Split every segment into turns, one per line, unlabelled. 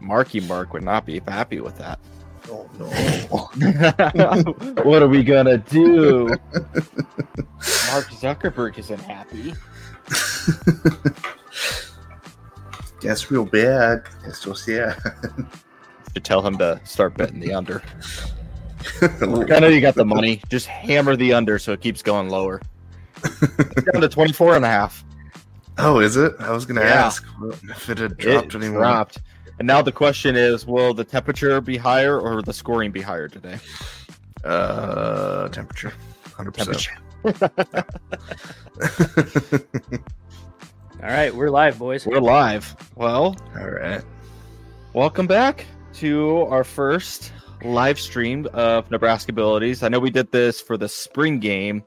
Marky Mark would not be happy with that.
Oh no.
what are we gonna do? Mark Zuckerberg isn't happy.
That's real bad. That's so sad.
Should tell him to start betting the under. I know
Look,
you got the money. Just hammer the under so it keeps going lower. It's down to 24 and a half.
oh, is it? I was gonna
Yeah.
ask if it had
It
dropped anymore.
dropped. And now the question is, will the temperature be higher or the scoring be higher today?
Uh, temperature, hundred percent.
All right, we're live, boys.
We're live. Well,
All right.
Welcome back to our first live stream of Nebraska Abilities. I know we did this for the spring game.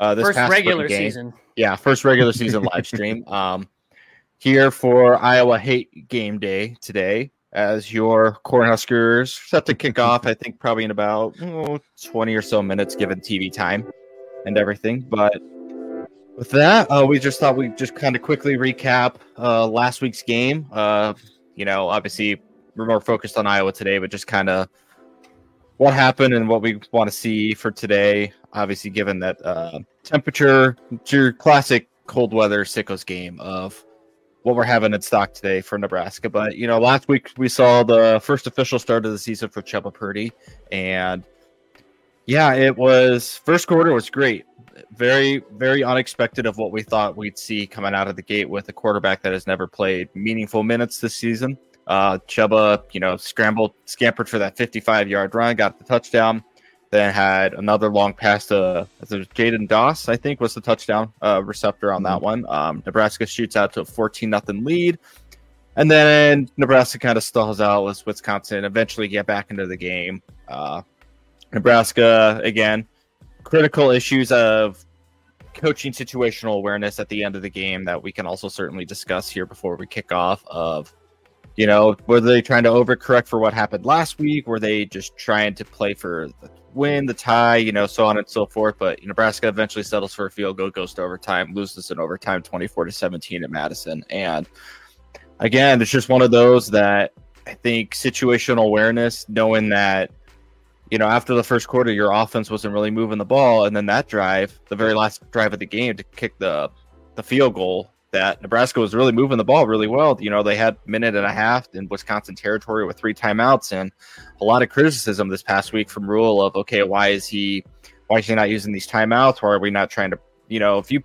Uh, this
First
past spring
regular
game.
season.
Yeah, first regular season live stream. Um, here for Iowa Hate Game Day today as your Cornhuskers set to kick off, I think probably in about oh, 20 or so minutes given TV time and everything. But with that, uh, we just thought we'd just kind of quickly recap uh, last week's game. Uh, you know, obviously we're more focused on Iowa today, but just kind of what happened and what we want to see for today. Obviously, given that uh, temperature, it's your classic cold weather sickos game of what we're having in stock today for Nebraska. But you know, last week we saw the first official start of the season for Chuba Purdy, and yeah, it was first quarter was great. Very, very unexpected of what we thought we'd see coming out of the gate with a quarterback that has never played meaningful minutes this season. Uh, Chuba, you know, scrambled, scampered for that 55 yard run, got the touchdown, then had another long pass to it was Jaden Doss, I think, was the touchdown uh, receptor on that one. Um, Nebraska shoots out to a 14 nothing lead. And then Nebraska kind of stalls out as Wisconsin eventually get back into the game. Uh, Nebraska, again, critical issues of coaching situational awareness at the end of the game that we can also certainly discuss here before we kick off of you know, were they trying to overcorrect for what happened last week? Were they just trying to play for the win, the tie, you know, so on and so forth? But Nebraska eventually settles for a field goal, goes to overtime, loses in overtime 24 to 17 at Madison. And again, it's just one of those that I think situational awareness, knowing that, you know, after the first quarter, your offense wasn't really moving the ball. And then that drive, the very last drive of the game to kick the the field goal that Nebraska was really moving the ball really well. You know, they had minute and a half in Wisconsin territory with three timeouts and a lot of criticism this past week from Rule of okay, why is he why is he not using these timeouts? Why are we not trying to you know, if you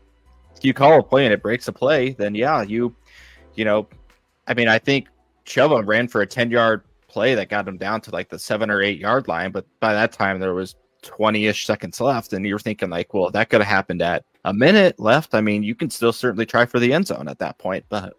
if you call a play and it breaks a play, then yeah, you you know I mean I think Chuba ran for a ten yard play that got him down to like the seven or eight yard line, but by that time there was 20 ish seconds left. And you're thinking, like, well, that could have happened at a minute left. I mean, you can still certainly try for the end zone at that point. But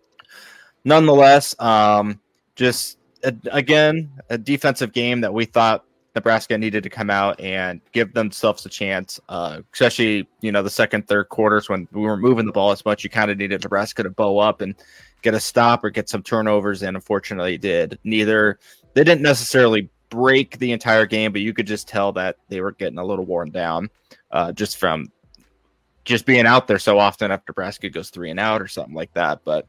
nonetheless, um, just a, again, a defensive game that we thought Nebraska needed to come out and give themselves a chance, uh, especially, you know, the second, third quarters when we weren't moving the ball as much. You kind of needed Nebraska to bow up and get a stop or get some turnovers. And unfortunately, it did. Neither they didn't necessarily break the entire game, but you could just tell that they were getting a little worn down uh, just from just being out there so often after Nebraska goes three and out or something like that. But,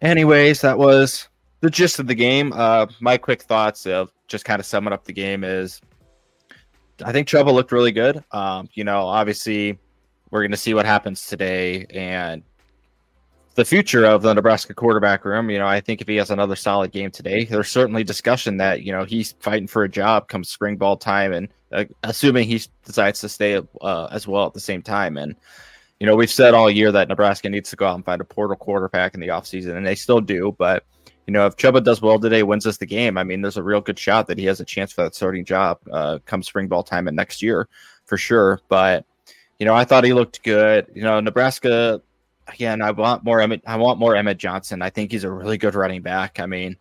anyways, that was the gist of the game. Uh, my quick thoughts of just kind of summing up the game is I think Trouble looked really good. Um, you know, obviously, we're going to see what happens today and the future of the Nebraska quarterback room. You know, I think if he has another solid game today, there's certainly discussion that you know he's fighting for a job come spring ball time, and uh, assuming he decides to stay uh, as well at the same time. And you know, we've said all year that Nebraska needs to go out and find a portal quarterback in the offseason, and they still do. But you know, if Chuba does well today, wins us the game. I mean, there's a real good shot that he has a chance for that starting job uh, come spring ball time and next year for sure. But you know, I thought he looked good. You know, Nebraska again, I want more Emmett. I want more Emmett Johnson. I think he's a really good running back. I mean,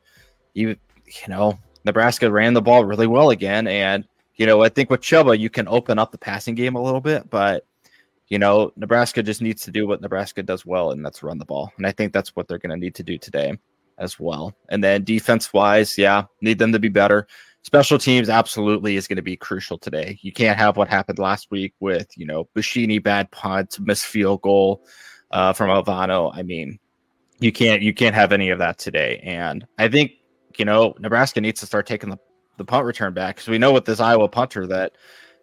you you know, Nebraska ran the ball really well again, and you know, I think with Chuba, you can open up the passing game a little bit, but you know, Nebraska just needs to do what Nebraska does well, and that's run the ball. And I think that's what they're going to need to do today as well. And then defense wise, yeah, need them to be better. Special teams absolutely is going to be crucial today. You can't have what happened last week with, you know, Bushini bad punt, missed field goal, uh, from Alvano. I mean, you can't you can't have any of that today. And I think you know, Nebraska needs to start taking the, the punt return back because we know with this Iowa punter that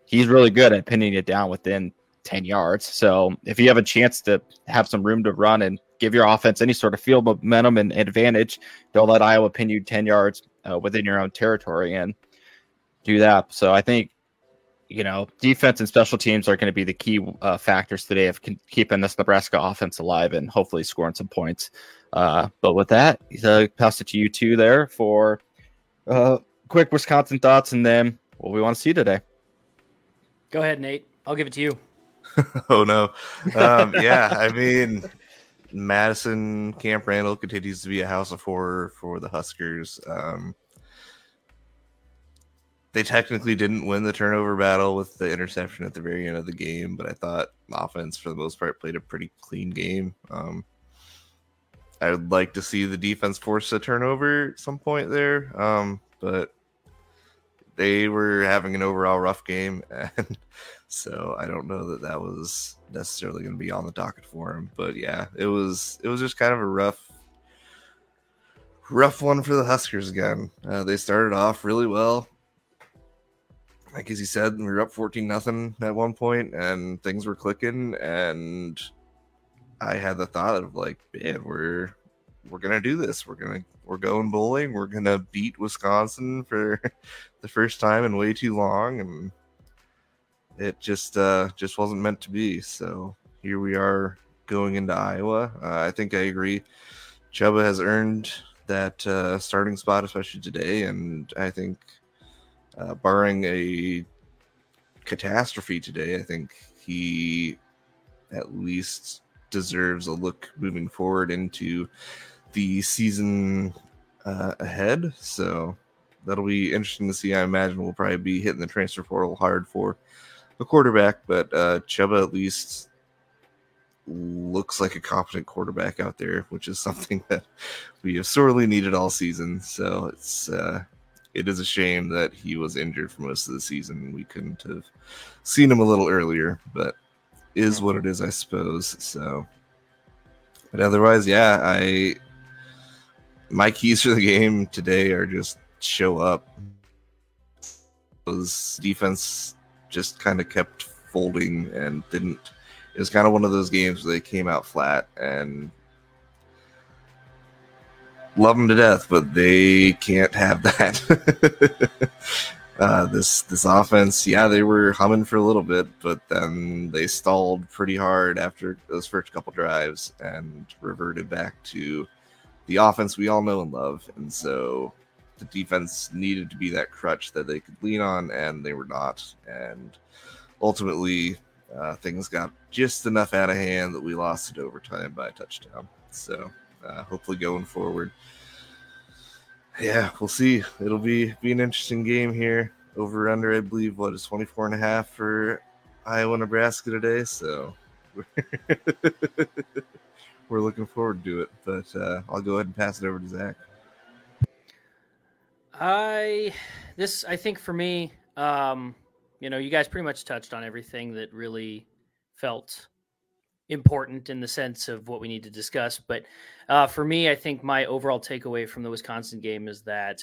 he's really good at pinning it down within 10 yards. So if you have a chance to have some room to run and give your offense any sort of field momentum and advantage, don't let Iowa pin you 10 yards uh, within your own territory and do that. So I think, you know, defense and special teams are going to be the key uh, factors today of con- keeping this Nebraska offense alive and hopefully scoring some points. Uh, but with that, uh, pass it to you two there for uh, quick Wisconsin thoughts and then what we want to see today.
Go ahead, Nate. I'll give it to you.
oh no. Um, yeah, I mean, Madison Camp Randall continues to be a house of horror for the Huskers. Um, they technically didn't win the turnover battle with the interception at the very end of the game, but I thought the offense, for the most part, played a pretty clean game. Um, I would like to see the defense force a turnover at some point there, um, but they were having an overall rough game, and so I don't know that that was necessarily going to be on the docket for him. But yeah, it was it was just kind of a rough rough one for the Huskers again. Uh, they started off really well, like as you said, we were up 14 nothing at one point and things were clicking and I had the thought of like, man, we're we're gonna do this. We're gonna we're going bowling. We're gonna beat Wisconsin for the first time in way too long, and it just uh, just wasn't meant to be. So here we are going into Iowa. Uh, I think I agree. Chuba has earned that uh, starting spot, especially today, and I think uh, barring a catastrophe today, I think he at least deserves a look moving forward into the season uh, ahead. So that'll be interesting to see. I imagine we'll probably be hitting the transfer portal hard for the quarterback, but uh, Chuba at least looks like a competent quarterback out there, which is something that we have sorely needed all season. So it's. Uh, it is a shame that he was injured for most of the season. We couldn't have seen him a little earlier, but is what it is, I suppose. So, but otherwise, yeah, I my keys for the game today are just show up. Those defense just kind of kept folding and didn't. It was kind of one of those games where they came out flat and love them to death, but they can't have that. uh, this this offense, yeah, they were humming for a little bit, but then they stalled pretty hard after those first couple drives and reverted back to the offense we all know and love. And so the defense needed to be that crutch that they could lean on, and they were not. And ultimately, uh, things got just enough out of hand that we lost it overtime by a touchdown. So uh, hopefully going forward. Yeah, we'll see. It'll be be an interesting game here. Over under, I believe, what is 24 and a half for Iowa, Nebraska today. So we're, we're looking forward to it. But uh, I'll go ahead and pass it over to Zach.
I this I think for me, um, you know, you guys pretty much touched on everything that really felt important in the sense of what we need to discuss. But uh, for me, I think my overall takeaway from the Wisconsin game is that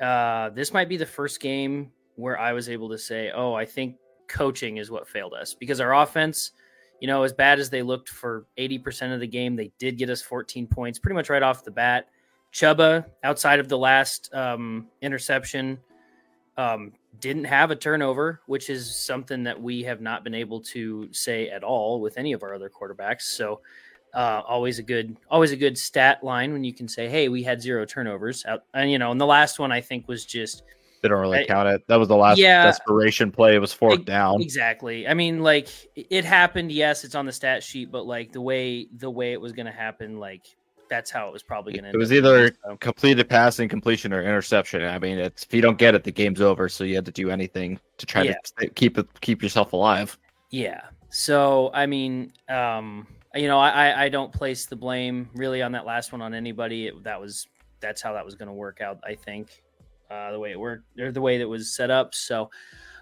uh, this might be the first game where I was able to say, oh, I think coaching is what failed us because our offense, you know, as bad as they looked for 80% of the game, they did get us 14 points pretty much right off the bat. Chuba, outside of the last um, interception, um, didn't have a turnover, which is something that we have not been able to say at all with any of our other quarterbacks. So uh, always a good always a good stat line when you can say, "Hey, we had zero turnovers." Out, and you know, and the last one I think was just
They don't really
I-
count it. That was the last
Yeah.
desperation play. It was fourth
Ex-
down.
Exactly. I mean, like it happened. Yes, it's on the stat sheet, but like the way the way it was going to happen, like that's how it was probably going to.
It was either completed passing, completion, or interception. I mean, it's if you don't get it, the game's over. So you had to do anything to try
Yeah.
to stay- keep it, keep yourself alive.
Yeah. So I mean, um, you know, I I- I don't place the blame really on that last one on anybody. It, that was that's how that was going to work out. I think uh, the way it worked or the way that was set up. So,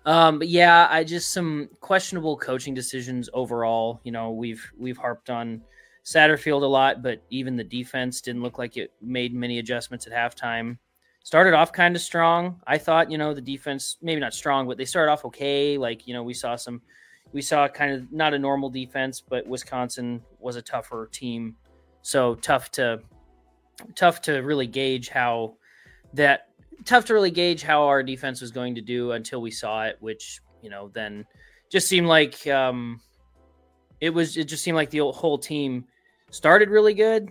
um, but yeah, I just some questionable coaching decisions overall. You know, we've we've harped on Satterfield a lot, but even the defense didn't look like it made many adjustments at halftime. started off kind of strong. I thought, you know, the defense maybe not strong, but they started off okay. Like, you know, we saw some, we saw kind of not a normal defense, but Wisconsin was a tougher team, so tough to tough to really gauge how that tough to really gauge how our defense was going to do until we saw it, which you know then just seemed like um, it was. It just seemed like the whole team started really good,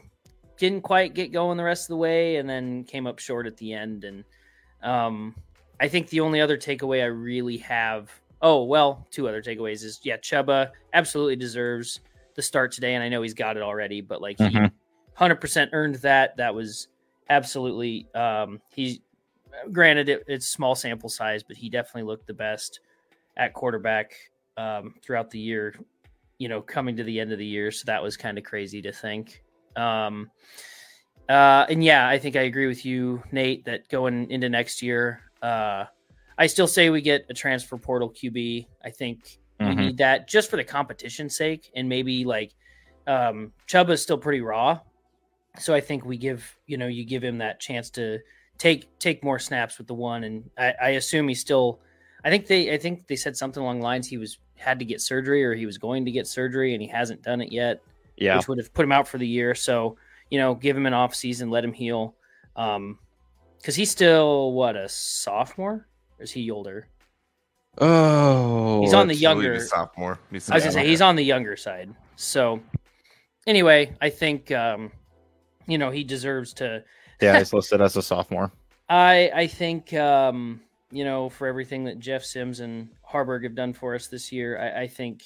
didn't quite get going the rest of the way and then came up short at the end and um, i think the only other takeaway i really have oh well two other takeaways is yeah chuba absolutely deserves the start today and i know he's got it already but like
Mhm.
he 100% earned that that was absolutely um, he granted it, it's small sample size but he definitely looked the best at quarterback um, throughout the year you know coming to the end of the year so that was kind of crazy to think um, uh, and yeah, I think I agree with you, Nate, that going into next year, uh, I still say we get a transfer portal QB. I think
Mhm.
we need that just for the competition's sake, and maybe like um, Chuba is still pretty raw, so I think we give you know you give him that chance to take take more snaps with the one, and I, I assume he's still. I think they I think they said something along the lines he was had to get surgery or he was going to get surgery and he hasn't done it yet
Yeah.
which would have put him out for the year. So, you know, give him an off season, let him heal. Um, cause he's still what a sophomore or is he older?
Oh,
He's on the
it's-
I believe
younger-
he's sophomore. He's
I was gonna
sophomore.
say he's on the younger side. So anyway, I think, um, you know, he deserves to,
yeah, he's listed as a sophomore.
I, I think, um, you know, for everything that Jeff Sims and Harburg have done for us this year, I, I think,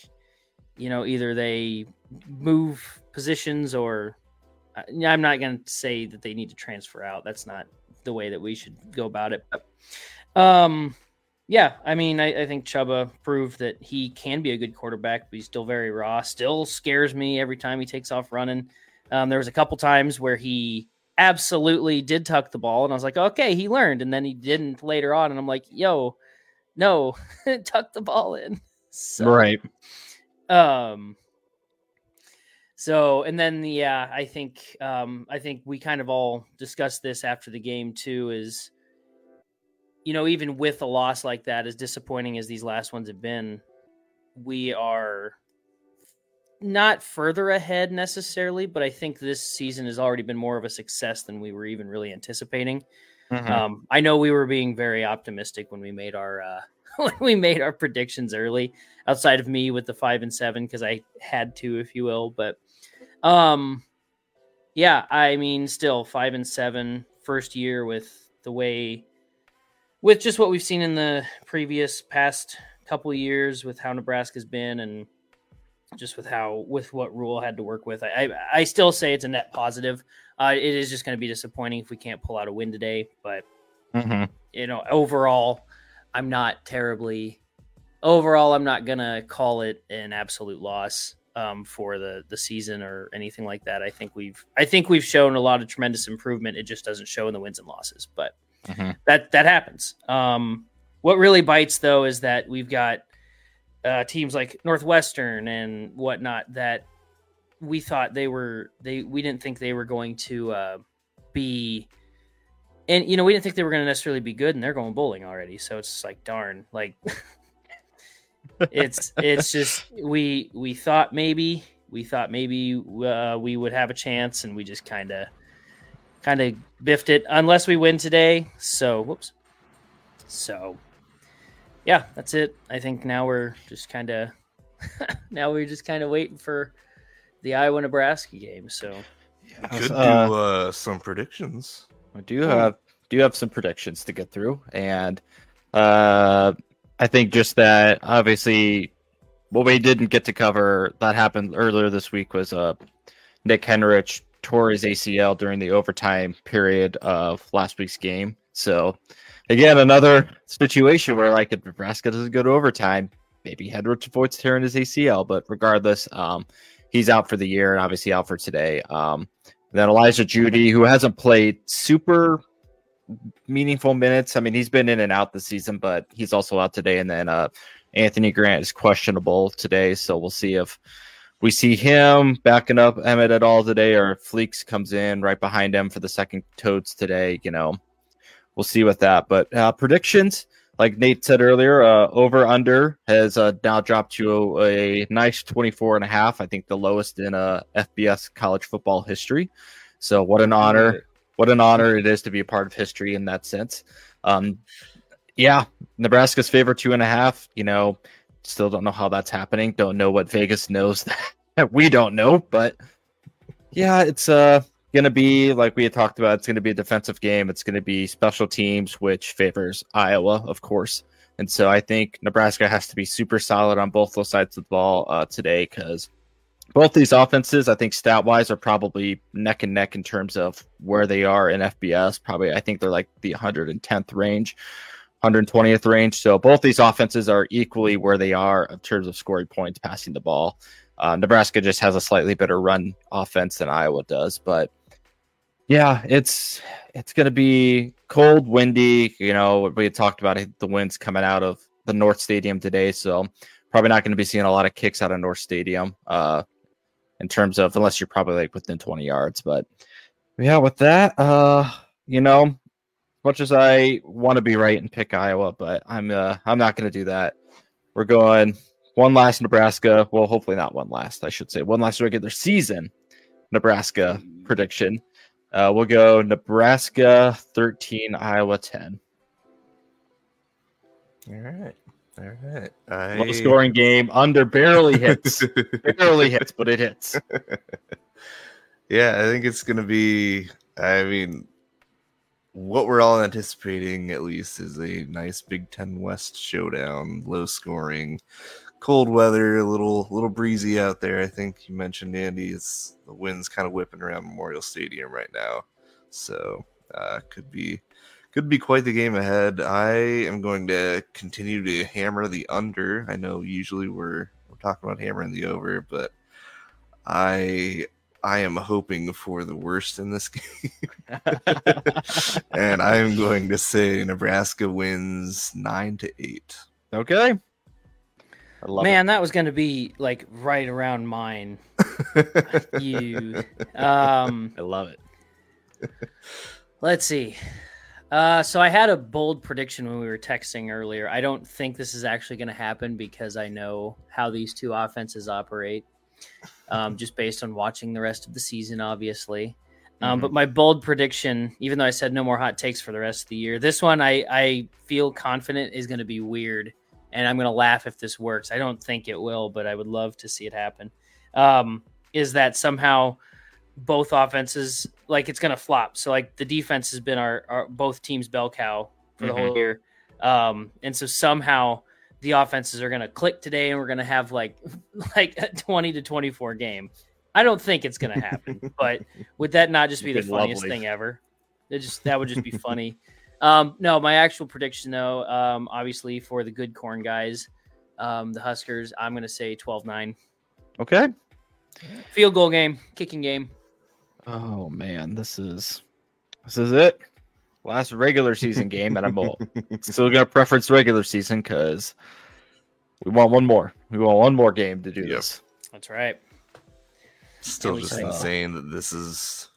you know, either they move positions or I- I'm not going to say that they need to transfer out. That's not the way that we should go about it. But, um, yeah, I mean, I, I think Chuba proved that he can be a good quarterback, but he's still very raw. Still scares me every time he takes off running. Um, there was a couple times where he absolutely did tuck the ball, and I was like, okay, he learned, and then he didn't later on, and I'm like, yo, no, tuck the ball in. So,
Right.
um so and then yeah, I think um I think we kind of all discussed this after the game too is you know, even with a loss like that as disappointing as these last ones have been, we are not further ahead necessarily, but I think this season has already been more of a success than we were even really anticipating.
Mhm.
Um, I know we were being very optimistic when we made our uh, when we made our predictions early. Outside of me with the five and seven because I had to, if you will. But um, yeah, I mean, still five and seven, first year with the way with just what we've seen in the previous past couple years with how Nebraska's been and just with how with what rule had to work with. I I, I still say it's a net positive. Uh, it is just going to be disappointing if we can't pull out a win today, but
Mhm.
you know, overall, I'm not terribly. Overall, I'm not gonna call it an absolute loss um, for the the season or anything like that. I think we've I think we've shown a lot of tremendous improvement. It just doesn't show in the wins and losses, but
Mhm.
that that happens. Um, what really bites though is that we've got uh, teams like Northwestern and whatnot that we thought they were they we didn't think they were going to uh, be and you know we didn't think they were going to necessarily be good and they're going bowling already so it's just like darn like it's it's just we we thought maybe we thought maybe uh, we would have a chance and we just kind of kind of biffed it unless we win today so whoops so yeah that's it i think now we're just kind of now we're just kind of waiting for the iowa nebraska game so
We could
Uh,
do uh, some predictions.
I do have do have some predictions to get through, and uh, I think just that obviously what we didn't get to cover that happened earlier this week was uh Nick Henrich tore his ACL during the overtime period of last week's game. So again, another situation where like if Nebraska doesn't go to overtime, maybe Henrich avoids tearing his ACL. But regardless, um, he's out for the year and obviously out for today. Um, then Elijah Judy, who hasn't played super meaningful minutes. I mean, he's been in and out this season, but he's also out today. And then uh, Anthony Grant is questionable today, so we'll see if we see him backing up Emmett at all today, or if Fleeks comes in right behind him for the second totes today. You know, we'll see with that. But uh, predictions, like Nate said earlier, uh, over under has uh, now dropped to a, a nice 24 and a half. I think the lowest in uh, FBS college football history. So what an honor. What an honor it is to be a part of history in that sense. Um, yeah, Nebraska's favorite two and a half. You know, still don't know how that's happening. Don't know what Vegas knows that we don't know, but yeah, it's uh gonna be like we had talked about. It's gonna be a defensive game. It's gonna be special teams, which favors Iowa, of course. And so I think Nebraska has to be super solid on both those sides of the ball uh, today because both these offenses, I think stat wise, are probably neck and neck in terms of where they are in FBS. Probably, I think they're like the 110th range. 120th range. So both these offenses are equally where they are in terms of scoring points, passing the ball. Uh, Nebraska just has a slightly better run offense than Iowa does, but yeah, it's it's going to be cold, windy. You know, we had talked about it, the winds coming out of the North Stadium today, so probably not going to be seeing a lot of kicks out of North Stadium uh, in terms of unless you're probably like within 20 yards. But yeah, with that, uh, you know, much as I want to be right and pick Iowa, but I'm uh, I'm not going to do that. We're going one last Nebraska. Well, hopefully not one last. I should say one last regular season Nebraska prediction. Uh, we'll go Nebraska 13, Iowa 10.
All right. All right.
Low scoring game under barely hits, barely hits, but it hits.
yeah, I think it's going to be. I mean, what we're all anticipating at least is a nice Big Ten West showdown, low scoring, cold weather, a little little breezy out there. I think you mentioned Andy, it's the wind's kind of whipping around Memorial Stadium right now, so uh, could be could be quite the game ahead. I am going to continue to hammer the under. I know usually we're we're talking about hammering the over, but I I am hoping for the worst in this game. and I am going to say Nebraska wins nine to eight.
Okay.
I love Man, that was going to be like right around mine. you. Um,
I love it.
let's see. Uh, so I had a bold prediction when we were texting earlier. I don't think this is actually going to happen because I know how these two offenses operate um, just based on watching the rest of the season, obviously. Um, But my bold prediction, even though I said no more hot takes for the rest of the year, this one I, I feel confident is going to be weird. And I'm going to laugh if this works. I don't think it will, but I would love to see it happen. Um, is that somehow both offenses, like it's going to flop. So, like the defense has been our, our both teams' bell cow for the whole year. Um, and so somehow the offenses are going to click today and we're going to have like like a 20 to 24 game. I don't think it's going to happen, but would that not just be the
It'd be
funniest
lovely.
thing ever? It just that would just be funny. Um, no, my actual prediction though, um, obviously for the good corn guys, um, the Huskers, I'm going to say 12-9.
Okay.
Field goal game, kicking game.
Oh man, this is this is it. Last regular season game, and I'm all- still gonna preference regular season because we want one more. We want one more game to do
Yep.
this.
That's right.
Still
Really
just
exciting.
insane that this is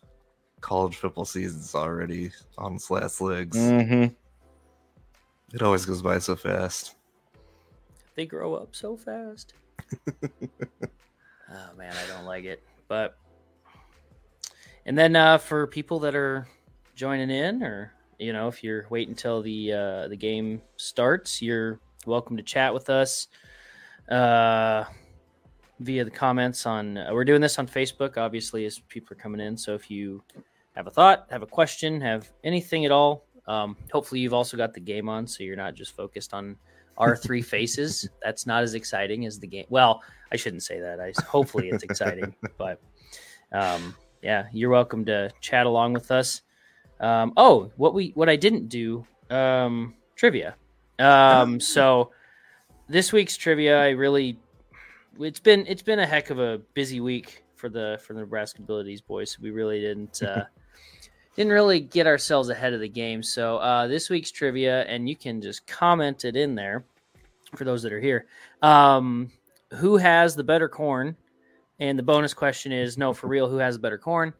college football season's already on its last legs.
Mm.
Mm-hmm.
It always goes by so fast.
They grow up so fast. oh man, I don't like it. But and then uh, for people that are joining in, or you know, if you're waiting until the uh, the game starts, you're welcome to chat with us uh, via the comments on. Uh, we're doing this on Facebook, obviously, as people are coming in. So if you have a thought, have a question, have anything at all, um, hopefully you've also got the game on, so you're not just focused on our three faces. That's not as exciting as the game. Well, I shouldn't say that. I hopefully it's exciting, but um, yeah, you're welcome to chat along with us. Um, oh, what we what I didn't do um, trivia. Um, so this week's trivia, I really it's been it's been a heck of a busy week for the for the Nebraska Abilities boys. We really didn't. Uh, didn't really get ourselves ahead of the game. So uh, this week's trivia, and you can just comment it in there for those that are here. Um, who has the better corn? And the bonus question is no, for real, who has the better corn?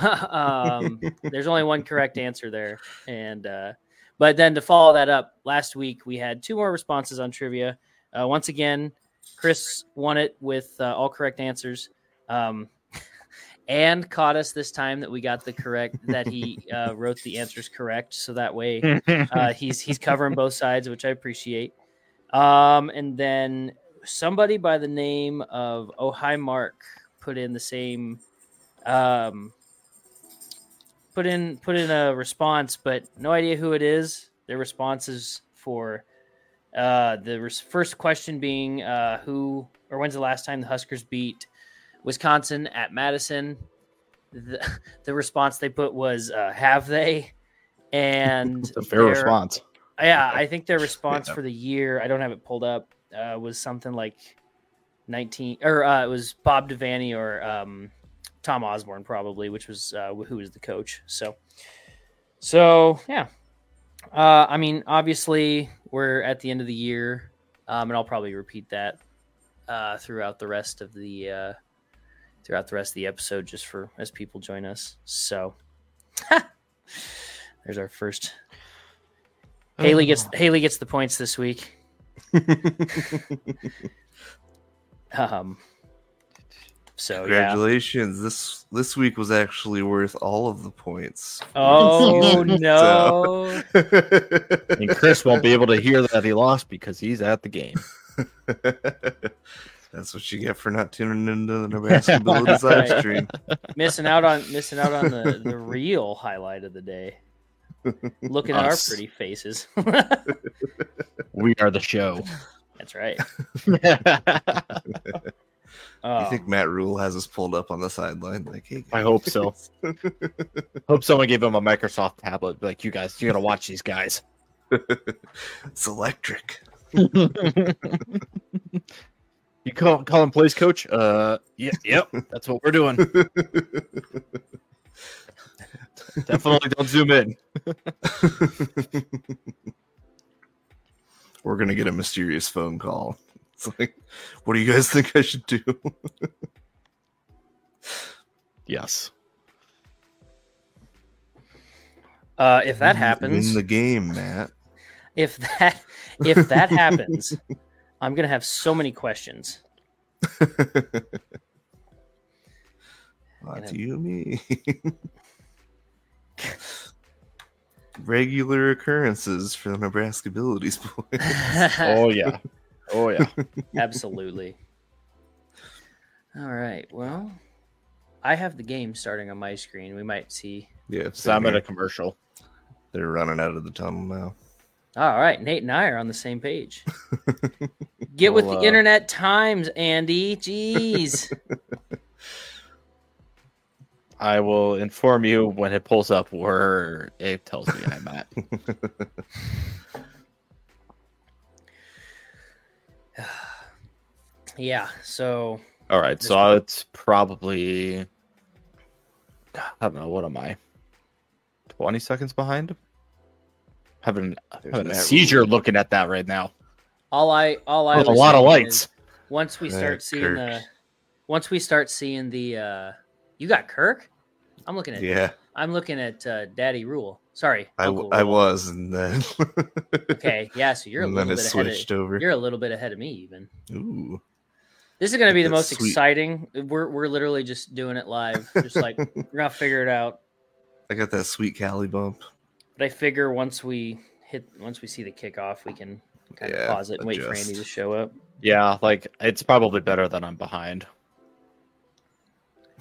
um, there's only one correct answer there, and uh, But then to follow that up, last week we had two more responses on trivia. Uh, once again, Chris won it with uh, all correct answers, um, and caught us this time that we got the correct that he uh, wrote the answers correct. So that way
Mm-hmm.
uh, he's he's covering both sides, which I appreciate. Um, and then somebody by the name of Oh Hi Mark put in the same, um, put in put in a response, but no idea who it is. Their response is for uh, the res- first question being uh, who or when's the last time the Huskers beat Wisconsin at Madison. The, the response they put was uh, have they and
It's a fair
their-
response.
yeah, I think their response
Yeah.
for the year, I don't have it pulled up, uh, was something like 19 or uh, it was Bob Devaney or um, Tom Osborne probably, which was uh, who was the coach. So so yeah. Uh, I mean, obviously we're at the end of the year. Um, and I'll probably repeat that uh, throughout the rest of the uh, throughout the rest of the episode just for as people join us. So there's our first Haley gets
Oh.
Haley gets the points this week. um. So Oh, yeah.
Congratulations. This this week was actually worth all of the points.
Oh no!
And Chris won't be able to hear that he lost because he's at the game.
That's what you get for not tuning into the Nebraska Bullets live
Right.
stream.
missing out on missing out on the the real highlight of the day. Looking at our
Us.
pretty faces.
We are the show.
That's right.
I
Oh,
You think Matt Rule has us pulled up on the sideline? Like, hey, guys.
hope so. hope someone gave him a Microsoft tablet. be Like you guys, you gotta watch these guys.
it's electric.
You call call him plays coach? Uh, yeah, yep, that's what we're doing. Definitely don't zoom in.
We're gonna get a mysterious phone call. It's like, what do you guys think I should do?
Yes.
uh, if that
in
happens,
the game, Matt.
if that if that happens, I'm gonna have so many questions.
What
And
do you mean? Regular occurrences for the Nebraska Abilities boy.
Oh yeah. Oh yeah.
Absolutely. All right. Well, I have the game starting on my screen. We might see.
yeah,
So I'm at a commercial.
they're running out of the tunnel now.
All right. Nate and I are on the same page. Get with
Well,
the
uh,
internet times, Andy. Jeez.
I will inform you when it pulls up where it tells me I'm at.
yeah. So
All right, so it's probably I don't know what am I? Twenty seconds behind. Having, having a
Matt
seizure looking at that right now.
all I all I
With Oh, a
was
lot of
thinking
lights.
is Once we
Uh,
start seeing
Kirk.
the, once we start seeing the, uh you got Kirk. I'm looking at
Yeah,
I'm looking at uh, Daddy Rule. Sorry,
I,
Uncle
I
Rule.
was, and then
Okay, yeah. So you're a
and
little
then it
bit ahead of,
switched over.
You're a little bit ahead of me, even.
Ooh,
This is going to be the
That's
most
sweet.
exciting. We're we're literally just doing it live. Just like we're gonna figure it out.
I got that sweet Cali bump.
But I figure once we hit, once we see the kickoff, we can kind
Yeah,
of pause it and wait for
adjust.
Andy to show up.
Yeah, like it's probably better that I'm behind.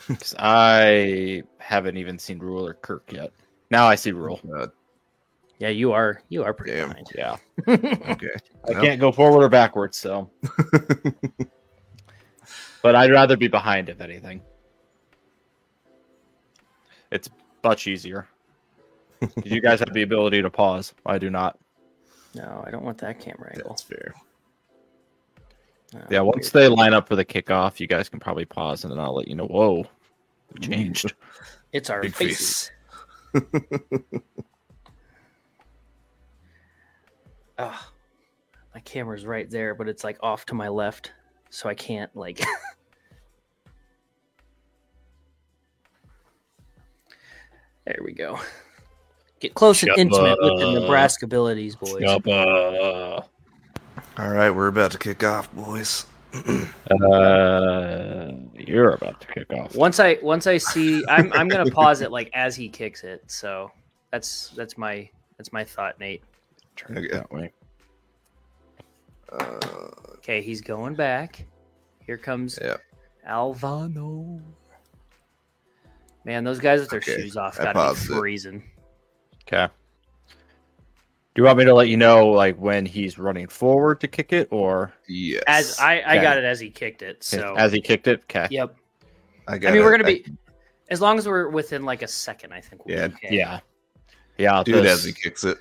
'Cause I haven't even seen Rule or Kirk yet. Now I see Rule.
Uh,
Yeah, you are you are pretty
Damn.
behind.
Yeah.
okay,
I
Yep.
can't go forward or backwards, so. but I'd rather be behind, if anything. It's much easier. 'Cause You guys have the ability to pause. I do not.
No, I don't want that camera angle.
that's fair.
No,
Yeah,
weird.
once they line up for the kickoff, you guys can probably pause and then I'll let you know. Whoa, changed.
it's our
Big
faces.
face.
Ah, my camera's right there, but it's like off to my left, so I can't like. there we go. Get close and
Shut
intimate with the
up.
Nebraska abilities, boys.
Yup, uh,
All right, we're about to kick off, boys.
Uh, you're about to kick off.
Once I once I see, I'm I'm gonna pause it like as he kicks it. So that's that's my that's my thought, Nate.
Turn it that way.
Uh,
Okay, he's going back. Here comes
Yeah.
Alvano. Man, those guys with their
Okay,
shoes off
I
got to be
paused it.
freezing.
Okay. Do you want me to let you know like when he's running forward to kick it, or
yes.
As I, I
Yeah.
got it as he kicked it. So
as he kicked it? Okay.
yep.
I,
I
got
mean, we're
it.
gonna be as long as we're within like a second. I think. We'll
Yeah,
be okay.
Yeah. Yeah.
I do it as
this-
he kicks it.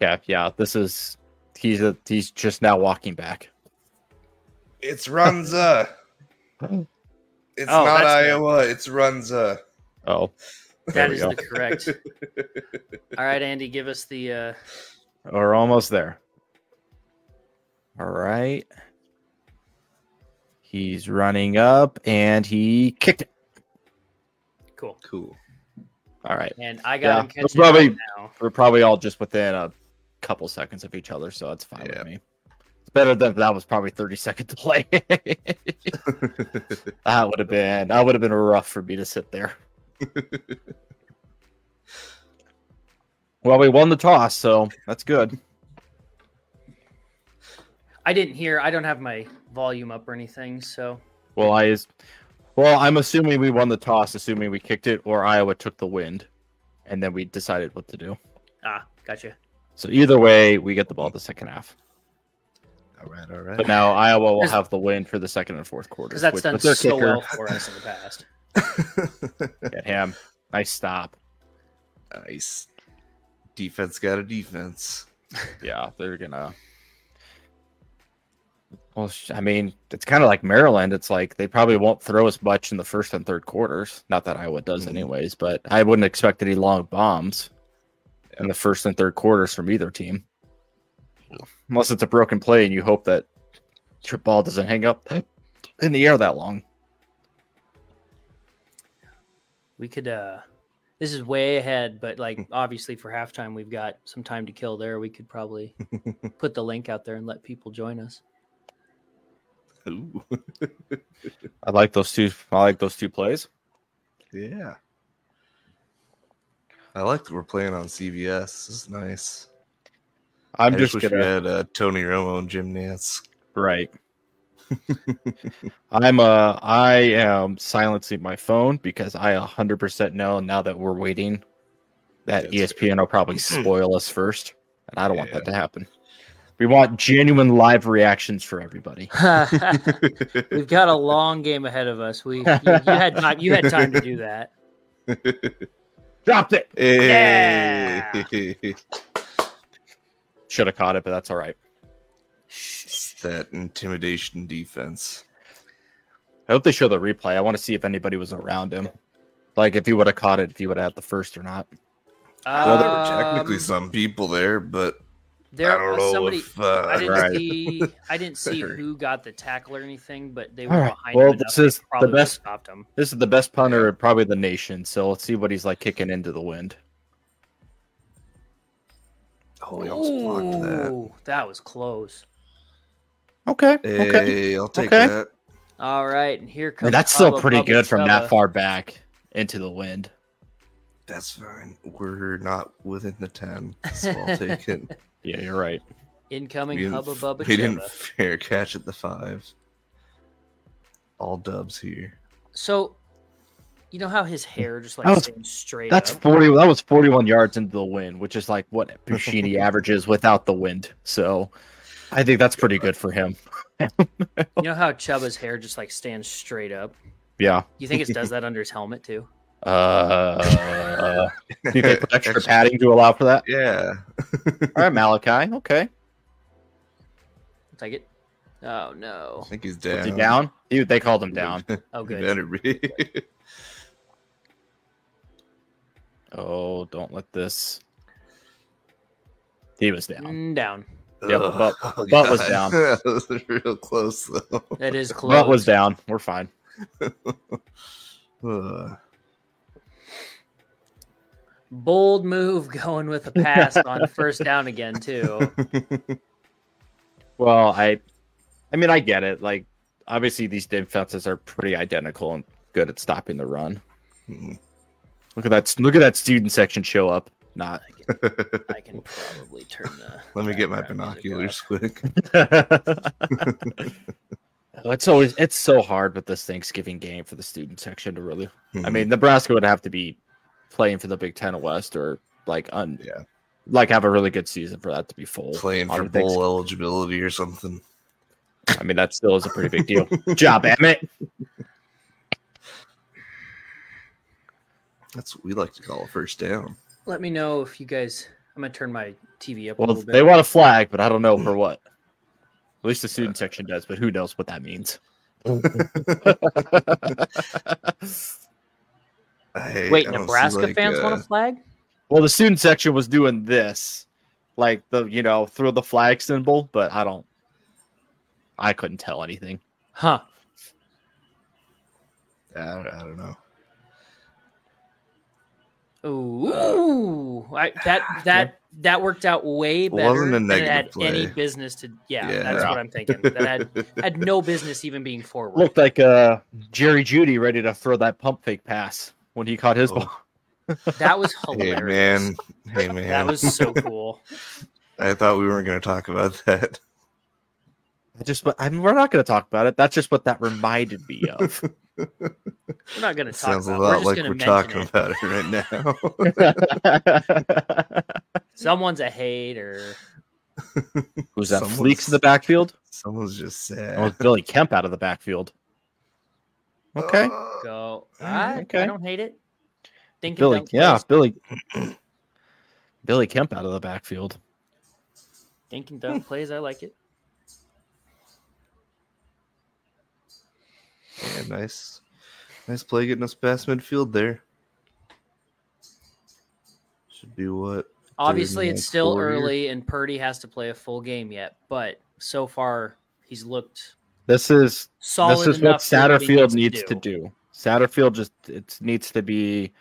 Yeah, yeah. This is he's a, he's just now walking back.
It's Runza. it's
Oh,
not
that's good.
Iowa. It's Runza.
Oh, There
That
we
is
go.
the correct. All right, Andy, give us the. uh
we're almost there. All right. He's running up and he kicked it.
Cool.
Cool.
All right.
And I
Yeah,
got him
that's
catching it right
probably-
now.
We're probably all just within a couple seconds of each other, so that's fine
Yeah.
with me. It's better than that was probably 30 second delay. that would have been that would have been rough for me to sit there. well, we won the toss, so that's good.
I didn't hear. I don't have my volume up or anything. So
Well, I is well, I'm assuming we won the toss, assuming we kicked it, or Iowa took the wind, and then we decided what to do.
ah, gotcha.
So either way, we get the ball the second half.
All right. All right.
But now Iowa will
There's-
have the win for the second and fourth quarter.
Because that's done
with their
so
kicker.
well for us in the past.
Get him. Nice stop.
nice. Defense got a defense.
Yeah, they're gonna. Well, sh- I mean, it's kind of like Maryland. It's like they probably won't throw as much in the first and third quarters. Not that Iowa does,
Mhm.
anyways. But I wouldn't expect any long bombs in the first and third quarters from either team, unless it's a broken play and you hope that your ball doesn't hang up in the air that long.
We could. uh This is way ahead, but like obviously for halftime, we've got some time to kill. There, we could probably put the link out there and let people join us.
Ooh.
I like those two. I like those two plays.
yeah. I like that we're playing on CBS. This is nice.
I'm
I
just
wish
gonna.
we had uh, Tony Romo and Jim Nance.
Right. I'm uh I am silencing my phone because I 100% know now that we're waiting that E
That's
ESPN will probably spoil us first and I don't want that
Yeah.
to happen. We want genuine live reactions for everybody.
we've got a long game ahead of us. We you, you had time. You had time to do that.
Dropped it.
Hey.
Should have caught it, but that's all right.
that intimidation defense.
I hope they show the replay. I want to see if anybody was around him. Like if he would have caught it, if he would have had the first or not.
Well, there were technically
Um,
some people there, but
there
I don't
uh,
know
somebody.
if uh,
I didn't
Right.
see. I didn't see
Sorry.
who got the tackle or anything, but they were
All right.
behind.
Well,
him
this
enough,
is
they
the
probably would've
best-
Stopped him.
This is the best punter in probably the nation, so let's see what he's like kicking into the wind.
oh, he almost blocked that.
Ooh, that was close.
Okay. Okay.
Hey, I'll take
Okay.
that.
All right, and here
I mean,
comes.
that's still
Pablo
pretty good from that
Pablicella.
far back into the wind.
That's fine. We're not within the ten, so I'll take it.
Yeah, you're right.
Incoming
we didn't,
Hubba Bubba
we didn't
Chubba.
fair catch at the five. All dubs here.
So, you know how his hair just like
That was-
stands straight
That's
up?
forty. That was forty-one yards into the wind, which is like what Puccini averages without the wind. So, I think that's pretty good for him.
You know how Chubba's hair just like stands straight up?
Yeah.
You think it does that under his helmet too?
Uh, do you think extra padding to allow for that?
yeah.
All right, Malachi. Okay,
I'll Take it. Oh no.
I think he's
Is
down.
he down? Dude, they called him down.
Oh
He
good.
better be.
Oh, don't let this. He was down.
Mm, down.
Yeah,
Ugh.
butt-
Oh,
butt was
God.
down.
that was real close though.
That is close.
That was down. We're fine.
Ugh.
Bold move going with a pass on first down again too.
Well, I, I mean, I get it. Like, obviously, these defenses are pretty identical and good at stopping the run.
Mhm.
Look at that! s- Look at that student section show up. Not.
I can probably turn the.
Let me get my
background music
binoculars
off.
quick.
Oh, it's always it's so hard with this Thanksgiving game for the student section to really. I
Mm-hmm.
mean, Nebraska would have to be playing for the Big Ten West or like un.
Yeah.
Like have a really good season for that to be full.
playing
on
for
Thanksgiving.
bowl eligibility or something.
I mean, that still is a pretty big deal. Good job, Emmett.
That's what we like to call a first down.
Let me know if you guys. I'm gonna turn my TV up a
Well,
little bit.
they want a flag, but I don't know for what. At least the student section does, but who knows what that means? Mm-hmm.
I-
Wait,
I don't see,
Nebraska
like,
fans
uh,
want a flag?
well, the student section was doing this, like the you know throw the flag symbol, but I don't. I couldn't tell anything.
Huh.
I don't, I don't know.
Ooh, I, that that that worked out way better
wasn't a
than it
negative
had any
play.
business to. Yeah,
Yeah.
that's what I'm thinking. That had, had no business even being forward.
Looked like uh, Jerry Judy ready to throw that pump fake pass when he caught his
Oh.
ball.
that was
hey
hilarious.
man, hey man.
That was so cool.
I thought we weren't going to talk about that.
I just, I mean, we're not going to talk about it. That's just what that reminded me of.
We're not going to
It
talk
sounds a
about.
lot
it. We're
like
just
we're
going to mention
talking
it.
about it right now.
Someone's a hater.
Who's that?
Someone's-
Fleeks in the backfield.
Someone's just sad.
That was Billy Kemp out of the backfield. Okay.
Oh,
Go.
Mm,
I, I
okay.
don't hate it. Think
Billy,
Billy,
yeah, Billy, Billy Kemp out of the backfield.
Dink and dunk plays. I like it.
yeah, nice, nice play getting us past midfield there. Should be what
Obviously,
and
it's still
four here.
early, and Purdy has to play a full game yet. But so far, he's looked
This is
solid.
this is what
enough for what he
Satterfield needs to do. Satterfield just it needs to be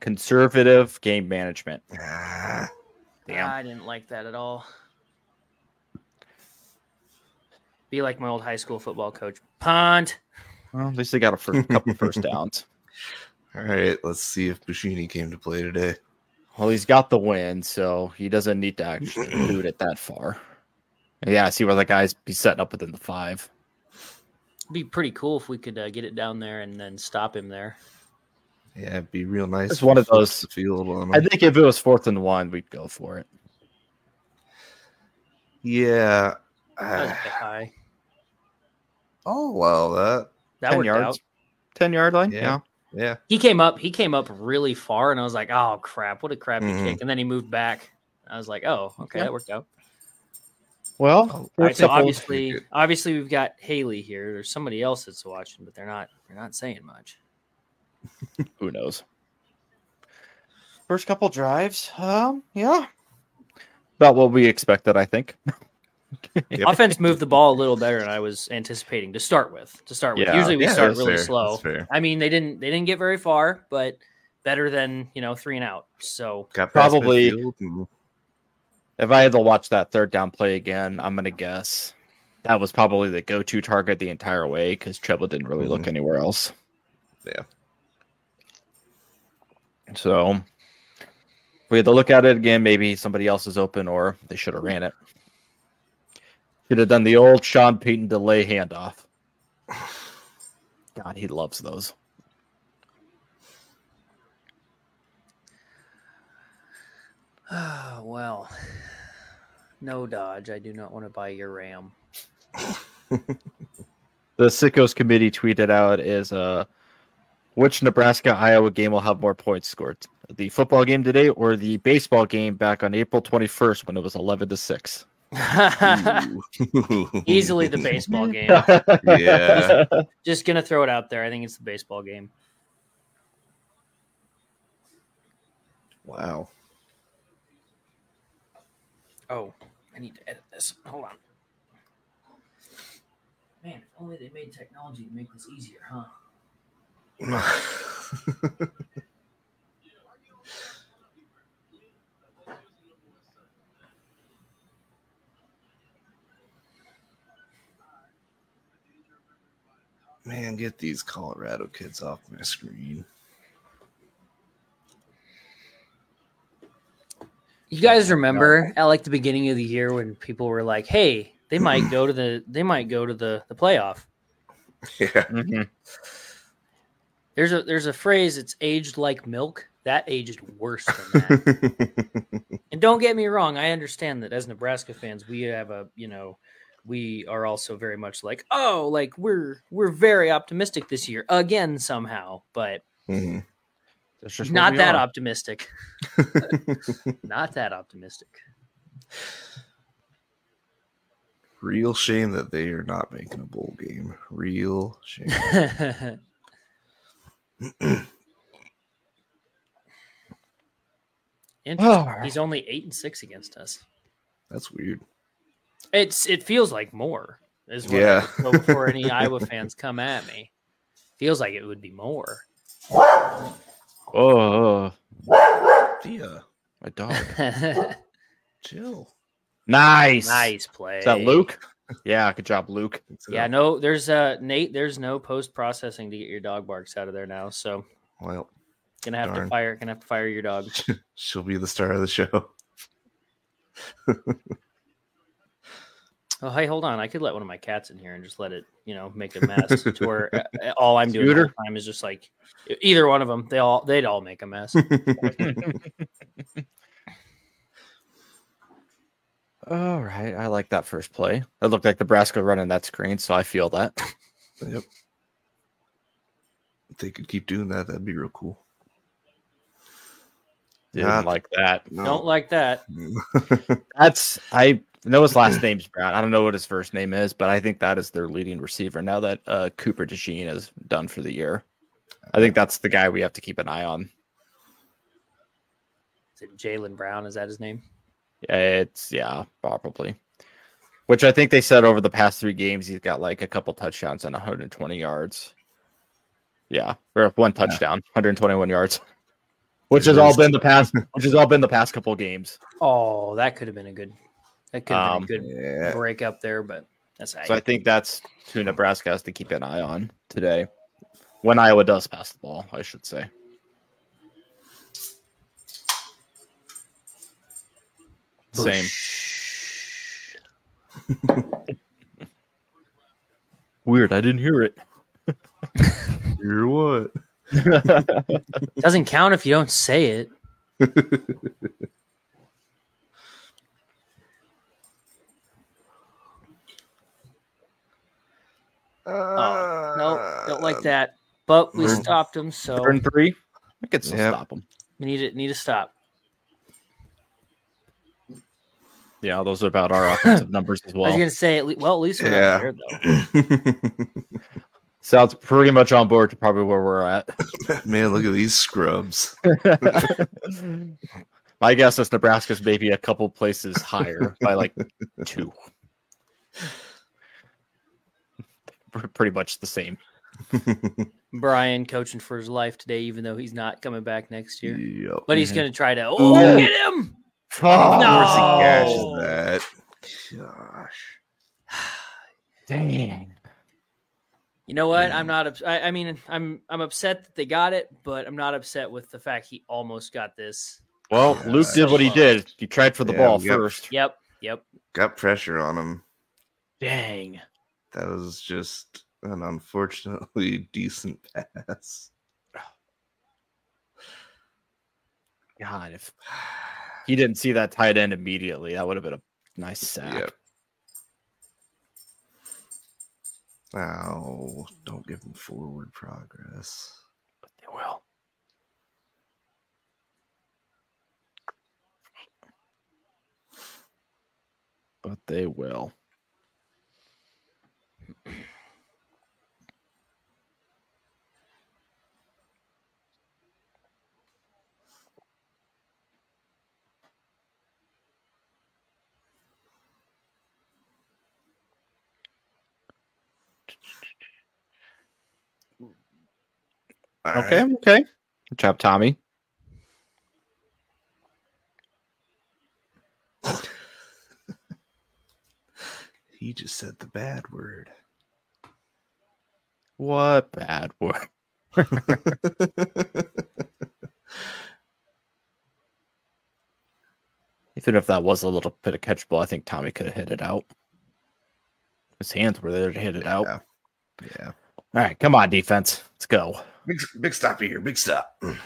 conservative game management.
Ah,
Damn.
I didn't like that at all. Be like my old high school football coach. Punt.
Well, at least they got a fir- couple first downs.
all right. Let's see if Bushini came to play today.
Well, he's got the win, so he doesn't need to actually boot it that far. Yeah, I see where the guys be setting up within the five.
be pretty cool if we could uh, get it down there and then stop him there.
Yeah, it'd be real nice.
It's
if
one
he
of
flips
those-
the field on
I
him.
think if it was fourth and one, we'd go for it.
Yeah,
That was a
ah,
bit high.
I'll allow that.
That
Ten
worked
yards,
out.
ten yard line.
Yeah.
yeah.
Yeah,
He came up. He came up really far, and I was like, "Oh crap! What a crappy
Mhm.
kick!" And then he moved back. I was like, "Oh, okay,
Mm-hmm. Yeah.
that worked out."
Well,
All right, so
couple-
obviously, obviously, we've got Haley here. There's somebody else that's watching, but they're not. They're not saying much.
who knows? First couple drives, um, yeah, about what we expected, I think.
Yep.
Offense moved the ball a little better than I was anticipating to start with. To start with,
Yeah.
usually we
yeah,
start
that's
really
fair,
slow.
that's fair.
I mean, they didn't. They didn't get very far, but better than you know three and out. So
Got past
Probably-
midfield and-
If I had to watch that third down play again, I'm gonna guess that was probably the go-to target the entire way because Treble didn't really
Mhm.
look anywhere else.
Yeah.
So we had to look at it again. Maybe somebody else is open, or they should have ran it. Should have done the old Sean Payton delay handoff. God, he loves those.
Ah, well, no Dodge. I do not want to buy your Ram.
The Sickos committee tweeted out is uh, which Nebraska Iowa game will have more points scored? The football game today or the baseball game back on April 21st when it was 11 to 6?
Ooh.
Easily the baseball game.
Yeah.
Just gonna throw it out there. I think it's the baseball game.
Wow.
Oh, I need to edit this. Hold on. Man, if only they made technology to make this easier, huh?
That's man, get these Colorado kids off my screen.
You guys remember at like the beginning of the year when people were like, "Hey, they might go to the they might go to the the playoff."
Yeah.
Mhm.
There's a there's a phrase it's aged like milk. That aged worse than that. and don't get me wrong, I understand that as Nebraska fans, we have a, you know, we are also very much like, "Oh, like we're we're very optimistic this year again somehow." But
Mhm.
That's just what
not
we
that
are.
optimistic. not that optimistic.
Real shame that they are not making a bowl game. Real shame.
Oh.
Interesting. He's only eight and six against us.
That's weird.
It's it feels like more is what
Yeah.
so before any Iowa fans come at me. Feels like it would be more.
Oh, oh,
uh,
Thea,
my dog.
nice
chill.
Nice.
play.
Is that Luke? Yeah, good job, Luke.
Yeah, no, there's uh Nate, there's no post processing to get your dog barks out of there now. So
Well,
gonna have to
Darn.
fire gonna have to fire your dog.
she'll be the star of the show.
Oh hey, hold on. I could let one of my cats in here and just let it, you know, make a mess to where uh, uh, all I'm doing all
Scooter?
the time is just like e, either one of them, they all they'd all make a mess.
All right, I like that first play. That looked like Nebraska running that screen, so I feel that.
Yep. If they could keep doing that, that'd be real cool.
Didn't
Not-
like that.
Don't like that.
That's I know his last name's Brown. I don't know what his first name is, but I think that is their leading receiver now that uh, Cooper DeJean is done for the year. I think that's the guy we have to keep an eye on.
Is it Jalen Brown? Is that his name?
It's yeah, probably. Which I think they said over the past three games, he's got like a couple touchdowns and 120 yards. Yeah, or one touchdown, 121 yards, which has all been the past, which has all been the past couple games.
Oh, that could have been a good that could have
Um,
been a good
Yeah.
break up there, but that's how
So I think that's who Nebraska has to keep an eye on today. When Iowa does pass the ball, I should say. Same. Weird. I didn't hear it.
You're what?
Doesn't count if you don't say it. Oh,
Ah.
no, don't like that. But we
Burn.
stopped him, so
Um, mm. Turn three. I could still
Yep.
stop them.
we need to need to stop.
Yeah, those are about our offensive numbers as
I was
well.
gonna say, at le- well, at least we're
Yeah.
not there though.
Sounds pretty much on board to probably where we're at.
Man, look at these scrubs.
My guess is Nebraska's maybe a couple places higher by like two. Pr- Pretty much the same.
Brian coaching for his life today, even though he's not coming back next year.
Yup.
But he's
Mhm.
gonna try to oh
Ooh.
get him.
Oh, Gosh,
Oh, No.
that. Gosh.
Dang.
You know what? I'm
Mm.
not. Ups- I, I mean, I'm I'm upset that they got it, but I'm not upset with the fact he almost got this.
Well,
Yeah,
Luke did what he
that's-
did. He tried for the
Yeah,
ball
we got-
first.
Yep, yep.
Got pressure on him.
Dang.
That was just an unfortunately decent pass.
God, if he didn't see that tight end immediately, that would have been a nice sack.
Yep. Oh, don't give him forward progress.
Well, but they will.
All
Okay,
right.
okay. Good job, Tommy.
He just said the bad word.
What bad word? Even if that was a little bit of catchable, I think Tommy could have hit it out. His hands were there to hit it out.
Yeah. yeah.
All right, come on, defense. Let's go.
Big, big stop here. Big stop.
Oh,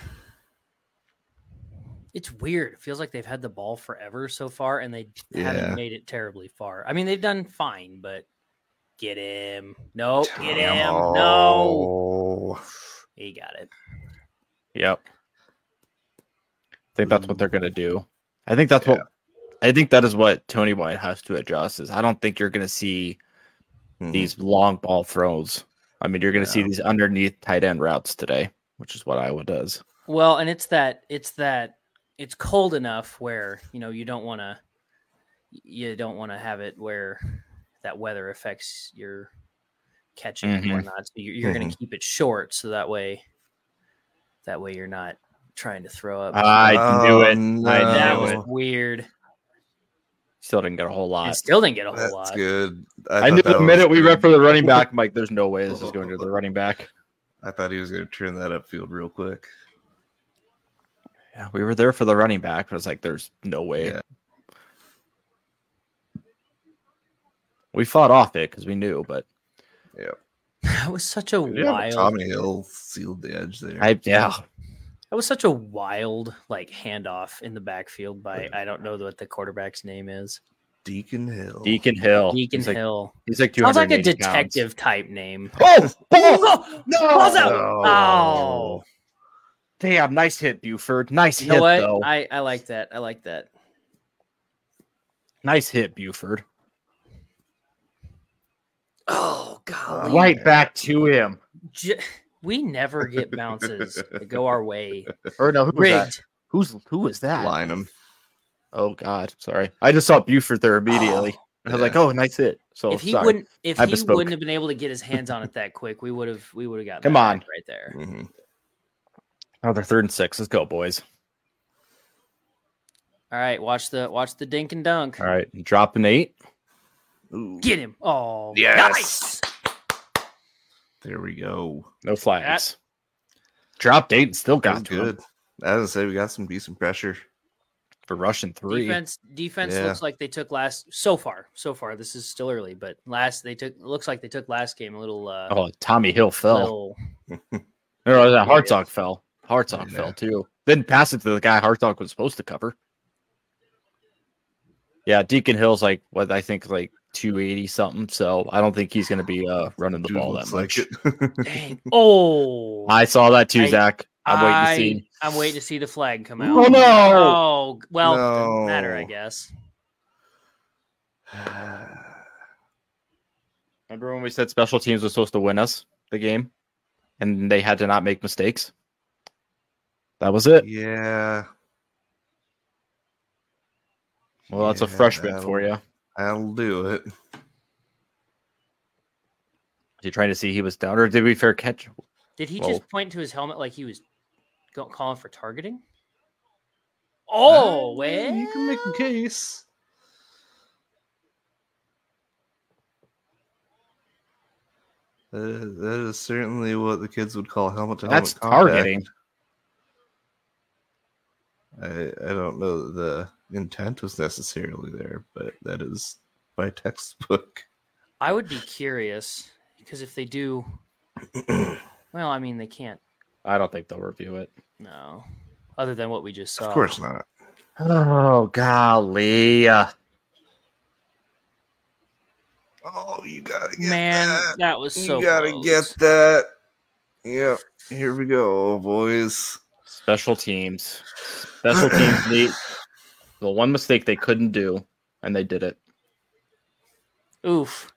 It's weird. It feels like they've had the ball forever so far, and they
Yeah.
haven't made it terribly far. I mean, they've done fine, but get him. No, get him. No.
Oh.
He got it.
Yep. I think that's what they're gonna do. I think that's what I think that is what Tony White has to adjust is I don't think you're gonna see
Mhm.
these long ball throws. I mean you're gonna see
Yeah.
these underneath tight end routes today, which is what Iowa does.
Well, and it's that it's that it's cold enough where you know you don't want to you don't want to have it where that weather affects your catching
Mhm.
and whatnot. So you're, you're going to keep it short, so that way that way you're not trying to throw up.
I knew
Oh,
it.
that
knew
was
it.
weird.
Still didn't get a whole
And
lot.
still didn't get a whole
That's
lot.
good.
I,
thought
knew
that
the
was
minute we
good.
read for the running back, I'm like, there's no way this is going to the running back.
I thought he was going to turn that upfield real quick.
Yeah, we were there for the running back, but it's like there's no way.
Yeah.
We fought off it because we knew, but
That was such a
Yeah, but
wild.
Tommy Hill sealed the edge there.
I yeah,
That was such a wild like handoff in the backfield by I don't know what the quarterback's name is.
Deacon Hill.
Deacon Hill.
Deacon
he's like,
Hill.
He's like
Sounds like a
280 pounds.
detective type name.
Oh, oh, no!
Balls out!
Oh.
Oh.
Damn, nice hit, Buford. Nice
You
hit,
know what?
though.
I, I like that. I like that.
Nice hit, Buford.
Oh golly.
Uh, Right back to him.
J- we never get bounces that go our way.
Or no, who was that?
Rigged.
Who's who was that?
Line him.
Oh God, sorry. I just saw Buford there immediately. I was
yeah.
like, oh, nice hit. So
if he
sorry.
wouldn't if
I
he
bespoke.
wouldn't have been able to get his hands on it that quick, we would have we would have gotten
Come
that
on.
back right there.
Mhm.
Oh, they're third and six. Let's go, boys.
All right, watch the watch the dink and dunk.
All right, drop an eight.
Ooh,
Get him. Oh
Yes.
nice.
There we go.
No flags. Dropped eight and still
That was
got to him
good. I was gonna say we got some decent pressure.
for rushing three.
Defense defense
Yeah.
looks like they took last so far. So far, this is still early, but last they took looks like they took last game a little uh
Oh, Tommy Hill fell.
little
No, that
Yeah.
Hartog fell. Hartog
Yeah.
fell too. Didn't pass it to the guy Hartog was supposed to cover. Yeah, Deacon Hill's like what I think like 280 something. So I don't think he's going to be uh, running the
Dude
ball that
looks
much.
it.
Dang. Oh.
I saw that too,
I-
Zach. I'm waiting to see.
I- I'm waiting to see the flag come out.
Oh no!
Oh, well, doesn't matter, I
No.
guess.
Remember when we said special teams was supposed to win us the game, and they had to not make mistakes. That was it.
yeah,
Well, that's a
Yeah,
freshman
that'll-
for you.
I'll do it.
you trying to see he was down, or did we fair catch?
Did he
Well-
just point to his helmet like he was go- calling for targeting?
Uh,
Oh, well.
you can make a case. That is, that is certainly what the kids would call helmet to helmet.
That's targeting.
I, I don't know that the intent was necessarily there, but that is by textbook.
I would be curious because if they do, well, I mean, they can't.
I don't think they'll review it.
No. Other than what we just saw.
Of course not.
Oh golly! Uh,
Oh, you gotta get
Man,
that.
that was so.
you gotta
close.
get that. Yep. Here we go, boys.
special teams, special teams need the one mistake they couldn't do, and they did it.
Oof.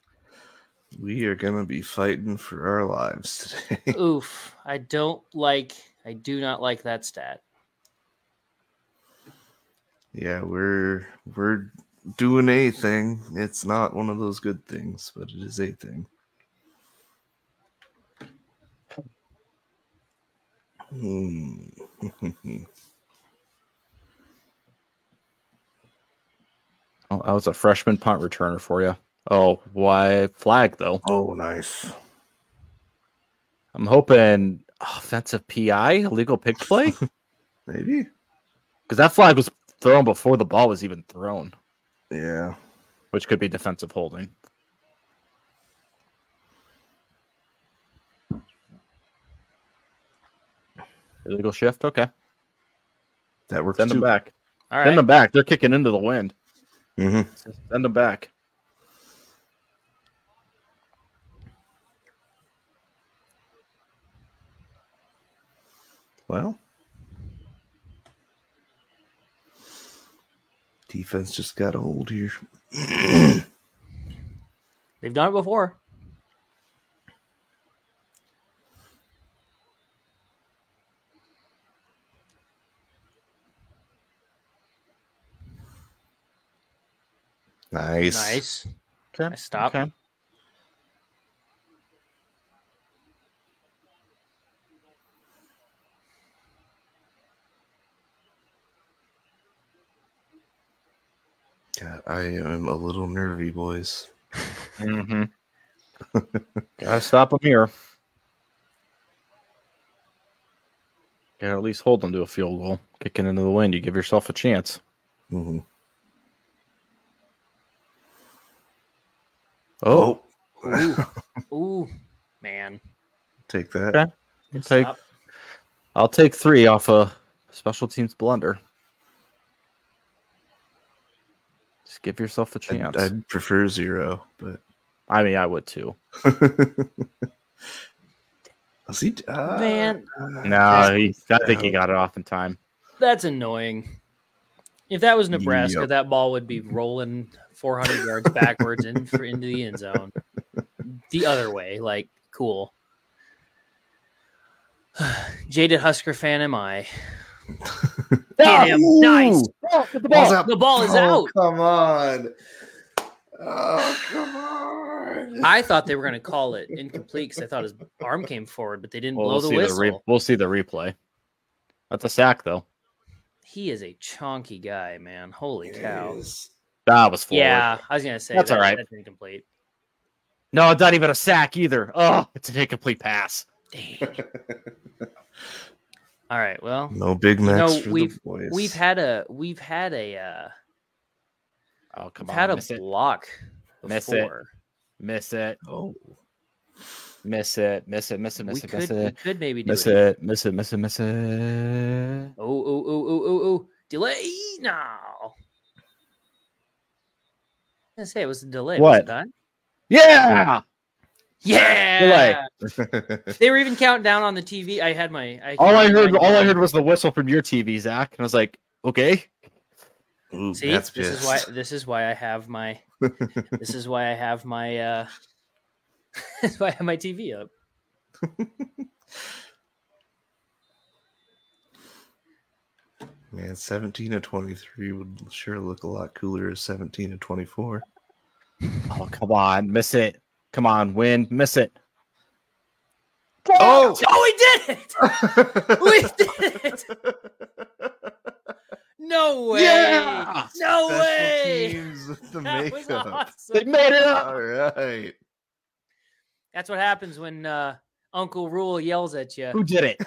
We are gonna be fighting for our lives today.
Oof. I don't like. I do not like that stat.
yeah, we're we're doing a thing. It's not one of those good things, but it is a thing. Hmm.
Oh, I was a freshman punt
Oh,
returner for you. Oh, why flag though?
Oh, nice.
I'm hoping offensive PI, illegal pick play, because
Maybe.
that flag was thrown before the ball was even thrown,
Yeah.
which could be defensive holding. Illegal shift. Okay.
That works
Send them
too.
back.
All right.
Send them back. They're kicking into the wind.
Mm-hmm.
Mhm.
Send them back.
Well. Defense just got old here.
They've done it before.
Nice.
Nice.
Okay.
Nice stop.
Okay.
God, I am a little nervy, boys.
Mm-hmm. Gotta stop them here. Gotta at least hold them to a field goal. Kicking into the wind, you give yourself a chance.
Mm-hmm.
Mhm.
Oh,
Ooh. Ooh, man.
Take that.
Okay.
Good
take-
stop.
I'll take three off a special teams blunder. Just give yourself a
I'd,
chance. I,
I'd prefer zero, but
mean, I would too.
is he? Uh,
Man,
No, he, I think he got it off in time.
that's annoying. If that was Nebraska,
Yep.
that ball would be rolling 400 yards backwards in, for, into the end zone. The other way, like cool. Jaded Husker fan am I? Get him. Nice.
the
Ball's out.
The ball is
Oh,
out.
Come on. Oh, come on.
I thought they were going to call it incomplete because I thought his arm came forward, but they didn't
We'll,
blow
we'll
the
see the
whistle.
re- we'll see the replay. That's a sack, though.
he is a chonky guy, man. Holy
It
cow.
is.
That was forward.
Yeah, I was gonna say
That's
that-
all right.
That's incomplete.
No, it's not even a sack either. Oh, it's an incomplete pass.
Damn. all right. Well,
No Big Macs
know,
for the
we've-
boys.
we've had a we've had a uh,
Oh, come
we've
on.
had a
miss it.
block
Miss it.
before.
Miss it.
Oh,
Miss it. Miss it. Miss it.
We
Miss it.
could
Miss
we
it.
could maybe do
Miss
it.
it. Miss it. Miss it. Miss it.
Oh oh oh oh oh oh delay no. I was gonna say it was a delay.
What?
Was it not?
Yeah.
Yeah.
Delay.
They were even counting down on the TV. I had my. I
All I
had
heard
mine
all I
on.
heard was the whistle from your TV, Zach. And I was like, okay.
ooh,
See,
that's
this is
pissed.
why this is why I have my this is why I have my uh this is why I have my TV up.
Man, 17 to 23 would sure look a lot cooler as 17 to 24.
Oh, come on. Miss it. Come on. Win. Miss it.
Oh!
Oh, we did it! We did it! No way!
Oh, Yeah!
No
Special
way!
teams with the
That was
makeup.
They
awesome.
made it up.
All right.
That's what happens when uh, Uncle Rule yells at you.
Who did it?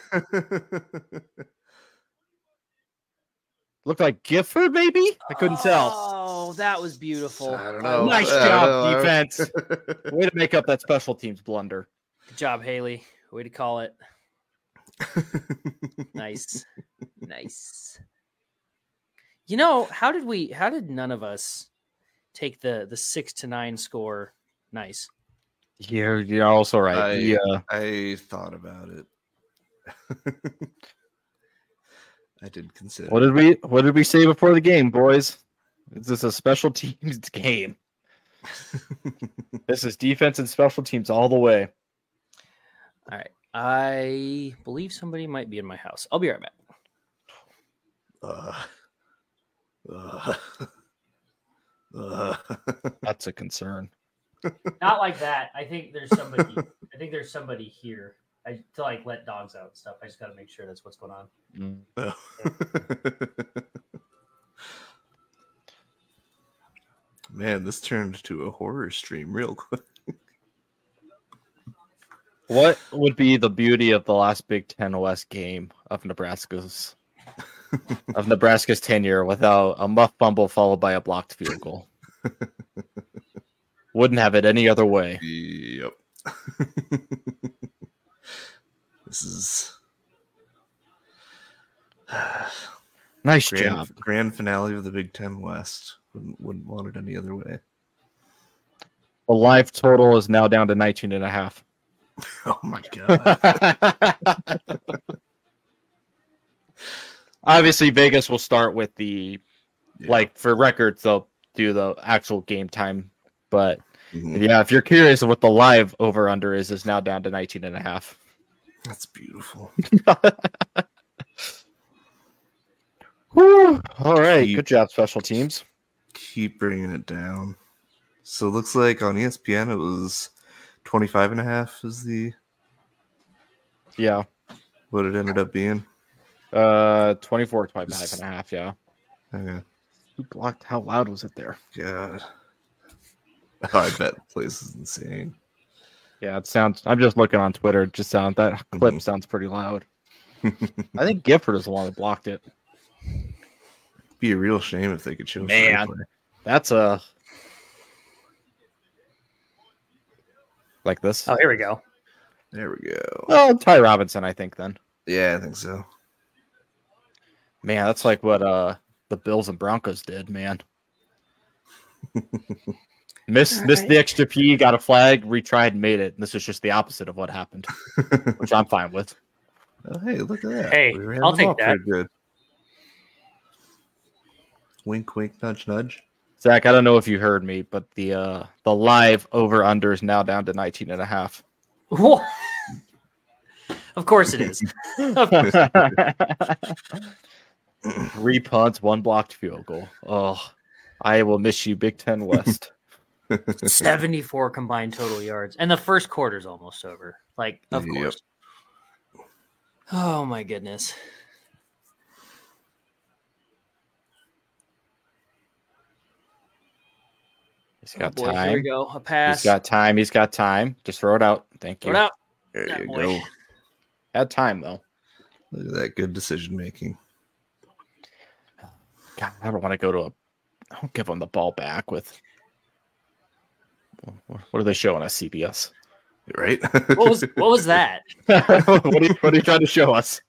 Looked like Gifford, maybe? I couldn't tell.
Oh, that was beautiful. Uh,
I don't know.
Nice
Oh, I
job,
don't know.
defense. Way to make up that special teams blunder.
Good job, Haley. Way to call it. nice nice you know how did we how did none of us take the the six to nine score nice
You're, you're also right.
I-
yeah.
I thought about it. I did consider.
What did we what did we say before the game, boys? This is a special teams game. this is defense and special teams all the way.
all right i believe somebody might be in my house i'll be right back
Uh, uh, uh,
That's a concern.
not like that i think there's somebody i think there's somebody here I, to like let dogs out and stuff i just got to make sure that's what's going on
Mm.
no. Man, this turned to a horror stream real quick.
What would be the beauty of the last Big Ten West game of Nebraska's of Nebraska's tenure without a muff bumble followed by a blocked field goal? Wouldn't have it any other way.
Yep. this is
Nice job.
grand, grand finale of the Big Ten West. Wouldn't, wouldn't want it any other way.
The live total is now down to 19 and a half.
Oh my god.
Obviously, Vegas will start with the
Yeah.
like for records, they'll do the actual game time. But
Mhm.
yeah, if you're curious what the live over under is, is now down to 19 and a half.
That's beautiful.
Whew. All right.
Keep-
Good job, special teams.
Keep bringing it down. So it looks like on E ESPN it was 25 and a half is the
Yeah.
what it ended up being.
Uh 24, 25 and a half. Yeah.
Okay.
Who blocked? How loud was it there?
Oh, God. I bet the place is insane.
Yeah, it sounds. I'm just looking on Twitter. It just sound that clip
Mhm.
sounds pretty loud. I think Gifford is the one that blocked it.
Be a real shame if they could show us the
Man.
replay.
That's uh, a like this.
Oh, here we go.
There we go.
Oh, Ty Robinson, I think. Then
Yeah, I think so.
man, that's like what uh the Bills and Broncos did. Man, missed missed the extra P, got a flag, retried, made it. This is just the opposite of what happened, which I'm fine with.
Oh, hey, look at that.
Hey,
ran
I'll
the
take
ball pretty Good. Wink, wink, nudge, nudge.
Zach, I don't know if you heard me, but the uh the live over under is now down to 19 and a half.
Wha- of course it is.
Three punts, one blocked field goal. Oh, I will miss you, Big Ten West.
74 combined total yards. And the first quarter's almost over. Like, of
Yep.
course. Oh my goodness.
He's got
oh boy, Here we
time.
go. A
He's
pass.
got time. He's got time. Just throw it out. Thank
Throw
you.
it out.
There
That
you
boy.
go.
Had time though.
Look at that good decision making.
God, I don't want to go to a. I don't give them the ball back with. What are they showing us? CBS.
Right?
What was what was that?
what, are you, what are you trying to show us?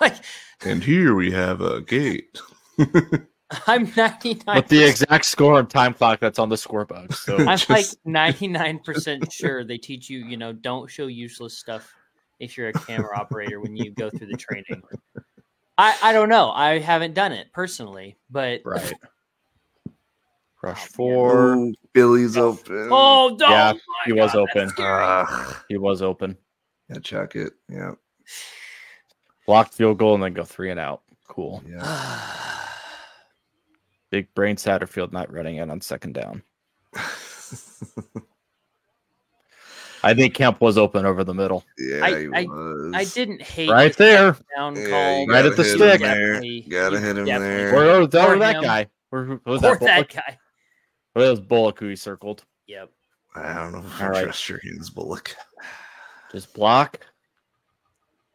like
and here we have a gate.
I'm 99
With the exact score and time clock that's on the score bug. So
I'm like
Just-
99% sure they teach you, you know, don't show useless stuff if you're a camera operator when you go through the training. I, I don't know. I haven't done it personally, but
right. Rush
Oh, man.
four.
Oh, Billy's open.
oh, no,
Yeah,
my
he was
God, that's
open.
scary.
Ah,
He was open.
yeah, chuck it. Yeah.
Blocked field goal and then go three and out. Cool.
Yeah.
Uh,
Big brain Satterfield not running in on second down. I think Kemp was open over the middle.
yeah,
I-
he
I-
was.
I didn't hate
Right there.
the down
Yeah,
call.
you
Right at
gotta
the
hit him
stick.
there.
Definitely-
Gotta
you
hit him
definitely-
there.
Where, oh, that,
Or
or that
him.
guy. Where, who- who was
Or
that?
that
Bullock?
guy.
Well, that was Bullock who he circled.
Yep.
I don't know if I
All right.
trust your hands, Bullock.
Just block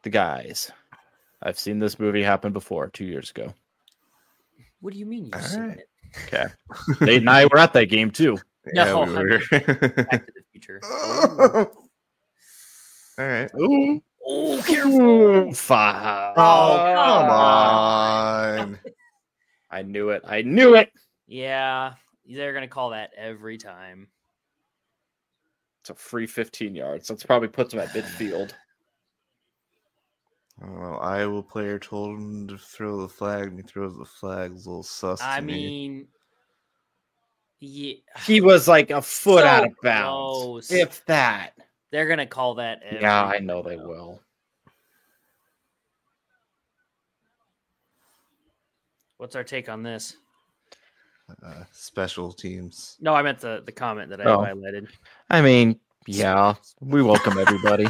the guys. I've seen this movie happen before two years ago.
What do you mean
All
you've seen
right.
it?
Nate and I were at that game too.
Yeah,
No,
we
I
were.
Back to the future.
All right.
Ooh.
Oh,
Ooh, five.
Oh, come
Come
on.
on.
I knew it. I knew it.
yeah. They're going to call that every time.
It's a free 15 yards. That's probably puts him at midfield.
I don't know. Iowa player told him to throw the flag, and he throws the flag. It's a little sus.
I
to me.
mean, yeah,
He was like a foot
So
out of bounds.
close.
If that.
they're gonna call that. every
Yeah, I know they
time.
will.
What's our take on this?
uh, special teams.
No, I meant the the comment that I
Oh.
highlighted.
I mean, yeah, we welcome everybody.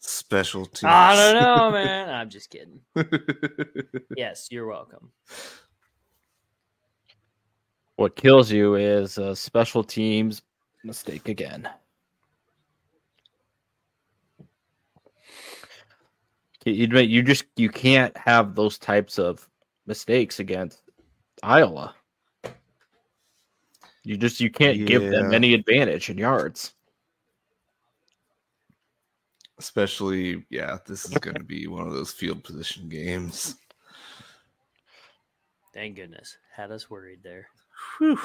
Special teams.
I don't know, man. I'm just kidding. yes, you're welcome.
uh, what kills you is a special teams mistake again. You you just you can't have those types of mistakes against Iowa. You just you can't give them
Yeah.
any advantage in yards.
Especially, yeah, this is going to be one of those field position games.
Thank goodness. Had us worried there.
Whew.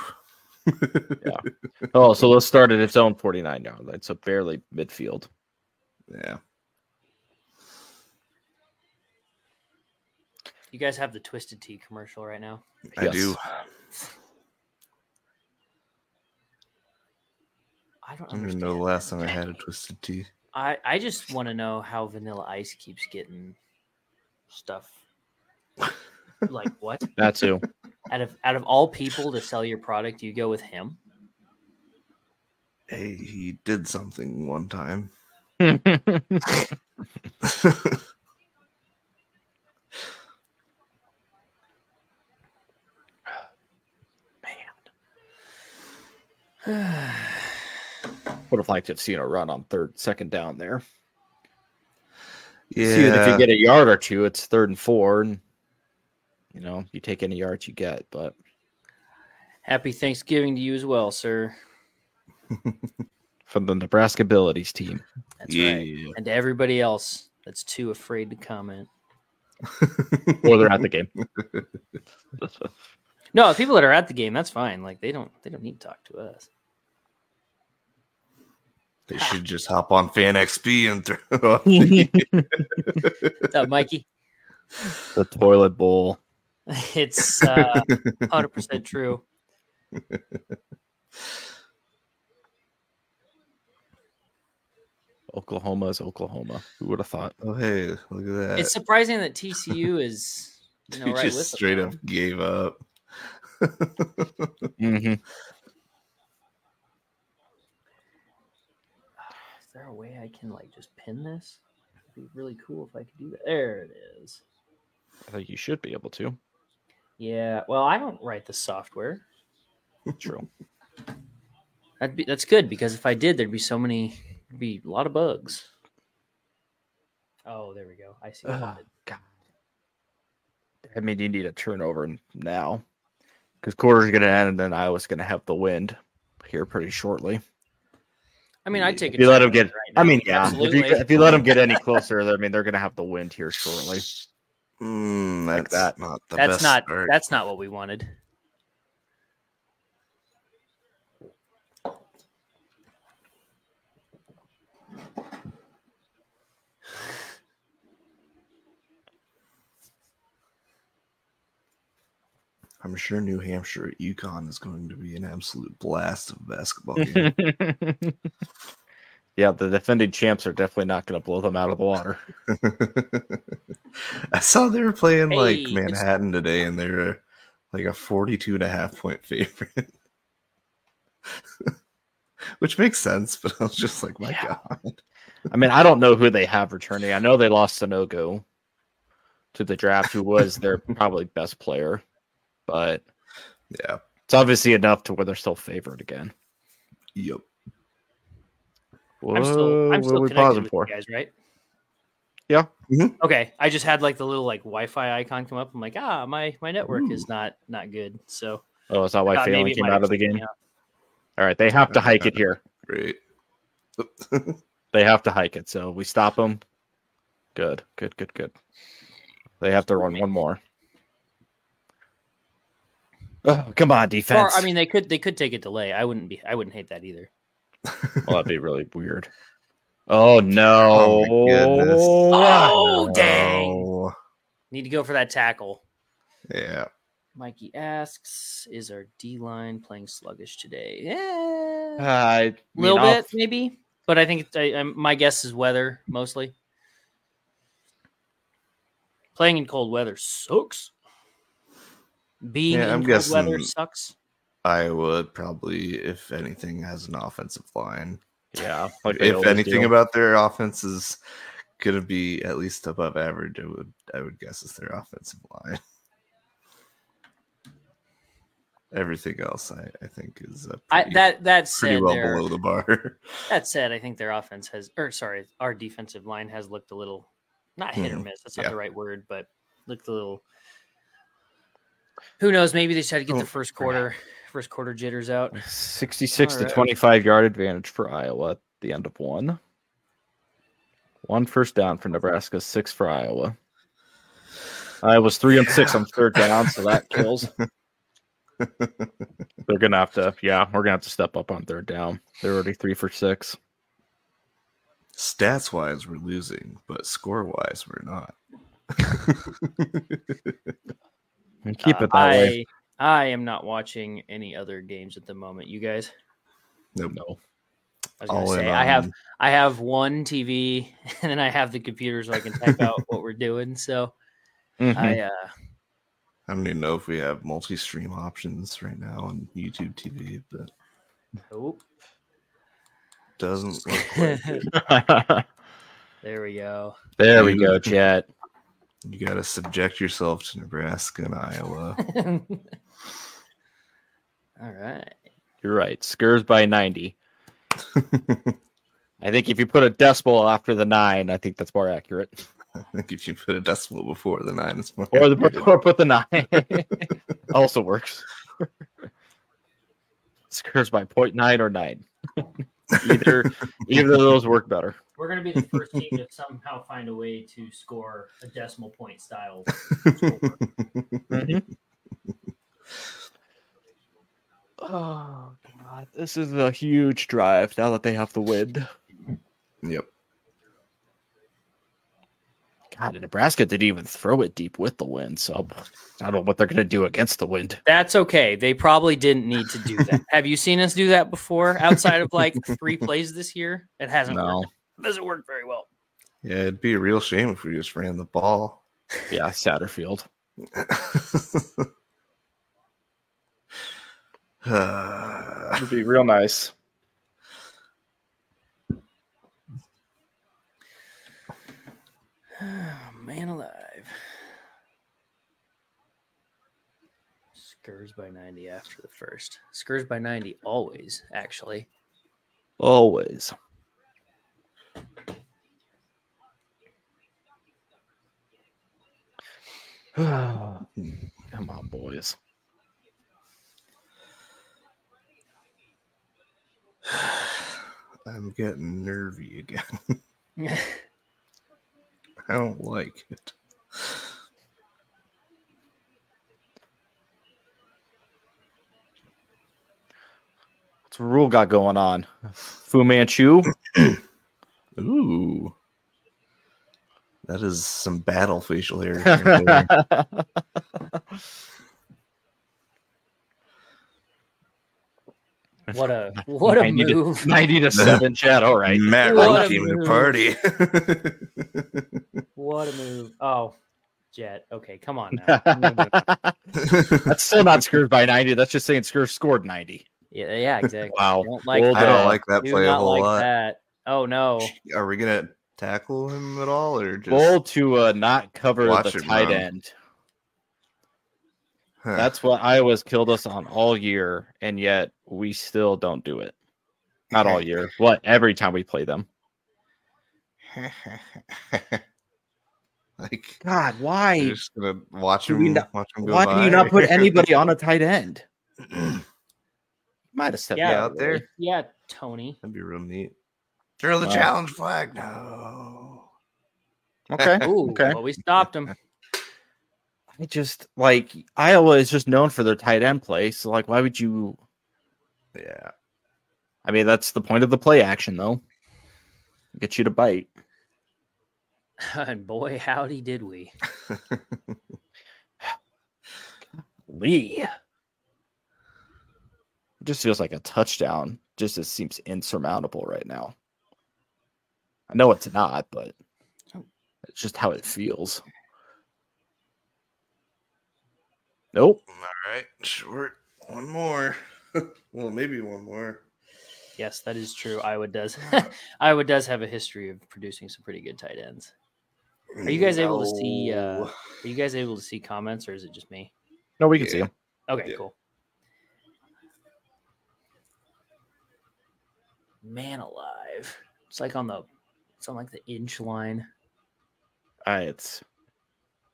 Oh, so let's start at its own 49 yard line. So barely midfield.
Yeah.
You guys have the Twisted Tea commercial right now.
I
Yes.
do. I
I don't
Mm,
don't even
understand.
know the last time I had a twisted tea.
I, I just want to know how Vanilla Ice keeps getting stuff. like what?
That too.
Out of out of all people to sell your product, you go with him.
Hey, he did something one time.
Would have liked to have seen a run on third second down there.
yeah.
See that if you get a yard or two, it's third and four, and you know you take any yards you get. But
Happy Thanksgiving to you as well, sir.
from the Nebraska Abilities team,
That's right. And to everybody else that's too afraid to comment.
or they're at the game.
No, people that are at the game, that's fine. Like they don't they don't need to talk to us.
They should just hop on Fan XP and throw.
What's up, Mikey?
The toilet bowl.
It's uh, 100% true.
Oklahoma is Oklahoma. Who would have thought?
oh, hey, look at that.
It's surprising that TCU is you know,
He
right
just
with them
straight
now.
up gave up.
Mhm.
Is there a way I can like just pin this? It'd be really cool if I could do that. There it is.
I think you should be able to.
Yeah. Well, I don't write the software.
True.
That'd be that's good because if I did, there'd be so many, there'd be a lot of bugs. Oh, there we go. I see. what I
Ugh,
did.
God. I mean, you need a turnover now because quarter's going to end, and then Iowa's going to have the wind here pretty shortly.
I mean, I'd take
If you let them
turnover
get,
right
I
now.
mean, yeah. If you,
absolutely.
if you let them get any closer, I mean, they're going to have the wind here shortly.
Mm, that's
Like that.
not the
that's
best
not
start.
that's not what we wanted.
I'm sure New Hampshire at UConn is going to be an absolute blast of a basketball game.
yeah, the defending champs are definitely not going to blow them out of the water.
I saw they were playing
Hey,
like
it's-
Manhattan today and they were like a 42 and a half point favorite. Which makes sense, but I was just like, my
Yeah.
God.
I mean, I don't know who they have returning. I know they lost Sanogo to the draft, who was their probably best player, but
Yeah.
it's obviously enough to where they're still favored again.
Yep.
I'm still I'm
Whoa,
still
what are we
connected
pausing
with uh,
for?
you guys, right?
Yeah. Mm-hmm.
Mhm.
Okay. I just had like the little like Wi-Fi icon come up. I'm like, ah, my my network is not not good. So
Oh, is that
I
why
thought maybe
Phelan
it
came
might
out of
have
the
kicked
game?
me out.
All right, they have to hike it here.
Great.
They have to hike it, so we stop them. Good, good, good, good. They have to run one more. Oh, come on, defense.
Or I mean, they could they could take a delay. I wouldn't be I wouldn't hate that either.
Well, that'd be really weird. Oh no!
Oh, my goodness.
Oh, dang.
Oh,
Need to go for that tackle.
Yeah.
Mikey asks, "Is our D line playing sluggish today?"
Uh,
Yeah, a
I mean,
little
I'll-
bit maybe, but I think it's- I, I, my guess is weather mostly. Playing in cold weather sucks. Being
Yeah,
in
I'm
cold weather
guessing-
sucks.
Iowa probably, if anything, has an offensive line.
Yeah. Like they
If
always
anything
do.
about their offense is gonna be at least above average, I would I would guess it's their offensive line. Everything else, I, I think, is uh,
I,
pretty,
that that
pretty
said,
well
their-
below the bar.
that said, I think their offense has, or sorry, our defensive line has looked a little not hit or
Mhm.
miss. That's not
Yeah.
the right word, but look the little. Who knows? Maybe they just had to get
Oh,
the first quarter, first quarter jitters out.
66 to
Alright.
25 yard advantage for Iowa at the end of one. One first down for Nebraska, six for Iowa. I was three and six on third down, so that kills. They're gonna have to, yeah, we're gonna have to step up on third down. They're already three for six.
Stats wise, we're losing, but score wise, we're not.
And keep
Uh,
it that
I,
way.
I am not watching any other games at the moment. You guys,
Nope.
No,
I was gonna
All in
say I have
on-
I have one TV and then I have the computer so I can type out what we're doing. So I uh,
I don't even know if we have multi-stream options right now on YouTube TV, but
oh,
doesn't look like it.
Mhm.
there we go.
there we go, Chet.
you got to subject yourself to Nebraska and Iowa.
All right.
You're right. Scurs by 90. I think if you put a decimal after the nine, I think that's more accurate.
I think if you put a decimal before the nine, it's more.
or the or put the nine. also works. Scores by point nine or nine. either either of those work better.
We're going to be the first team to somehow find a way to score a decimal point style.
Mm-hmm. Oh god, this is a huge drive now that they have the win.
yep.
God, and Nebraska didn't even throw it deep with the wind, so I don't know what they're gonna do against the wind.
That's okay. They probably didn't need to do that. Have you seen us do that before? Outside of like three plays this year, it hasn't.
No.
Worked. It doesn't work very well.
Yeah, it'd be a real shame if we just ran the ball.
Yeah, Satterfield.
Uh,
It'd be real nice.
Man alive. Scurs by 90 after the first. Scurs by 90 always, actually.
Always. Come on, boys.
I'm getting nervy again. I don't like it.
What's Rule got going on? Fu Manchu?
Ooh. That is some battle facial hair. right there.
That's
What a what a
I need to-
move.
90 to 7, Chad. All right.
Matt
What
Rule
a
came to
move.
party.
What a move. Oh, Jet. Okay, come on now. No, no, no.
That's still not screwed by 90. That's just saying Scur scored 90.
yeah, yeah, exactly.
Wow. uh,
Don't like
Well
I
done.
that.
don't like that
Do
play a
not
whole
like
lot.
that. Oh no.
Are we gonna tackle him at all, or just
Goal to uh, not cover
Watch
the
it
tight
run.
end.
Huh.
That's what Iowa's killed us on all year, and yet we still don't do it. Not all year. What? Every time we play them.
like
God,
you're
why?
just gonna watch
do
him?
we not-
watch him go
Why do
by?
you not put anybody on a tight end? Might have stepped
Yeah.
out
out there?
Yeah, Tony.
That'd be real neat. Throw the
Wow.
challenge flag. No.
Okay.
Ooh,
Okay.
well, we stopped him.
I just like Iowa is just known for their tight end play. So like, why would you?
Yeah.
I mean, that's the point of the play action, though. Get you to bite.
and boy, howdy did we.
Lee. It just feels like a touchdown. Just it seems insurmountable right now. I know it's not, but it's just how it feels. Nope.
All right. Short. One more. well, maybe one more.
Yes, that is true. Iowa does. Iowa does have a history of producing some pretty good tight ends. Are you guys able to see, uh,
No.
Are you guys able to see comments or is it just me?
No, we can
Yeah.
see him.
Okay,
Yeah.
cool. Man alive. It's like on the it's on like the inch line.
Uh, it's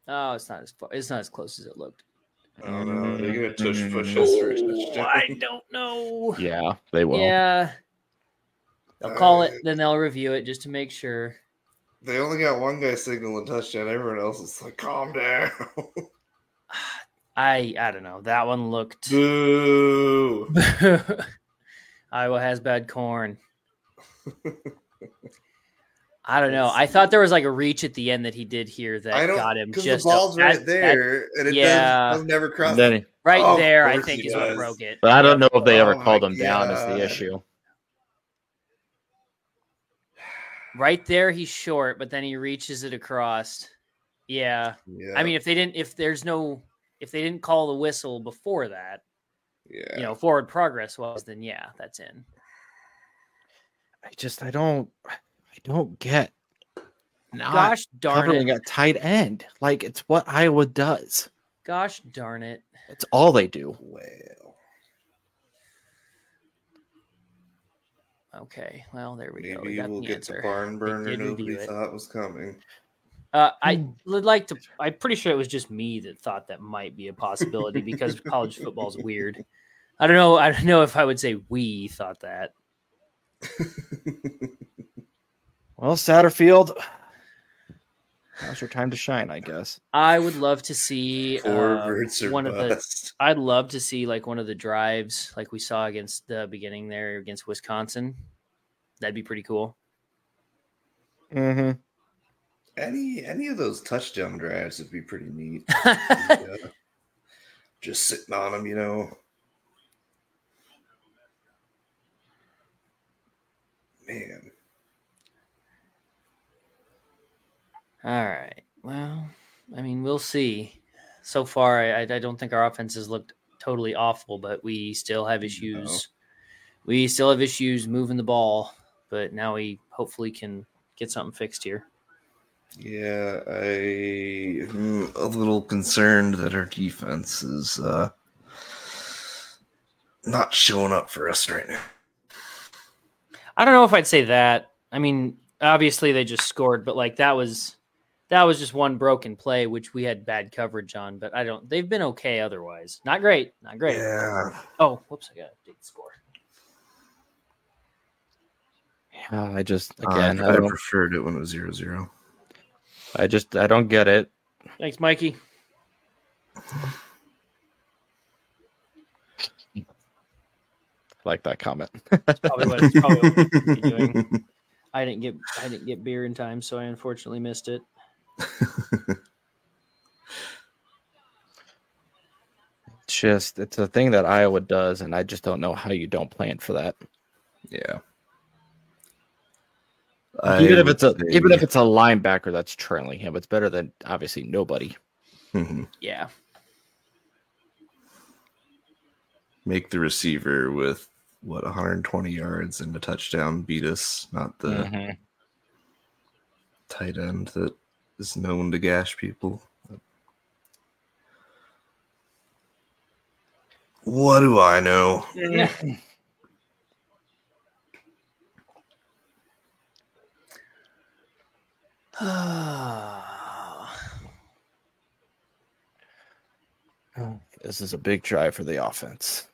Oh, it's not as far, it's not as close as it looked.
I don't know.
They're gonna
Mm.
tush
Mm-hmm.
push us for a
Ooh,
touchdown.
I don't know.
yeah, they will.
Yeah. They'll call it, then they'll review it just to make sure.
They only got one guy signaling touchdown. Everyone else is like, calm down.
I I don't know. That one looked
Boo.
Iowa has bad corn. I don't know. I thought there was like a reach at the end that he did here
I
that
don't-
got him
Because
just
the
a-
ball's
that-
right
that-
there, and it
yeah.
does, does never cross.
And then,
right
Oh, of
there. I
course
think
he
is what
does.
broke it.
but I don't know if they ever
Oh my
called him down is
God.
the issue.
Right there, he's short, but then he reaches it across. Yeah.
yeah,
I mean, if they didn't, if there's no, if they didn't call the whistle before that,
yeah.
you know, forward progress was, then yeah, that's in.
I just I don't I don't get not
Gosh darn
covering
it.
a tight end. Like it's what Iowa does.
Gosh darn it.
It's all they do.
Well,
Okay. Well, there we go. We
maybe
got
we'll
the
get
answer.
the barn burner
didn't do
nobody
it.
thought was coming.
Uh,
Hmm.
I would like to. I'm pretty sure it was just me that thought that might be a possibility because college football's weird. I don't know. I don't know if I would say we thought that.
Well, Satterfield, now's your time to shine, I guess.
I would love to see
Four
uh,
birds are
one of the.
bust.
I'd love to see like one of the drives like we saw against the beginning there against Wisconsin. That'd be pretty cool.
Mm-hmm.
Any any of those touchdown drives would be pretty neat.
I
Yeah. Just sitting on them, you know. Man,
All right. Well, I mean, we'll see. So far, I, I I don't think our offense has looked totally awful, but we still have issues. We still have issues moving the ball, but now we hopefully can get something fixed here.
yeah, I am a little concerned that our defense is uh not showing up for us right now.
I don't know if I'd say that. I mean, obviously they just scored, but like that was that was just one broken play which we had bad coverage on, but I don't they've been okay otherwise. Not great, not great.
Yeah,
Oh, whoops, I got to update the score.
I just again
again, I,
I, don't,
preferred it when it was zero zero.
I just I don't get it.
Thanks, Mikey.
Like that comment.
Probably what it's probably what we're doing. I didn't get I didn't get beer in time, so I unfortunately missed it.
Just it's a thing that Iowa does, and I just don't know how you don't plan for that.
Yeah.
even if it's a even if it's a linebacker that's trailing him, it's better than obviously nobody.
Mhm.
Yeah.
make the receiver with what 120 yards and a touchdown beat us, not the
Mm-hmm.
tight end that is known to gash people. What do I know?
Mm.
This is a big drive for the offense.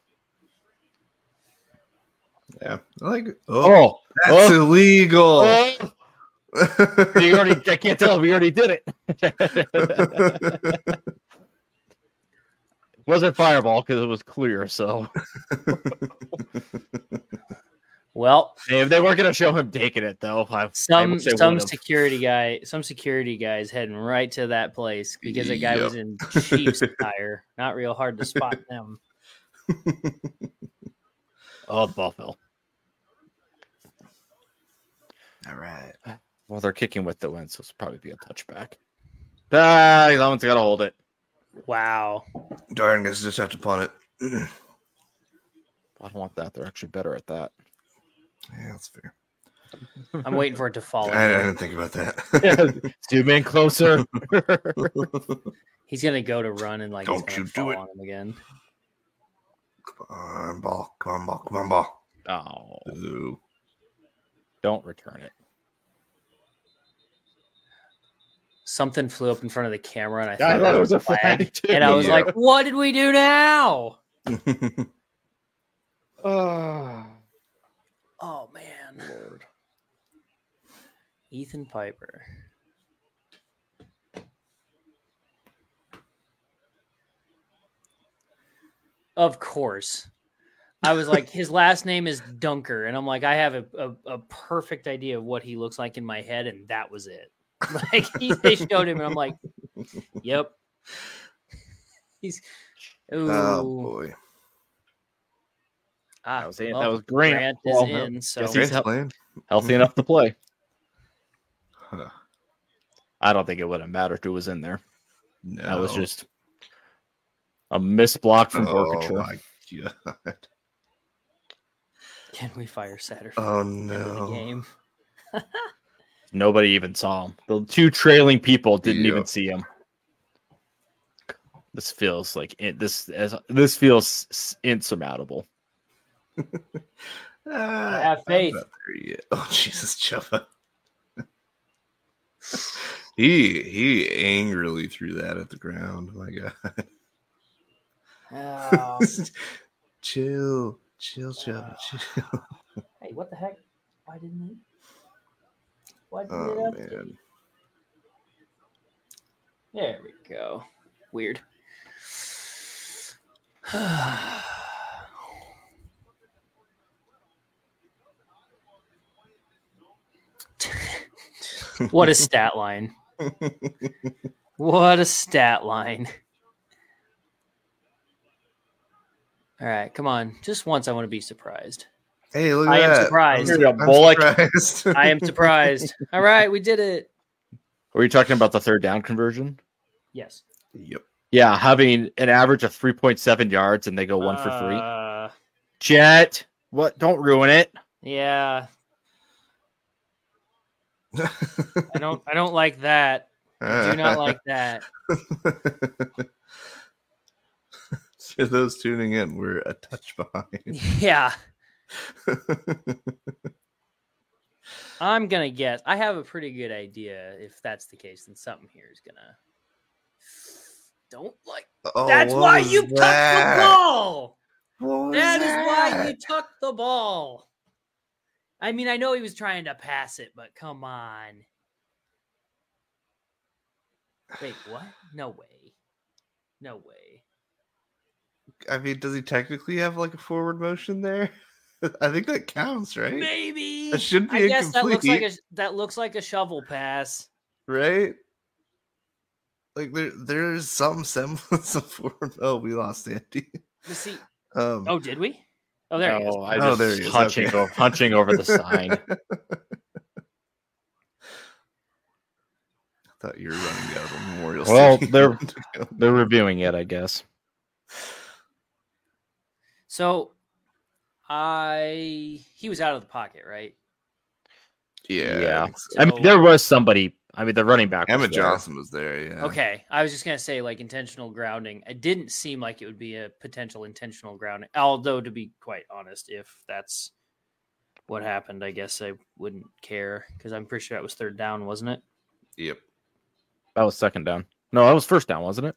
Yeah, I like oh,
Oh,
that's
oh,
illegal.
oh, you already I can't tell. We already did it. Wasn't fireball because it was clear. So
Well,
if they weren't gonna show him taking it though, I, I
some
wish they
some
would've.
security guy, some security guys heading right to that place because that guy was in Chiefs attire. Not real hard to spot them.
oh the ball fell.
All right.
Well, they're kicking with the wind, so it's probably be a touchback. Ah, someone's gotta hold it.
Wow.
Darn, guys, just have to punt it. yeah,
I don't want that. They're actually better at that.
that's fair.
I'm waiting for it to fall.
I, I didn't think about that.
Zoom in closer.
He's gonna go to run and like it's
Don't
gonna
you do
fall
it.
on him again.
Come on, ball. Come on, ball. Come on, ball.
oh,
Ooh.
don't return it.
something flew up in front of the camera, and I
I
thought,
thought
it was a flag.
too.
And I was
Yeah.
like, "What did we do now?" "Ah,
oh.
Oh man, Ethan Piper. Of course. I was like, his last name is Dunker. And I'm like, I have a, a, a perfect idea of what he looks like in my head. And that was it. Like, he, they showed him, and I'm like, yep. He's, ooh.
Oh boy.
Ah,
That was it.
well,
that was Grant.
Grant is
Well,
in. So
Yes,
Grant's
help-
playing.
Healthy enough to play.
Huh.
I don't think it would have mattered who was in there.
No.
That was just a missed block from
Oh,
Borkature.
my God.
can we fire Saturday?
Oh
End of the
no.
game.
Nobody even saw him. The two trailing people didn't
Yeah.
even see him. This feels like it, this. As, this feels s- insurmountable.
Ah,
Have
I'm
faith.
not there yet. Oh Jesus, Chubba. he he angrily threw that at the ground. My God.
Oh,
chill, chill, Chubba. Chill.
hey, what the heck? Why didn't it? Why did it
Oh
up?
man.
There we go. Weird. what a stat line. what a stat line. All right, come on. Just once I want to be surprised.
Hey, look at
I am
that.
surprised.
Here you go, Bullock.
surprised.
I am surprised. All right, we did it.
Were you talking about the third down conversion?
Yes.
yep.
Yeah, having an average of three point seven yards, and they go one for three.
Uh,
Jet, what? Don't ruin it.
yeah, I don't. I don't like that. I do not like that.
For those tuning in, we're a touch behind.
Yeah, I'm gonna guess. I have a pretty good idea. If that's the case, then something here is gonna. Don't like.
Oh,
that's
what
why
was
you tucked
that?
the ball.
What was
That is why you
that?
tucked the ball. I mean, I know he was trying to pass it, but come on. Wait, what? No way. No way.
I mean, does he technically have like a forward motion there? I think that counts, right?
Maybe.
That should
I
be
guess that looks like a
incomplete.
that looks like a shovel pass.
Right? Like there, there's some semblance of forward. Oh, we lost Andy.
Let's see.
Um,
Oh, did we? Oh, there it
No,
is.
I
Oh,
just
there he is.
hunching,
Okay.
over, hunching over the sign.
I thought you were running out of Memorial.
Well,
Stadium.
They're reviewing it, I guess.
So, I he was out of the pocket, right?
yeah,
Yeah.
I think so.
I mean,
So-
there was somebody. I mean, the running back. was
Emma
there.
Johnson was there. Yeah.
Okay, I was just gonna say like intentional grounding. It didn't seem like it would be a potential intentional grounding. Although to be quite honest, if that's what happened, I guess I wouldn't care because I'm pretty sure that was third down, wasn't it?
Yep.
That was second down. No, that was first down, wasn't it?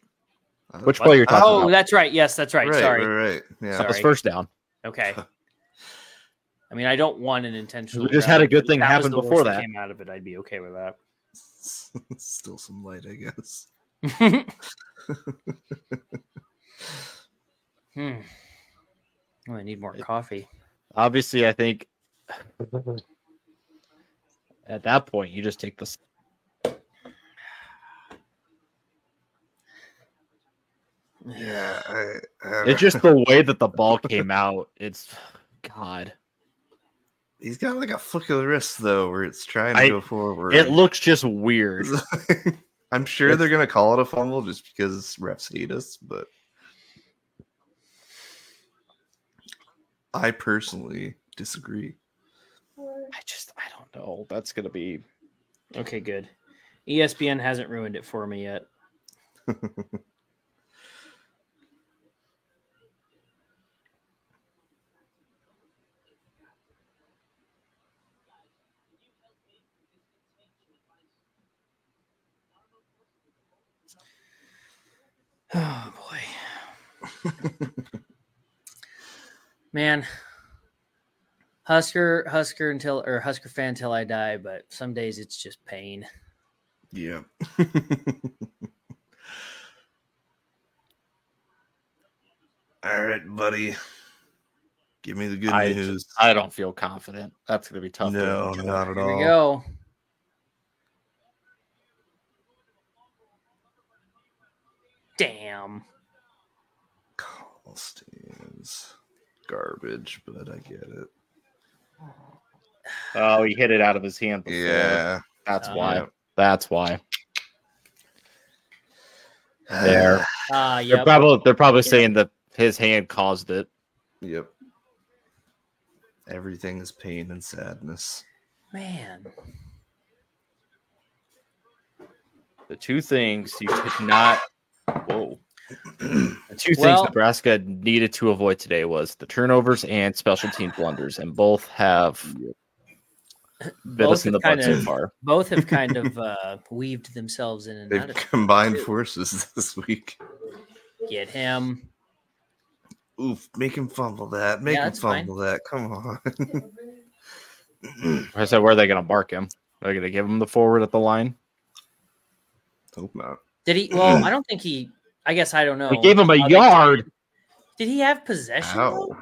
Uh,
Which player you're talking
Oh,
about?
that's right. Yes, that's right.
right,
Sorry.
Right. right. Yeah.
That was
sorry.
first down.
Okay. I mean, I don't want an intentional.
We just had a
grounding,
good
but
thing
if that was
happen
the worst
before that.
Came out of it, I'd be okay with that.
Still some light, I guess.
hmm. Oh, I need more coffee.
Obviously, I think at that point you just take the. s-
Yeah. I, I
It's just the way that the ball came out. It's God.
He's got like a flick of the wrist though, where it's trying to
I-
go forward.
It looks just weird.
I'm sure they're gonna call it a fumble just because refs hate us, but I personally disagree.
I just I don't know. That's gonna be
Okay, good. E ESPN hasn't ruined it for me yet. Oh, man. Husker, Husker until or Husker fan until I die, but some days it's just pain.
Yeah. All right, buddy. Give me the good
I-
news.
I don't feel confident. That's going to be tough.
no, not at
Here we
all.
go. Damn.
Callstein's garbage, but I get it.
Oh, he hit it out of his hand. Before.
Yeah.
that's
Uh,
why.
yeah.
That's why There.
Uh, yeah.
they're probably they're probably
Yeah.
saying that his hand caused it.
Yep. Everything is pain and sadness.
Man.
The two things you could not. Whoa. The two
Well-
things Nebraska needed to avoid today was the turnovers and special team blunders, and both have bit
Both
us in the
have
butt so
kinda-
far.
Both have kind of uh, weaved themselves in and out
They've
of
combined
Dude.
forces this week.
get him.
Oof, make him fumble that. Make him
that's fine.
fumble that. Come on.
I said, where are they going to mark him? Are they going to give him the forward at the line?
Hope not.
Did he? Well, I don't think he. I guess I don't know.
We gave him a
How they-
yard.
Did he have possession?
How?
though?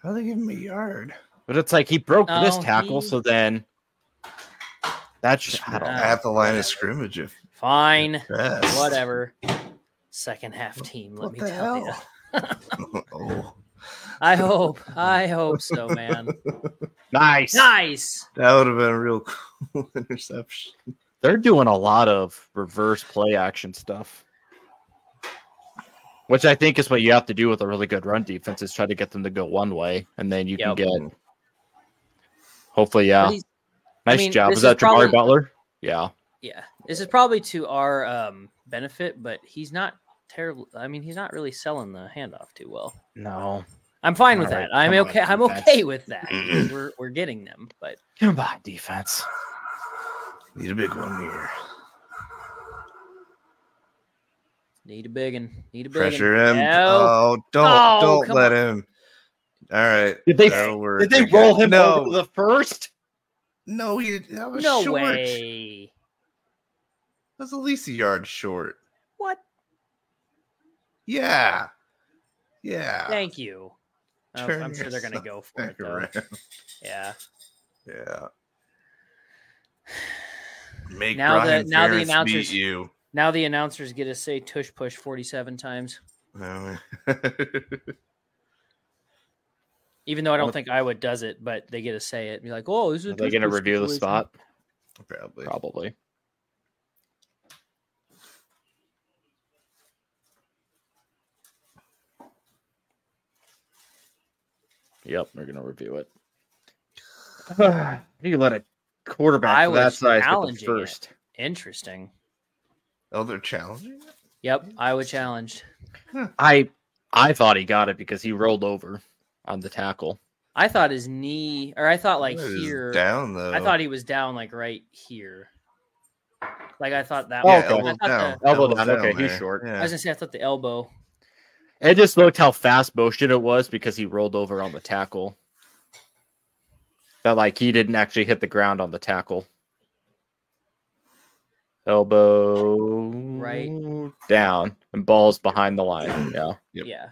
How they give him a yard?
But it's like he broke this
No,
tackle,
he-
so then that's
Just
just, I don't
Ah,
know.
at the line of scrimmage, if
Fine.
best.
Whatever. Second half team. Let
What
me
the
tell you.
hell? oh,
I hope. I hope so, man.
Nice.
Nice.
that would have been a real cool interception.
They're doing a lot of reverse play action stuff, which I think is what you have to do with a really good run defense is try to get them to go one way, and then you
Yep.
can get. Hopefully, yeah.
But he's- I
Nice
mean,
job.
this
Was that
is
Jabari
probably-
Butler? Yeah.
yeah. This is probably to our um, benefit, but he's not terrible. I mean, he's not really selling the handoff too well.
No.
I'm fine with
All right,
that. I'm
come on,
okay. I'm
defense.
okay with that. we're we're getting them, but
Come on, defense.
Need a big one here.
need a big and need a big
Pressure him.
No.
Oh, don't
Oh,
don't
come
let him. All right.
Did they-
that'll work,
Did they
I
roll
guess.
him
No,
over the first?
no, he that was
No
Oh, short.
way.
That was at least a yard short.
What?
Yeah, yeah.
Thank you. Oh,
Ah. Turn
I'm sure they're going to
yourself
go for it
Back
though.
around.
Yeah.
Yeah. Make
Now the-
Brian
now the
Ferentz
announcers-
beat you.
Now the announcers get to say tush push 47 times,
No.
even though I don't
What-
think Iowa does it, but they get to say it. And be like, oh, this is
Are they going to review the spot?
Probably.
Probably. Yep, they're going to review it. How do you let a quarterback
I
of that
was
size get the
challenging it.
first?
Interesting.
Oh, they're challenging. it?
Yep, Iowa challenged.
I I thought he got it because he rolled over on the tackle.
I thought his knee, or I thought like
That is
here.
down though.
I thought he was down like right here. Like I thought that.
Oh,
yeah,
was,
okay.
elbow
I, thought
down.
the,
Elbow
Elbow's
down, okay, he's
there.
short.
I
Yeah.
was gonna say I thought the elbow.
It just looked how fast motion it was because he rolled over on the tackle. That like he didn't actually hit the ground on the tackle. Elbow
Right.
down and balls behind the line. Yeah,
Yep.
Yeah.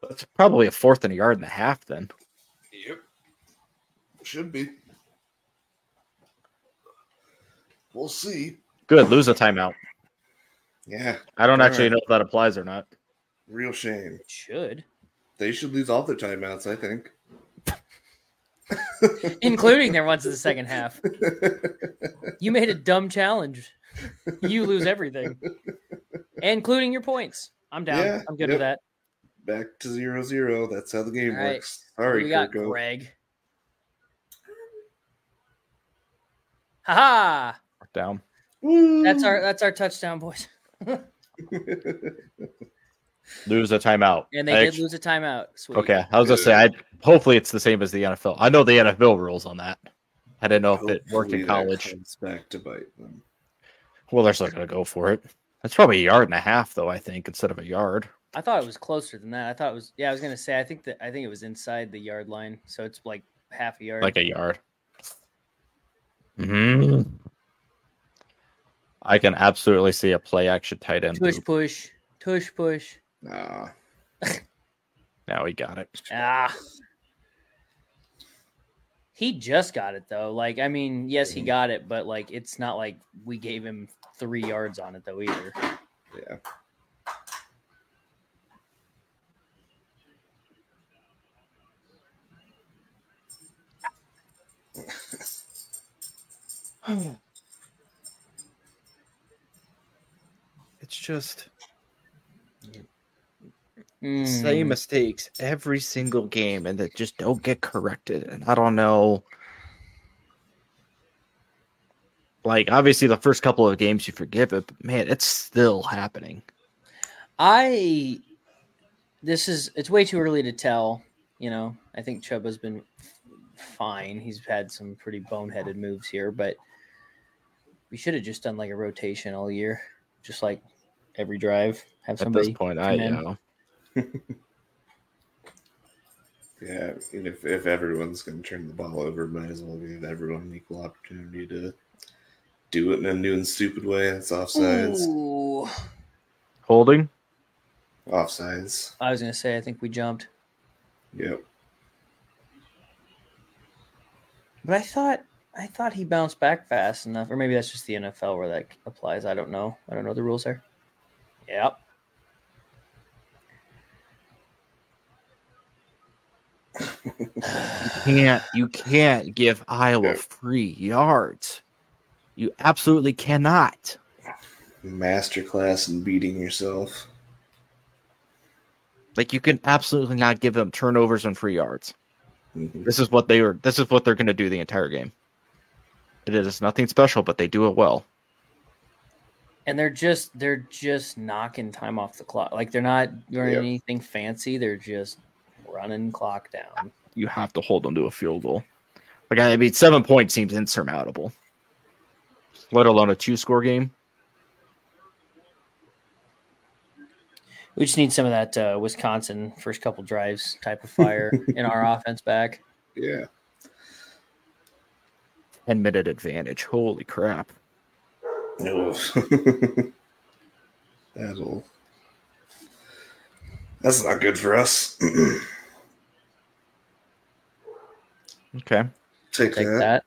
that's probably a fourth and a yard and a half. Then
Yep. Should be. We'll see.
good, lose a timeout.
Yeah.
I don't actually
Alright.
know if that applies or not.
Real shame.
It should,
They should lose all their timeouts. I think.
including their ones in the second half. You made a dumb challenge. You lose everything, including your points. I'm down.
Yeah,
I'm good
yep.
with that.
Back to zero zero. That's how the game
All right.
works.
Who
Sorry,
we got
Kirko.
Greg. Haha!
Down.
That's our that's our touchdown, boys.
Lose a timeout.
And they
I
did
actu-
lose a timeout. Sweet.
Okay, I was gonna say. I hopefully it's the same as the NFL. I know the NFL rules on that. I didn't know if it worked
Hopefully
in
that
college.
comes back to bite them.
Well, they're still gonna go for it. That's probably a yard and a half, though. I think instead of a yard.
I thought it was closer than that. I thought it was. Yeah, I was gonna say. I think that I think it was inside the yard line, so it's like half a yard.
like a yard. hmm I can absolutely see a play action tight end.
tush
move.
push, tush push.
Nah.
Now he got it.
Ah. He just got it though. Like, I mean, yes, he got it, but like, it's not like we gave him three yards on it though either.
Yeah.
It's just
Mm.
same mistakes every single game, and that just don't get corrected. And I don't know. Like obviously, the first couple of games you forgive it, but man, it's still happening.
I this is it's way too early to tell. You know, I think Chubb has been fine. He's had some pretty boneheaded moves here, but we should have just done like a rotation all year, just like every drive. Have
At
somebody
this point, I
come in.
know.
Yeah. And if, if everyone's going to turn the ball over, might as well give everyone an equal opportunity to do it in a new and stupid way. That's offsides.
Ooh.
Holding.
Offsides.
I was gonna say I think we jumped,
Yep.
but I thought I thought he bounced back fast enough, or maybe that's just the NFL where that applies. I don't know. I don't know the rules there. Yep.
can't you can't give Iowa free yards. You absolutely cannot.
Masterclass in beating yourself.
Like you can absolutely not give them turnovers and free yards.
Mhm.
This is what they were this is what they're gonna do the entire game. It is nothing special, but they do it well.
and they're just they're just knocking time off the clock. Like they're not doing
Yep.
anything fancy. They're just running clock down.
You have to hold them to a field goal. Like I mean seven points seems insurmountable. Let alone a two score game.
We just need some of that uh, Wisconsin first couple drives type of fire in our offense back.
Yeah.
Ten minute advantage. Holy crap.
Oof. That'll. That's not good for us.
Okay.
Take,
Take
that.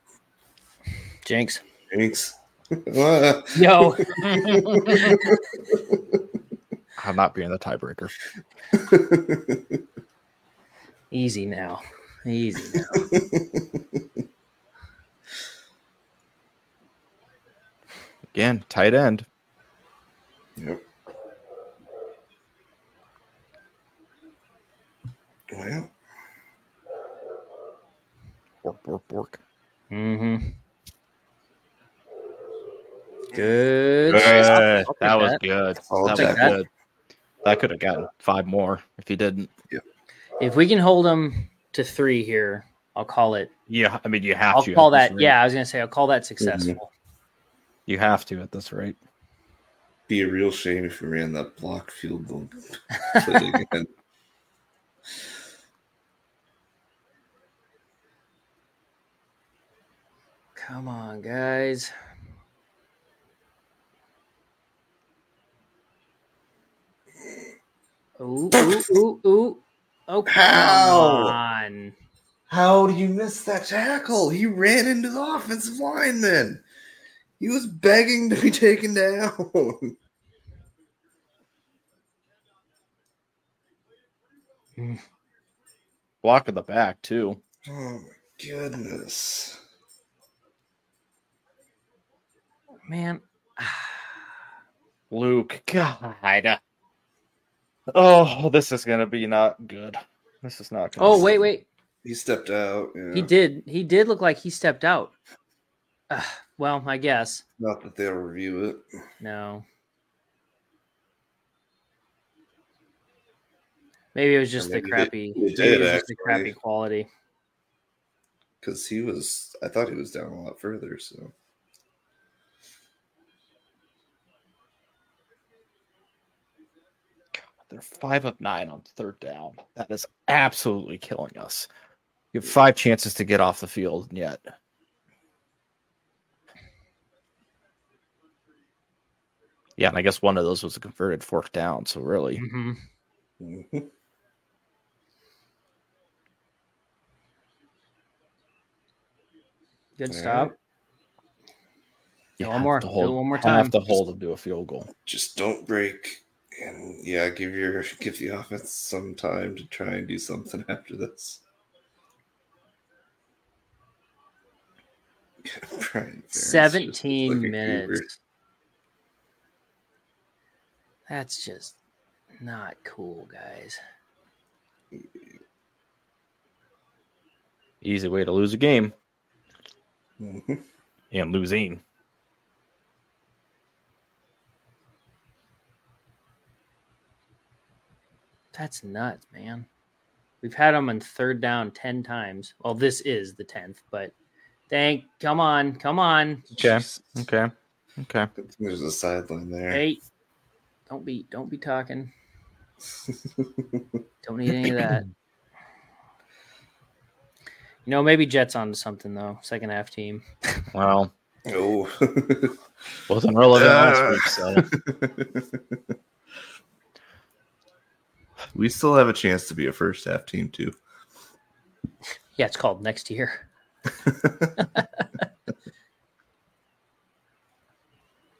that, Jinx.
Thanks. Wha-
Yo,
I'm not being the tiebreaker.
easy now, easy. Now.
Again, tight end.
yep. Well,
Bork, bork, bork.
Mm-hmm. Good.
Good.
I'll take
That was
that.
good.
I'll
that was
take
that.
good. That could have gotten five more if he didn't.
If we can hold them to three here, I'll call it.
Yeah, I mean you have
I'll
to. at
call
this
that.
rate.
Yeah, I was gonna say I'll call that successful.
you have to at this rate.
be a real shame if we ran that block field goal play again.
Come on, guys. Ooh, ooh, ooh, ooh. Oh, come
How?
on.
How do you miss that tackle? He ran into the offensive lineman. He was begging to be taken down. Oh
Block in the back too.
Oh my goodness.
Man.
Luke, God. Oh, this is gonna be not good. This is not. Gonna
Oh, wait, wait.
He stepped out. yeah.
He did. He did look like he stepped out. Uh, well, I guess.
Not that they'll review it.
No. Maybe it was just the
Maybe they-
crappy.
they
maybe
did,
it was just the
actually.
crappy quality.
Because he was, I thought he was down a lot further. So
They're five of nine on third down. That is absolutely killing us. You have five chances to get off the field, and yet Yeah, and I guess one of those was a converted fourth down. So really,
Mm-hmm.
Mhm.
Good
All
stop.
right.
you
one
have
more.
to
Do it
hold-
one more
Have
time.
to hold them to a field goal.
Just don't break, and yeah, give your give the offense some time to try and do something after this. Brian Ferentz just looks like a
17
goober.
minutes. That's just not cool, guys.
Easy way to lose a game
Mhm.
and losing.
That's nuts, man. We've had them on third down 10 times. Well, this is the 10th, but thank, come on, come on.
Okay.
Jeez.
Okay. Okay.
Good thing There's a sideline there.
Hey, don't be, don't be talking. Don't need any of that. You know, maybe Jets onto something though. Second half team.
Well,
oh.
wasn't relevant last
Uh.
week, so
We still have a chance to be a first half team too.
Yeah, it's called next year.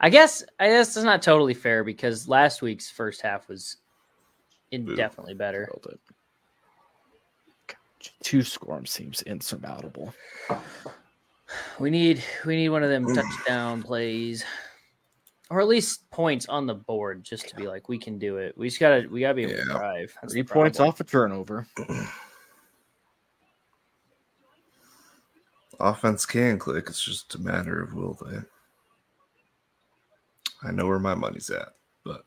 I guess I guess it's not totally fair because last week's first half was indefinitely better.
Killed it. Two scoring seems insurmountable.
We need we need one of them touchdown plays. Or at least points on the board just to be like, we can do it. We just gotta we gotta be able to
Yeah.
drive. That's the
Three points
problem.
off a turnover.
Offense can click. It's just a matter of will they. I know where my money's at, but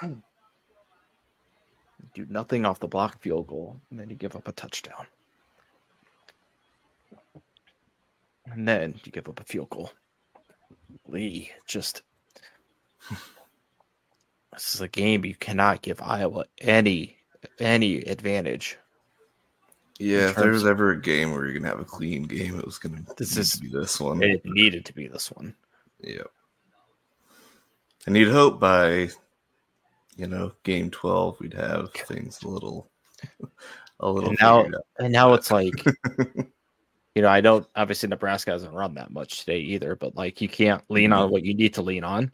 God. Do nothing off the block field goal, and then you give up a touchdown. And then you give up a field goal. Lee, just. This is a game you cannot give Iowa any any advantage.
yeah, if there
terms-
was ever a game where you're gonna have a clean game, it was gonna
This
need
is-
to be this one.
It needed to be this one.
Yeah. And you'd hope by, you know, game twelve we'd have things a little, a little.
And now-
figured out.
And now it's like, you know, I don't obviously Nebraska hasn't run that much today either, but like you can't lean
Mm-hmm.
on what you need to lean on,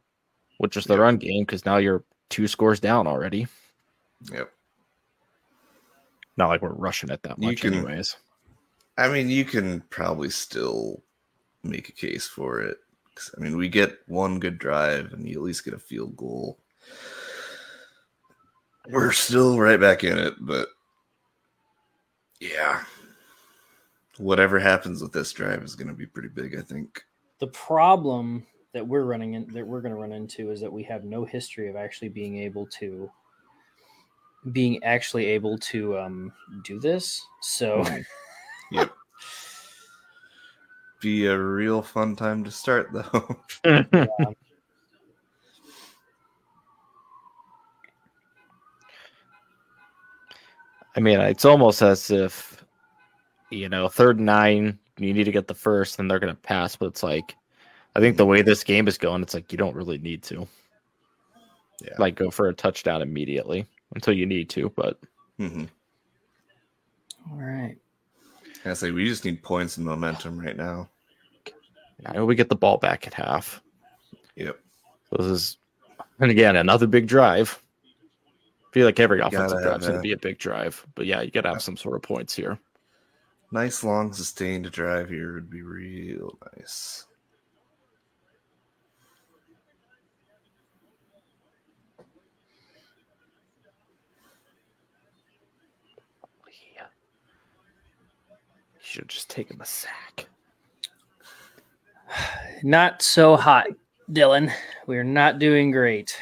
which is the run game, because now you're two scores down already.
Yep.
Not like we're rushing it that
You
much,
can-
anyways.
I mean, you can probably still make a case for it. 'Cause, I mean, we get one good drive, and you at least get a field goal. We're still right back in it, but yeah, whatever happens with this drive is going to be pretty big. I think.
the problem that we're running in that we're going to run into is that we have no history of actually being able to being actually able to um, do this so
Hmm. Be a real fun time to start, though.
I mean, it's almost as if, you know, third and nine, you need to get the first, and they're going to pass. But it's like, I think the way this game is going, it's like you don't really need to.
Yeah.
Like go for a touchdown immediately until you need to. But
hmm
all right
I say we just need points and momentum right now.
I know we get the ball back at half.
Yep.
This is, and again, another big drive. I feel like every
gotta
offensive drive
have
is going
a-
to be a big drive. But yeah, you got to have some sort of points here.
Nice long sustained drive here would be real nice.
Yeah. Should have just taken the sack.
not so hot dylan we're not doing great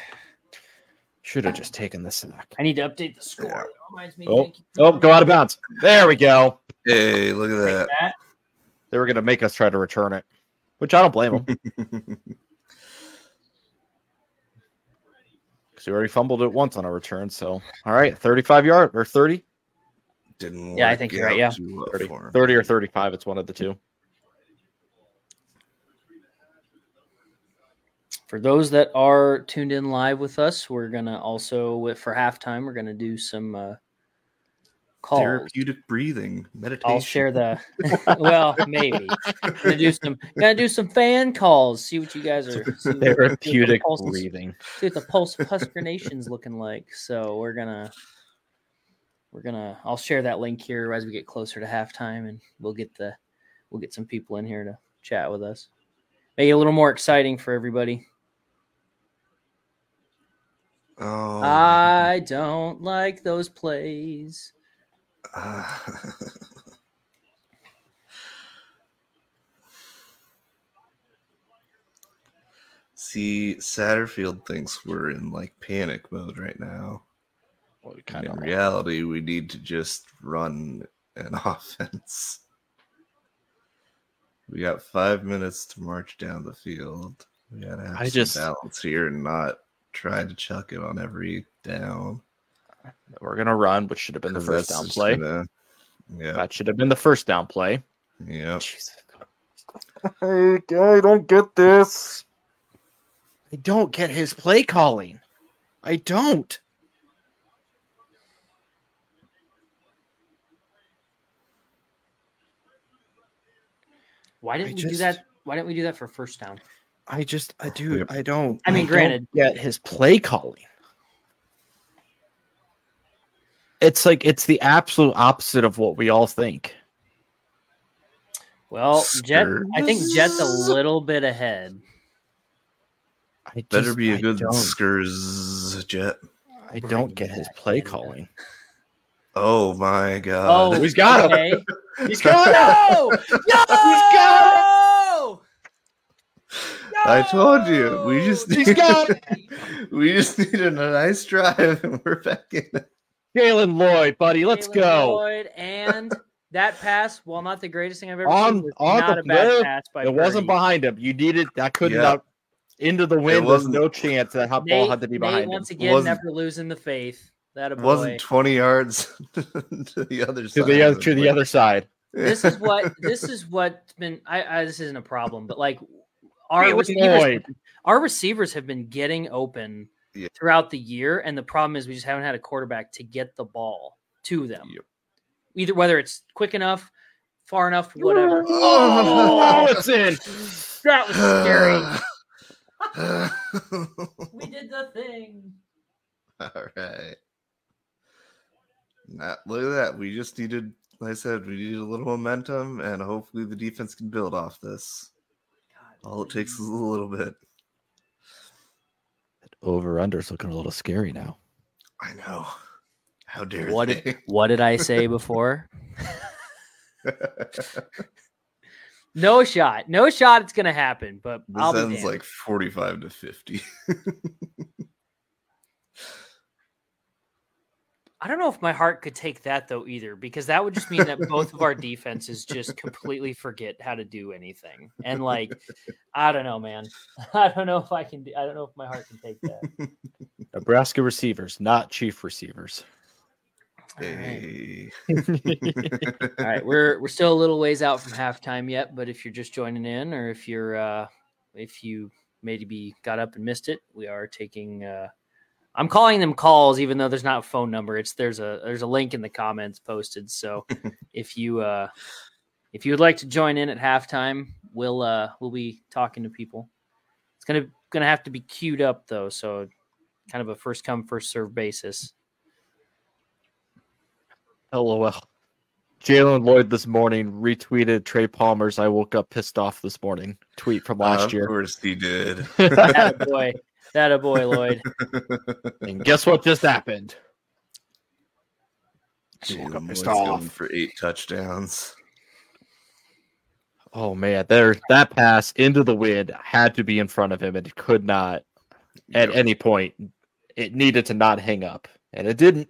Should have just taken the sack.
i need to update the score
Yeah.
It reminds me,
Oh,
thank you.
oh, go out of bounds. There we go.
Hey, look at
Like
that.
that.
They were going to make us try to return it. which I don't blame him because he already fumbled it once on a return. So, all right, 35 yard or 30,
Didn't
Yeah, I
work
think you're right,
out
yeah.
too well
30,
for him.
30 or 35. It's one of the two.
For those that are tuned in live with us, we're gonna also for halftime we're gonna do some uh, calls.
Therapeutic breathing, meditation.
I'll share the well, maybe gonna do some gonna do some fan calls. See what you guys are see what- see what the
Therapeutic
pulse-
breathing.
See what the pulse of Husker Nation's looking like. So we're gonna we're gonna I'll share that link here as we get closer to halftime, and we'll get the we'll get some people in here to chat with us. Make it a little more exciting for everybody.
Oh,
I don't like those plays. Uh,
ah. See, Satterfield thinks we're in like panic mode right now.
Well, we
And
kind
in
of
reality, we need to just run an offense. We got five minutes to march down the field. We gotta have
I
some
just-
balance here and not try to chuck it on every down.
we're gonna run, which should have been the
'cause
first
that's
down
just
play.
gonna- yeah,
That should have been the first down play.
yeah.
I don't get this. I don't get his play calling. I don't.
Why didn't
I
we do
just-
that? Why didn't we do that for first down?
I just, I do, I don't.
I mean,
don't
granted-
get his play calling. It's like it's the absolute opposite of what we all think.
Well, Jet, I think Jet's a
Skirts.
little bit ahead.
I just,
Better be a
I
good
Don't,
skurs jet.
I don't get his play calling.
Oh my god.
Oh, he's got him.
okay.
He's coming out.
no! No!
I told you. We just
He's got it.
we just needed a nice drive and we're back in.
Jalen Lloyd, buddy. Let's
Jalen
go.
Oh, Lloyd, and that pass, while not the greatest thing I've ever
On-
seen, was
on
not
the
a bad
nerve,
pass by
It wasn't
Purdy.
behind him. You needed. I couldn't
Yeah.
out into the wind. There's
wasn't-
no chance that hot ball
Nate-
had to be
Nate,
behind him.
once again,
Wasn't-
never losing the faith. That a
It
boy.
wasn't 20 yards to the other
To
side.
the other,
of
to
it,
the other side.
but-
this is what this is what's been I, I this isn't a problem but like our
Jalen
receivers,
Lloyd.
our receivers have been getting open
Yeah.
throughout the year and the problem is we just haven't had a quarterback to get the ball to them
Yep.
either whether it's quick enough far enough whatever
Oh, it's in.
that was scary we
All
did the thing
right. Now, look at that. We just needed, like I said, we needed a little momentum, and hopefully the defense can build off this.
God,
All it takes is a little bit.
Over under's looking a little scary now.
I know. How dare
What
they?
what did i say before no shot no shot it's gonna happen but
This
i'll be
ends
damned.
like 45 to 50.
I don't know if my heart could take that though either, because that would just mean that both of our defenses just completely forget how to do anything. And like, I don't know, man. I don't know if I can. Do, I don't know if my heart can take that.
Nebraska receivers, not chief receivers.
All right.
Hey.
All right, we're we're still a little ways out from halftime yet, but if you're just joining in, or if you're uh, if you maybe got up and missed it, we are taking. Uh, I'm calling them calls, even though there's not a phone number. It's there's a there's a link in the comments posted. So if you uh, if you would like to join in at halftime, we'll uh, we'll be talking to people. It's gonna gonna have to be queued up though, so kind of a first come first serve basis.
LOL. Jalen Lloyd this morning retweeted Trey Palmer's "I woke up pissed off this morning" tweet from last
Of
year.
course he did.
That a boy, that a boy, Lloyd.
And guess what just happened?
Jalen
Woke up pissed
Lloyd's going
off.
for eight touchdowns.
Oh man, there that pass into the wind had to be in front of him and it could not at
Yep.
any point. It needed to not hang up, and it didn't.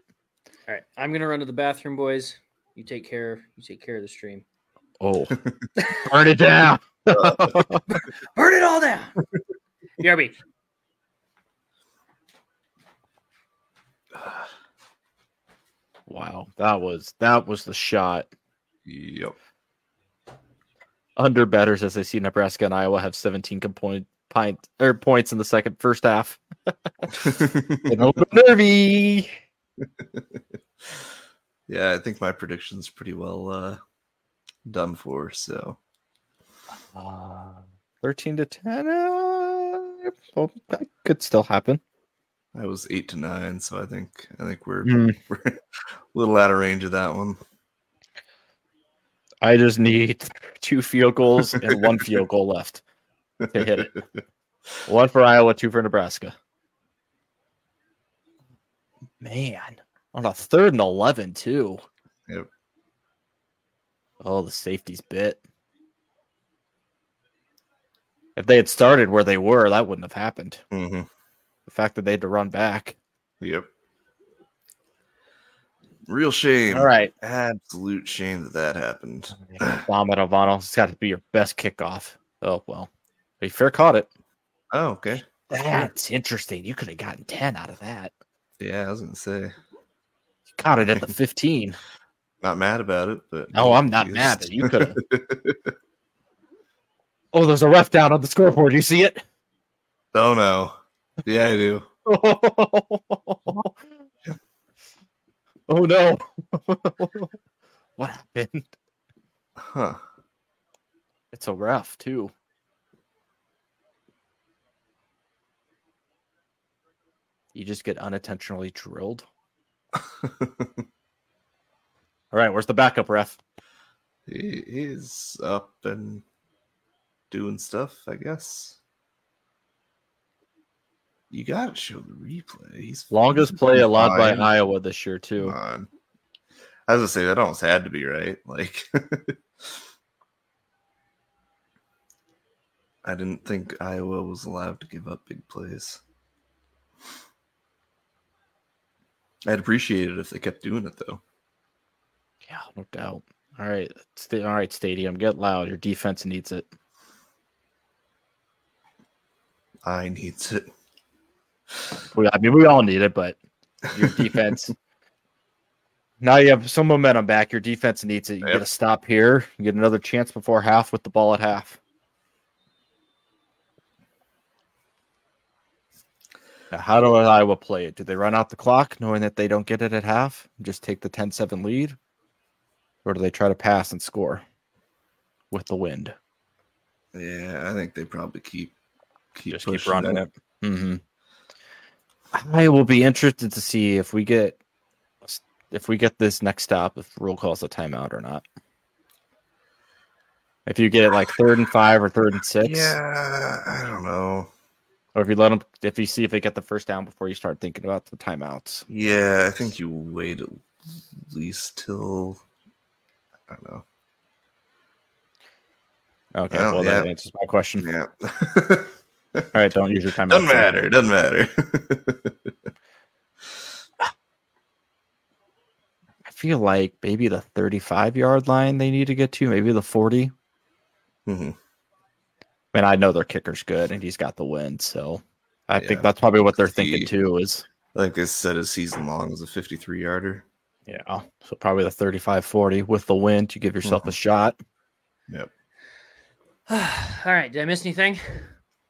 All right, I'm gonna run to the bathroom, boys. You take care. You take care of the stream.
Oh, burn it down.
Burn it all down. BRB.
Wow, that was that was the shot.
Yep.
Under batters as they see Nebraska and Iowa have 17 component pint or points in the second first half. Getting a little bit nervy.
yeah, I think my prediction's pretty well uh, done for. So
Uh, 13 to 10. Uh, well, that could still happen.
I was eight to nine. So I think I think we're,
Hmm,
we're a little out of range of that one.
I just need two field goals and one field goal left. They hit
it.
One for Iowa, two for Nebraska. Man, on a third and 11, too.
Yep.
Oh, the safety's bit. If they had started where they were, that wouldn't have happened.
hmm
The fact that they had to run back.
Yep. Real shame.
All right.
Absolute shame that that happened.
Vomit Avano. It's got to be your best kickoff. Oh, well. But he fair caught it.
Oh, okay.
That's interesting. You could have gotten 10 out of that.
Yeah, I was gonna say
You caught it at the 15.
not mad about it, but
No, Oh, I'm not mad, but you could Oh, there's a ref down on the scoreboard. You see it?
oh no. Yeah, I do.
oh no. what happened?
Huh.
It's a ref too. You just get unintentionally drilled. All right, where's the backup ref?
he, he's up and doing stuff, I guess. You gotta show the replay. He's
Longest play allowed by
Fine.
Iowa this year
Come
too.
on. I was gonna say that almost had to be right. Like, I didn't think Iowa was allowed to give up big plays. I'd appreciate it if they kept doing it though.
Yeah, no doubt. All right, sta- all right, stadium, get loud. Your defense needs it.
I needs it.
We, I mean, we all need it, but your defense. now you have some momentum back. Your defense needs it. You
Yep.
get a stop here. You get another chance before half with the ball at half. Now, how do Iowa play it? Do they run out the clock knowing that they don't get it at half? and Just take the 10 7 lead? Or do they try to pass and score with the wind?
Yeah, I think they probably keep keep
just keep
pushing
running
that. Mm-hmm.
it. hmm I will be interested to see if we get if we get this next stop if rule calls a timeout or not. If you get it like third and five or third and six,
Yeah, I don't know.
or if you let them, if you see if they get the first down before you start thinking about the timeouts.
Yeah, I think you wait at least till I don't know.
Okay,
Well,
well, that
Oh, yeah.
answers my question.
Yeah.
All right, don't use your timeout.
doesn't matter. Doesn't matter.
I feel like maybe the thirty-five yard line they need to get to, maybe the forty.
Mhm.
And I know their kicker's good and he's got the win, so I
Yeah.
think that's probably what they're thinking
He-
too. Is
I think they said his season long was a 53 yarder.
yeah, so probably the 35 40 with the win to give yourself a shot.
all right. Did I miss anything?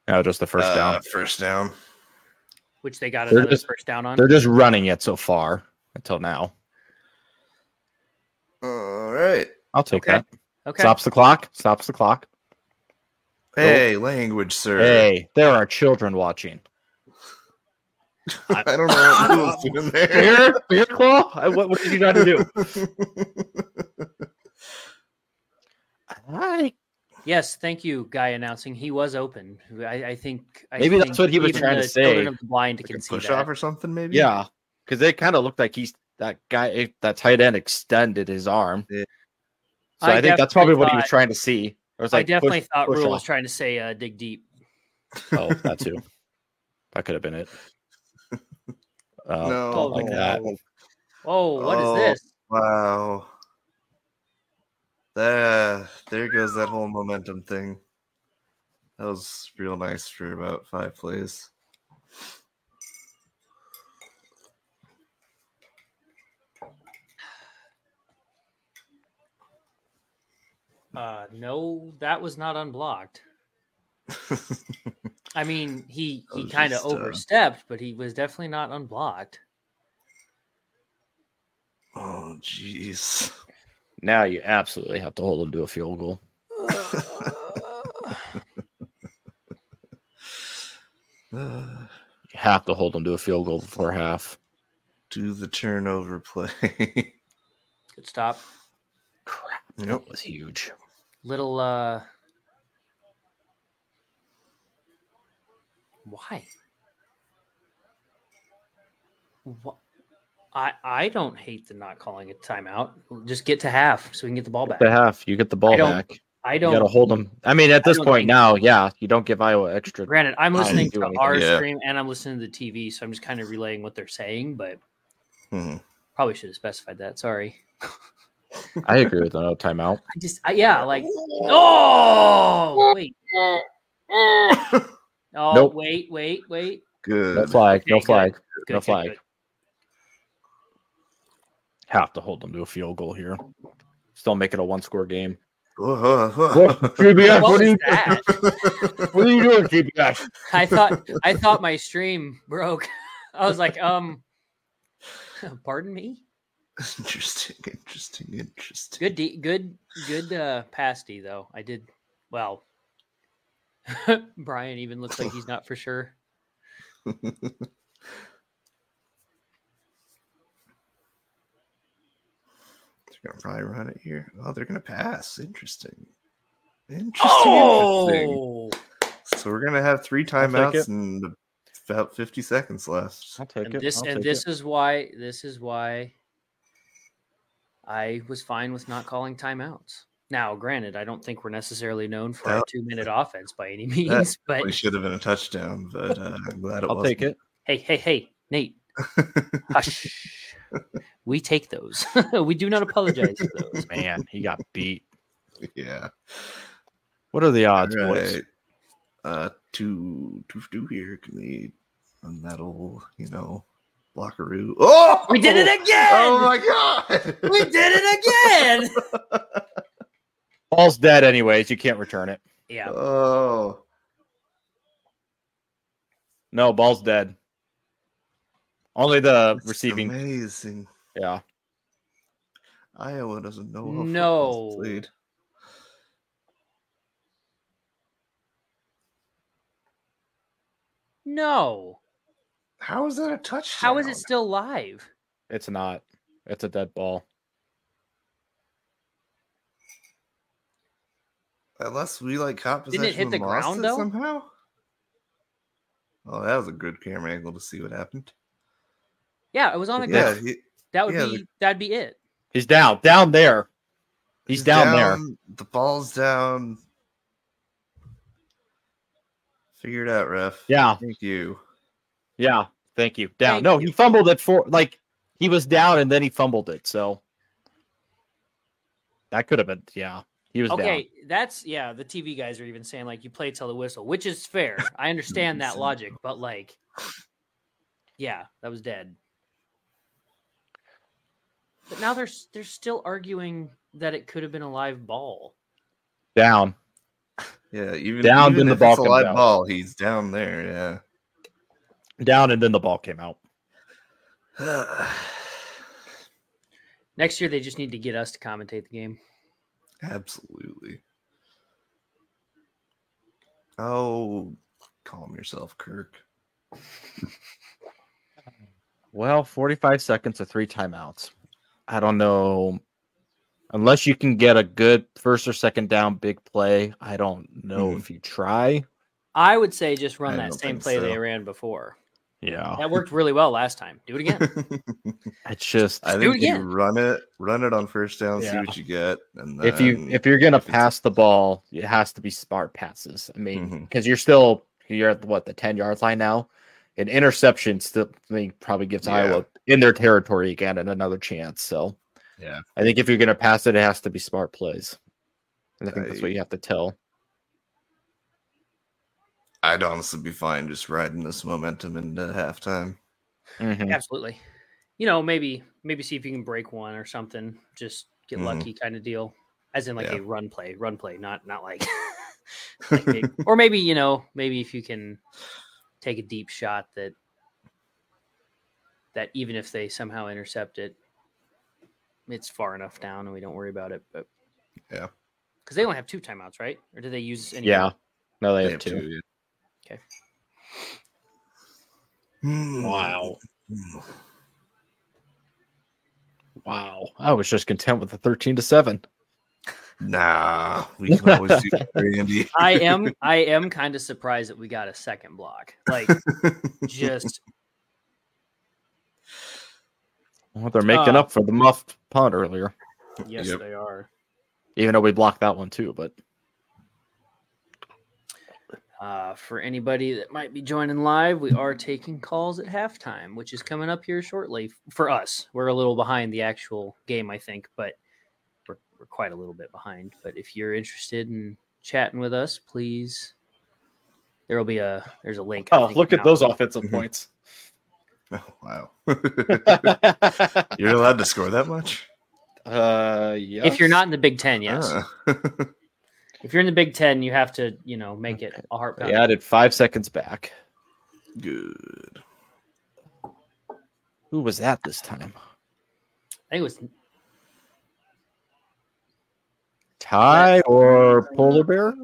No, just the first
Uh,
down.
First down.
Which they got
They're
another
just-
first down on.
They're just running it so far until now.
All right.
I'll take
Okay.
that.
Okay.
Stops the clock, stops the clock.
Hey, language, sir.
Hey, there are children watching.
I don't know what I was doing there.
Beer, beer claw. I- What, what did you try to do? I,
Yes, thank you, guy announcing. He was open. I, I think I
Maybe that's
think
what he was
even
trying to
the children
say.
of the blind
Like
can
a
see
push
that.
off or something, maybe?
yeah, because they kind of looked like he's that guy. if That tight end extended his arm,
Yeah.
so I,
I
think that's
definitely
probably what he was
thought-
trying to see. It was like
I definitely
push-
thought
push
Rule
off.
was trying to say uh, dig deep.
Oh, that too. That could have been it. Uh,
No.
don't like that.
Oh, what is
Oh.
this?
Wow. There, there goes that whole momentum thing. That was real nice for about five plays.
Uh, no, that was not unblocked. I mean, he
That
he
was
kind of
just, uh,
overstepped, but he was definitely not unblocked.
oh, jeez.
Now you absolutely have to hold them to a field goal.
Uh,
You have to hold them to a field goal before half.
do the turnover play.
Good stop.
Crap,
yep.
that was huge.
Little uh Why? Wha- I I don't hate the not calling a timeout. Just get to half so we can get the ball
Get
back.
the half, you get the ball
I don't-
back.
I
You got to
don't
hold them. I mean, at
I
this
don't
point
think-
now, yeah, you don't give Iowa extra.
granted I'm
I didn't
listening
do
to
anything.
our
Yeah.
stream and I'm listening to the TV, so I'm just kind of relaying what they're saying, but
Hmm.
probably should have specified that. Sorry.
I agree with another timeout.
I just I, yeah, like oh wait. Oh
Nope.
wait, wait, wait.
No
Good.
flag, no
Okay, good.
flag, no
Good, good,
flag.
good.
Have to hold them to a field goal here. Still make it a one-score game.
Whoa, whoa, whoa.
GBS,
What was that?
what are you doing, GBS?
I thought I thought my stream broke. I was like, um, pardon me.
Interesting, interesting, interesting.
Good, D, good, good uh, pasty though. I did well. Brian even looks like he's not for sure.
They're gonna probably run it here. Oh, they're gonna pass. Interesting. Interesting. interesting.
Oh,
So we're gonna have three
I'll take it.
timeouts and about fifty seconds left.
I'll take
and
it.
this
I'll
and
take
this
it.
is why this is why I was fine with not calling timeouts. Now, granted, I don't think we're necessarily known for our
That-
two-minute offense by any means, but
It should have been a touchdown, but uh, I'm glad it
I'll
wasn't.
take it.
Hey, hey, hey, Nate. Hush. we take those. we do not apologize for those.
Man, he got beat.
yeah.
What are the
All
odds, boys?
right. Uh, two, two, two here. Can we on that old, you know, blockaroo? Oh,
We did it again.
Oh my god!
we did it again.
Ball's dead, anyways. You can't return it.
yeah.
Oh,
No, ball's dead. Only the
that's
receiving.
Amazing.
Yeah.
Iowa doesn't know. How
No.
football's played.
No.
How is that a touchdown?
How is it still live?
It's not. It's a dead ball.
Unless we like caught possession
Didn't it hit
and
the
lost
ground,
it
though?
somehow. Oh, that was a good camera angle to see what happened.
Yeah, it was on the
yeah,
ground.
he-
That would
yeah,
be
the-
that'd be it.
He's down, down there. He's down, there.
The ball's down. Figure it out, ref.
Yeah,
Thank you.
yeah. Thank you. Down.
Thank
no, he fumbled it for like he was down and then he fumbled it. So that could have been. Yeah, he was
Okay,
down.
that's yeah, the TV guys are even saying like you play till the whistle, which is fair. I understand that
Listen.
logic, but like yeah, that was dead. But now they're s- they're still arguing that it could have been a live ball.
Down.
Yeah, even
Down,
even
then the
if
ball
it's a
comes
live
out.
ball, he's down there.
Down, and then the ball came out.
Yeah.
Next year, they just need to get us to commentate the game.
Absolutely. Oh, calm yourself, Kirk.
Well, 45 seconds of three timeouts. I don't know. Unless you can get a good first or second down big play, I don't know
Mhm.
if you try.
I would say just run
I
that
don't
same
think
play they
so.
ran before.
Yeah.
That worked really well last time. Do it again.
It's just
I
do it
think you
again.
run it, run it on first down, see
Yeah.
what you get, and then
if you if you're gonna
if it's-
pass the ball, it has to be smart passes. I mean,
Mhm.
because you're still you're at what the ten yard line now. An interception still I think, probably gives
Yeah.
Iowa in their territory again and another chance. So
yeah,
I think if you're gonna pass it, it has to be smart plays. And I think that's what you have to tell.
I'd honestly be fine just riding this momentum into halftime.
Mhm.
Absolutely. You know, maybe maybe see if you can break one or something. Just get
Mhm.
lucky kind of deal. As in like
Yeah.
a run play, run play, not not like, like may- or maybe, you know, maybe if you can take a deep shot that that even if they somehow intercept it, it's far enough down and we don't worry about it. But
Yeah.
Because they only have two timeouts, right? Or do they use any
Yeah. No, they have
They have
two.
to, yeah.
Okay.
Hmm.
Wow.
Hmm.
Wow. I was just content with the 13 to 7.
Nah, we can always do better, Andy.
I am I am kind of surprised that we got a second block. Like just
Well, they're making
Uh,
up for the muffed punt earlier,
yes
Yep.
they are.
even though we blocked that one too. But
Uh, for anybody that might be joining live, we are taking calls at halftime, which is coming up here shortly. For us, we're a little behind the actual game, I think, but we're, we're quite a little bit behind. But if you're interested in chatting with us, please, there will be a there's a link. I
oh,
think,
look at
now.
those offensive
Mhm.
points.
Oh, wow. You're allowed to score that much?
uh, yeah.
If you're not in the Big Ten, yes.
Ah.
If you're in the Big Ten, you have to you know make it a heart pound.
they added five seconds back.
Good.
Who was that this time?
I think it was
Ty or polar bear?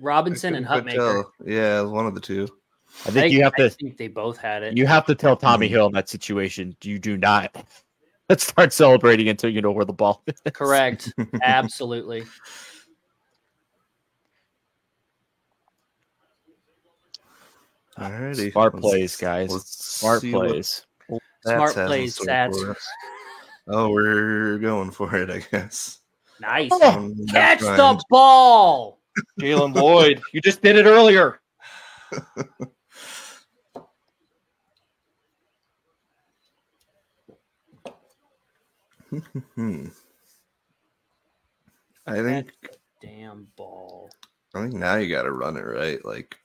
Robinson and
I couldn't
Hutmaker.
tell. uh, Yeah, one of the two.
I think you have
I
to
think they both had it.
you have to tell Tommy Hill in that situation. You do not let's start celebrating until you know where the ball is.
Correct. Absolutely.
Alrighty.
Smart
Let's-
plays, guys.
let's
Smart
see what
plays.
Sats
Smart
has in
plays,
store
Sats.
for us. Oh, we're going for it, I guess.
Nice.
Oh,
Um, never
Catch
mind.
the ball.
Jalen Lloyd. You just did it earlier.
Hmm. I think
Damn ball.
I think now you got to run it right. Like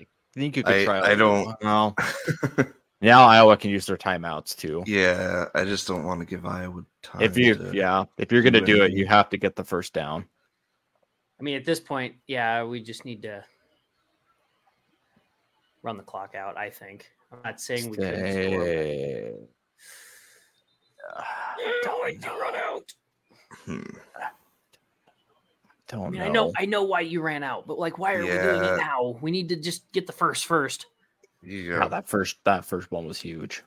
I think you could
I-
try.
I don't-
know. Now Iowa can use their timeouts too.
Yeah, I just don't want to give Iowa time.
if you
to-
yeah, if you're gonna
do
do it,
anything.
you have to get the first down.
I mean, at this point, yeah, we just need to run the clock out. I think. I'm not saying we couldn't score. but-
Stay-
Going to run out.
Hmm.
Don't
I mean,
know.
I know, I know why you ran out, but like, why are we doing
Yeah.
it now? We need to just get the first first.
Wow,
Yeah.
that first that first one was huge.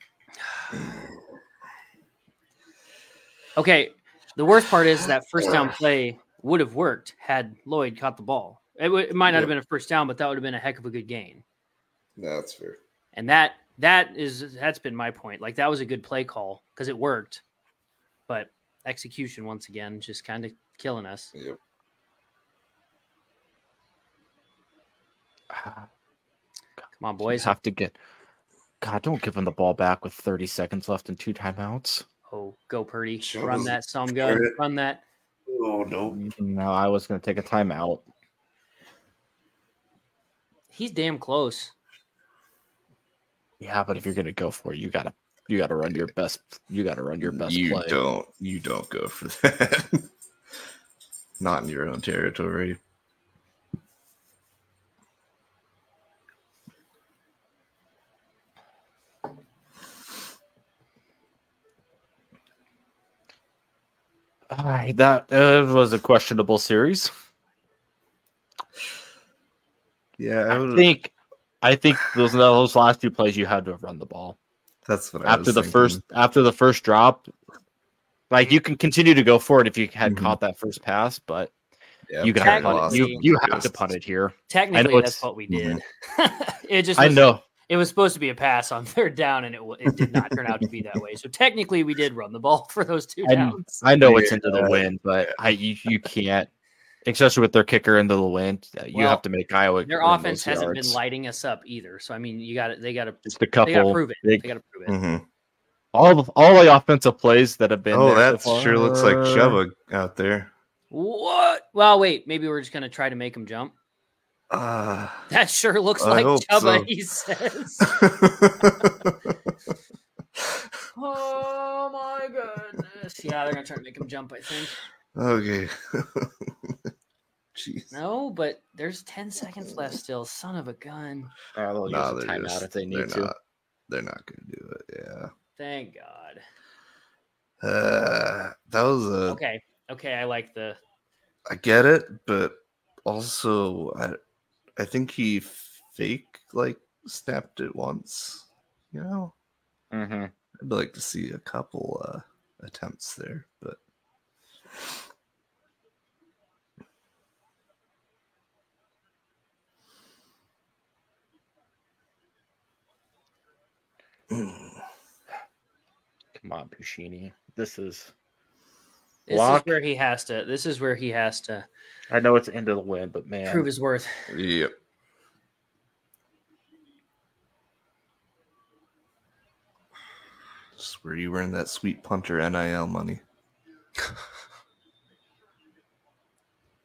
Okay. The worst part is that first down play would have worked had Lloyd caught the ball. It, w- it might not have been a first down, but that would have been a heck of a good gain.
That's fair.
And that that is that's been my point. Like that was a good play call because it worked, but execution once again just kind of killing us.
Yep.
Ah,
Come on,
Boys
boys.
have to get. God, don't give him the ball back with 30 seconds left and two timeouts.
Oh, go Purdy!
Sure.
Run that some gun.
Sure.
Run that.
Oh no.
No, I was going to take a timeout.
He's damn close.
Yeah, but if you're going to go for it, you gotta you gotta run your best. You gotta run your best
you
play.
don't. You don't go for that. Not in your own territory.
All right, that uh, was a questionable series.
Yeah, I,
I
would,
think, I think those those last two plays you had to have run the ball.
that's what I
after
was
the
thinking.
first after the first drop like you can continue to go for it if you had
Mhm.
caught that first pass but
Yeah,
you
Terry
got punt
lost.
it. you you have to
Just-
punt it here
Technically, that's
it's-
what we did. it just
i
was-
know
it was supposed to be a pass on third down, and it wa- it did not turn out to be that way. So technically, we did run the ball for those two
I-
downs.
i know it's into the
Yeah.
wind but i you, you can't especially with their kicker into the wind uh, you
Well,
have to make iowa
Their
run
offense
those
hasn't been
yards.
lighting us up either. So I mean, you got to They got to.
just a
They got to
couple
prove it.
big-
They got to prove it.
Mhm.
All of, all the offensive plays that have been.
oh,
there so
that sure looks like
far-
Chuba out there.
What? Well, wait. Maybe we're just gonna try to make him jump.
Uh,
That sure looks
I
like
hope
Chuba.
so.
He says. oh my goodness. Yeah, they're gonna try to make him jump. I think.
okay. Jeez.
No, but there's ten seconds left still. Son of a gun.
Uh, they'll
Nah,
use a
they're
timeout
just-
if they
they're
need to.
Not, they're not going to do it. Yeah.
Thank God.
Uh, that was a. I
Okay. Okay. I like the.
get it, but also I, I think he fake like snapped it once. You know,
Mm-hmm.
hmm
I'd like to see a couple uh attempts there, but
Come on, Puccini. This is.
This
Block.
is where he has to. This is where he has to
I know it's the end of the win, but man,
prove his worth.
yep. Just where you earn that sweet punter nil money.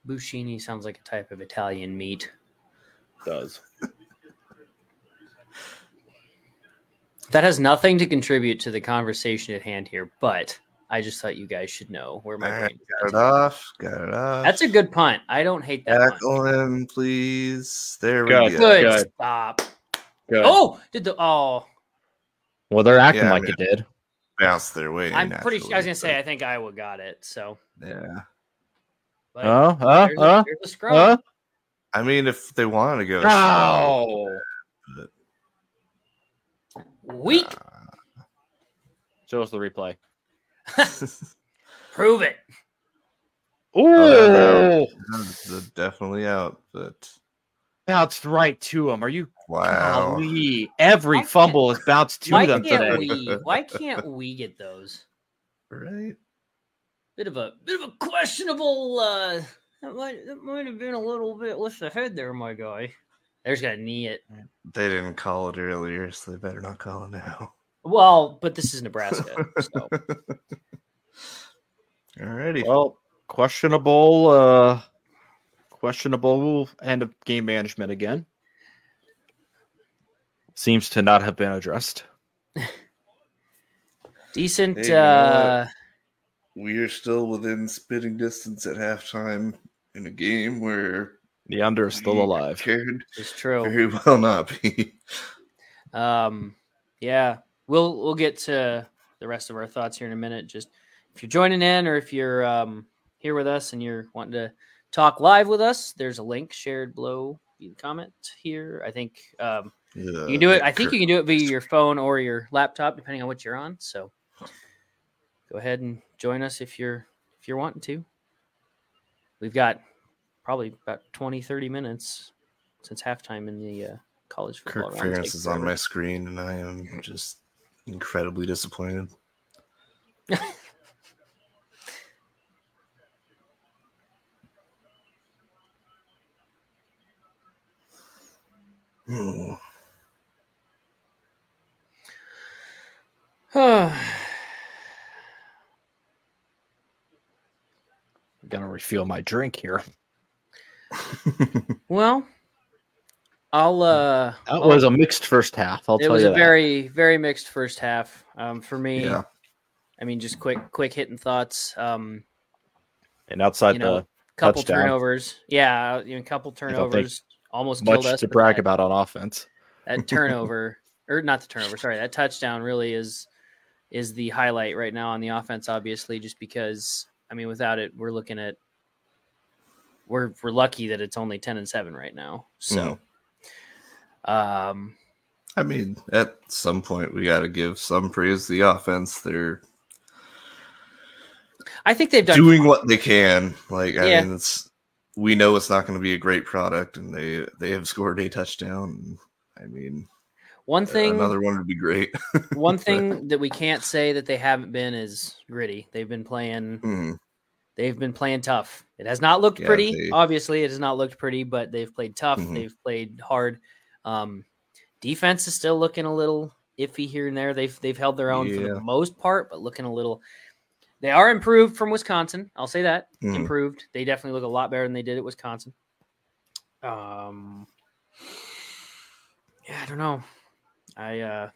Bushini sounds like a type of Italian meat.
does.
That has nothing to contribute to the conversation at hand here, but I just thought you guys should know where my
Ah.
Alright,
brain
Got
is.
it
at.
off. Got it off.
That's a good punt. I don't hate that punt.
tackle him, please. There we
Good.
go.
Good,
Good.
stop.
Good.
Oh, did the oh?
well, they're acting
Yeah,
like
man.
it did.
bounce their way.
I'm pretty. sure I
naturally,
was gonna say I think Iowa got it. So,
but- Yeah.
but
Oh, oh,
there's, a,
oh,
there's a scrum.
oh.
I mean, if they wanted to go.
Oh,
slow,
Ow.
Weak.
Show us the replay.
Prove it.
Oh,
they're uh, definitely out, but
bounced right to him. Are you
Oh,
wow.
Golly, every
Why can't-
fumble is bounced to
Why
them
can't
today.
we? Why can't we get those?
Right?
bit of a bit of a questionable uh that might that might have been a little bit with the head there my guy there's got to knee it
They didn't call it earlier, so they better not call it now.
well but this is nebraska so
Alrighty.
Well, questionable, uh, questionable end of game management again. Seems to not have been addressed.
decent
Hey, you know
uh
we are still within spitting distance at halftime in a game where
The under is still
we
alive.
Cared
it's true
very well not be.
um yeah we'll we'll get to the rest of our thoughts here in a minute just if you're joining in or if you're um here with us and you're wanting to talk live with us there's a link shared below you can comment here i think um You can do
Uh,
it. I think you can do it via your phone or your laptop, depending on what you're on. So go ahead and join us if you're if you're wanting to. We've got probably about 20, 30 minutes since halftime in the uh, college football.
Kirk
round.
Ferentz
Take
is on my
forever.
screen, and I am just incredibly disappointed. Hmm.
I'm gonna refill my drink here.
well, I'll. uh
That was a mixed first half. I'll
It
tell
was
you
a
that.
very very mixed first half. Um, for me,
yeah, hmm.
I mean, just quick quick hitting thoughts. Um,
and outside
you know,
the
couple
touchdown.
turnovers. Yeah, you know, couple turnovers almost
much
killed us.
to
but
brag
that,
about on offense.
that turnover or not the turnover, sorry, that touchdown really is is the highlight right now on the offense, obviously, just because I mean, without it, we're looking at we're we're lucky that it's only ten and seven right now. So
Mm-hmm.
um
I mean, at some point we got to give some praise to the offense. They're
I think they've done
doing what they can. Like, I
Yeah.
mean, it's we know it's not going to be a great product, and they they have scored a touchdown. I mean,
one thing
another one would be great.
one thing that we can't say that they haven't been is gritty. They've been playing
Hmm.
they've been playing tough. It has not looked
Yeah,
pretty.
they-
Obviously, it has not looked pretty, but they've played tough.
Mhm.
They've played hard. Um, defense is still looking a little iffy here and there. They've they've held their own for
Yeah.
the most part, but looking a little. They are improved from Wisconsin. I'll say that
Mhm.
improved. They definitely look a lot better than they did at Wisconsin. Um, yeah, I don't know. I uh,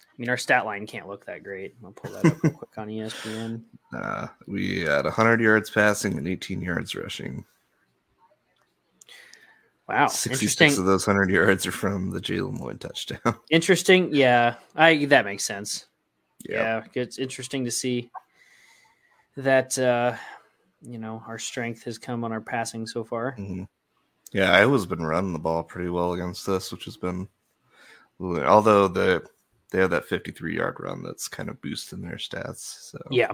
I mean, our stat line can't look that great. I'll pull that up real quick on E ESPN.
Uh, we had 100 yards passing and 18 yards rushing.
Wow,
66
interesting.
of those 100 yards are from the Jalen Lloyd touchdown. Yeah.
Interesting. Yeah, I that makes sense. yeah, it's interesting to see that uh you know our strength has come on our passing so far
Mhm. Yeah, Iowa's been running the ball pretty well against us, which has been. Although the they have that 53 yard run that's kind of boosting their stats. So
yeah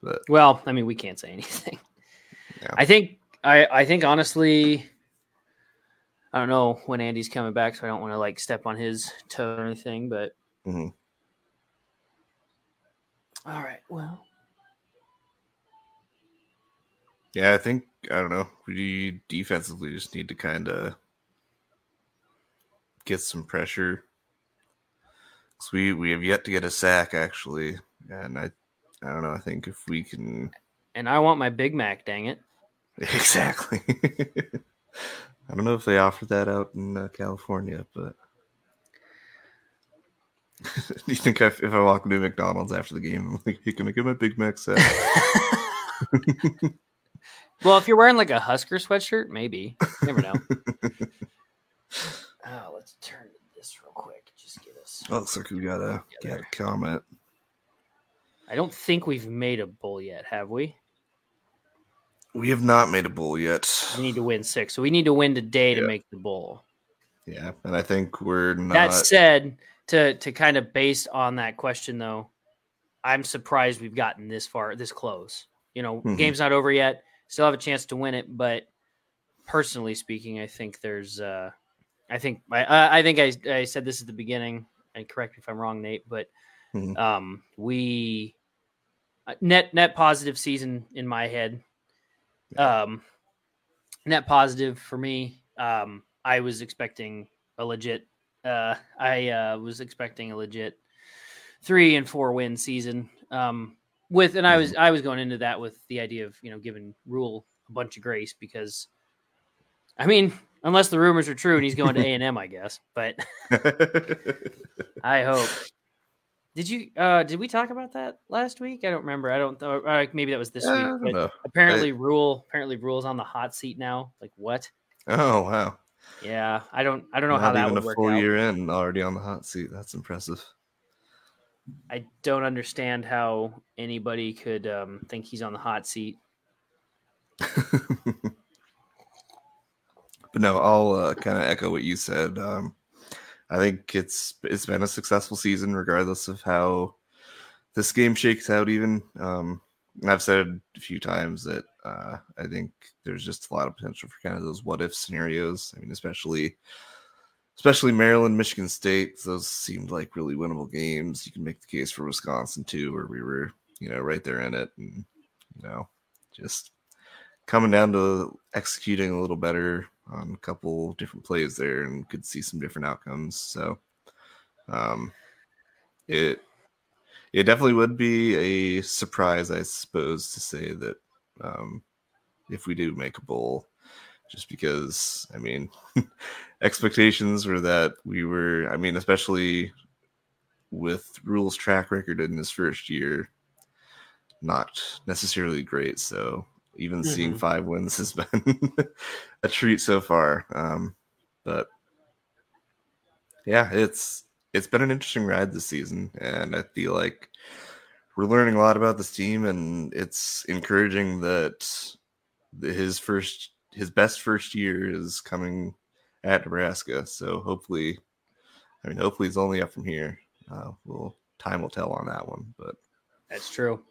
but
well i mean we can't say anything
Yeah.
i think i i think honestly i don't know when andy's coming back so i don't want to like step on his toe or anything but
Mhm.
All right well
yeah, I think I don't know. We defensively just need to kind of get some pressure. 'Cause we we have yet to get a sack actually, and I I don't know. I think if we can
and i want my big mac dang it
Exactly. I don't know if they offer that out in uh, California, but do you think if, if I walk into McDonald's after the game, I'm like, hey, can I get my Big Mac set?
well if you're wearing like a husker sweatshirt maybe You never know oh let's turn this real quick just get us
oh, looks like we got a, got a
Together.
comment.
I don't think we've made a bull yet, have we?
We have not made a bowl yet.
We need to win six, so we need to win today to
Yeah.
make the bull.
Yeah, and I think we're not.
That said, to to kind of based on that question though, I'm surprised we've gotten this far, this close. You know,
Mhm.
game's not over yet. Still have a chance to win it, but personally speaking, I think there's, uh, I think I, I I think I, I said this at the beginning, and correct me if I'm wrong, Nate, but
Mhm.
um, we uh, net net positive season in my head. Um, net positive for me. Um, I was expecting a legit uh, I uh, was expecting a legit three and four win season. Um, with and I was I was going into that with the idea of you know giving Rule a bunch of grace because, I mean, unless the rumors are true and he's going to A and M, I guess. But I hope. Did you uh did we talk about that last week? I don't remember. I don't know. maybe that was this
Yeah, I
week.
don't
But
know.
apparently, Rule apparently Rule's on the hot seat now. Like what?
Oh wow!
Yeah, I don't I don't know
not
how that
even
would
a
work
full
out.
year in already on the hot seat. That's impressive.
I don't understand how anybody could um, think he's on the hot seat.
but no, I'll uh, kind of echo what you said. Um, I think it's it's been a successful season, regardless of how this game shakes out. Even um, and I've said a few times that uh, I think there's just a lot of potential for kind of those what if scenarios. I mean, especially especially Maryland, Michigan State. Those seemed like really winnable games. You can make the case for Wisconsin too, where we were you know right there in it, and you know just coming down to executing a little better on a couple different plays there and could see some different outcomes. So um it it definitely would be a surprise, I suppose, to say that um if we do make a bowl, just because I mean expectations were that we were I mean, especially with rules track record in his first year, not necessarily great. So even seeing
Mhm.
five wins has been a treat so far. Um, but yeah, it's it's been an interesting ride this season, and I feel like we're learning a lot about this team, and it's encouraging that the- his first his best first year is coming at Nebraska. So hopefully, I mean, hopefully it's only up from here. Uh, well, time will tell on that one, but
That's true.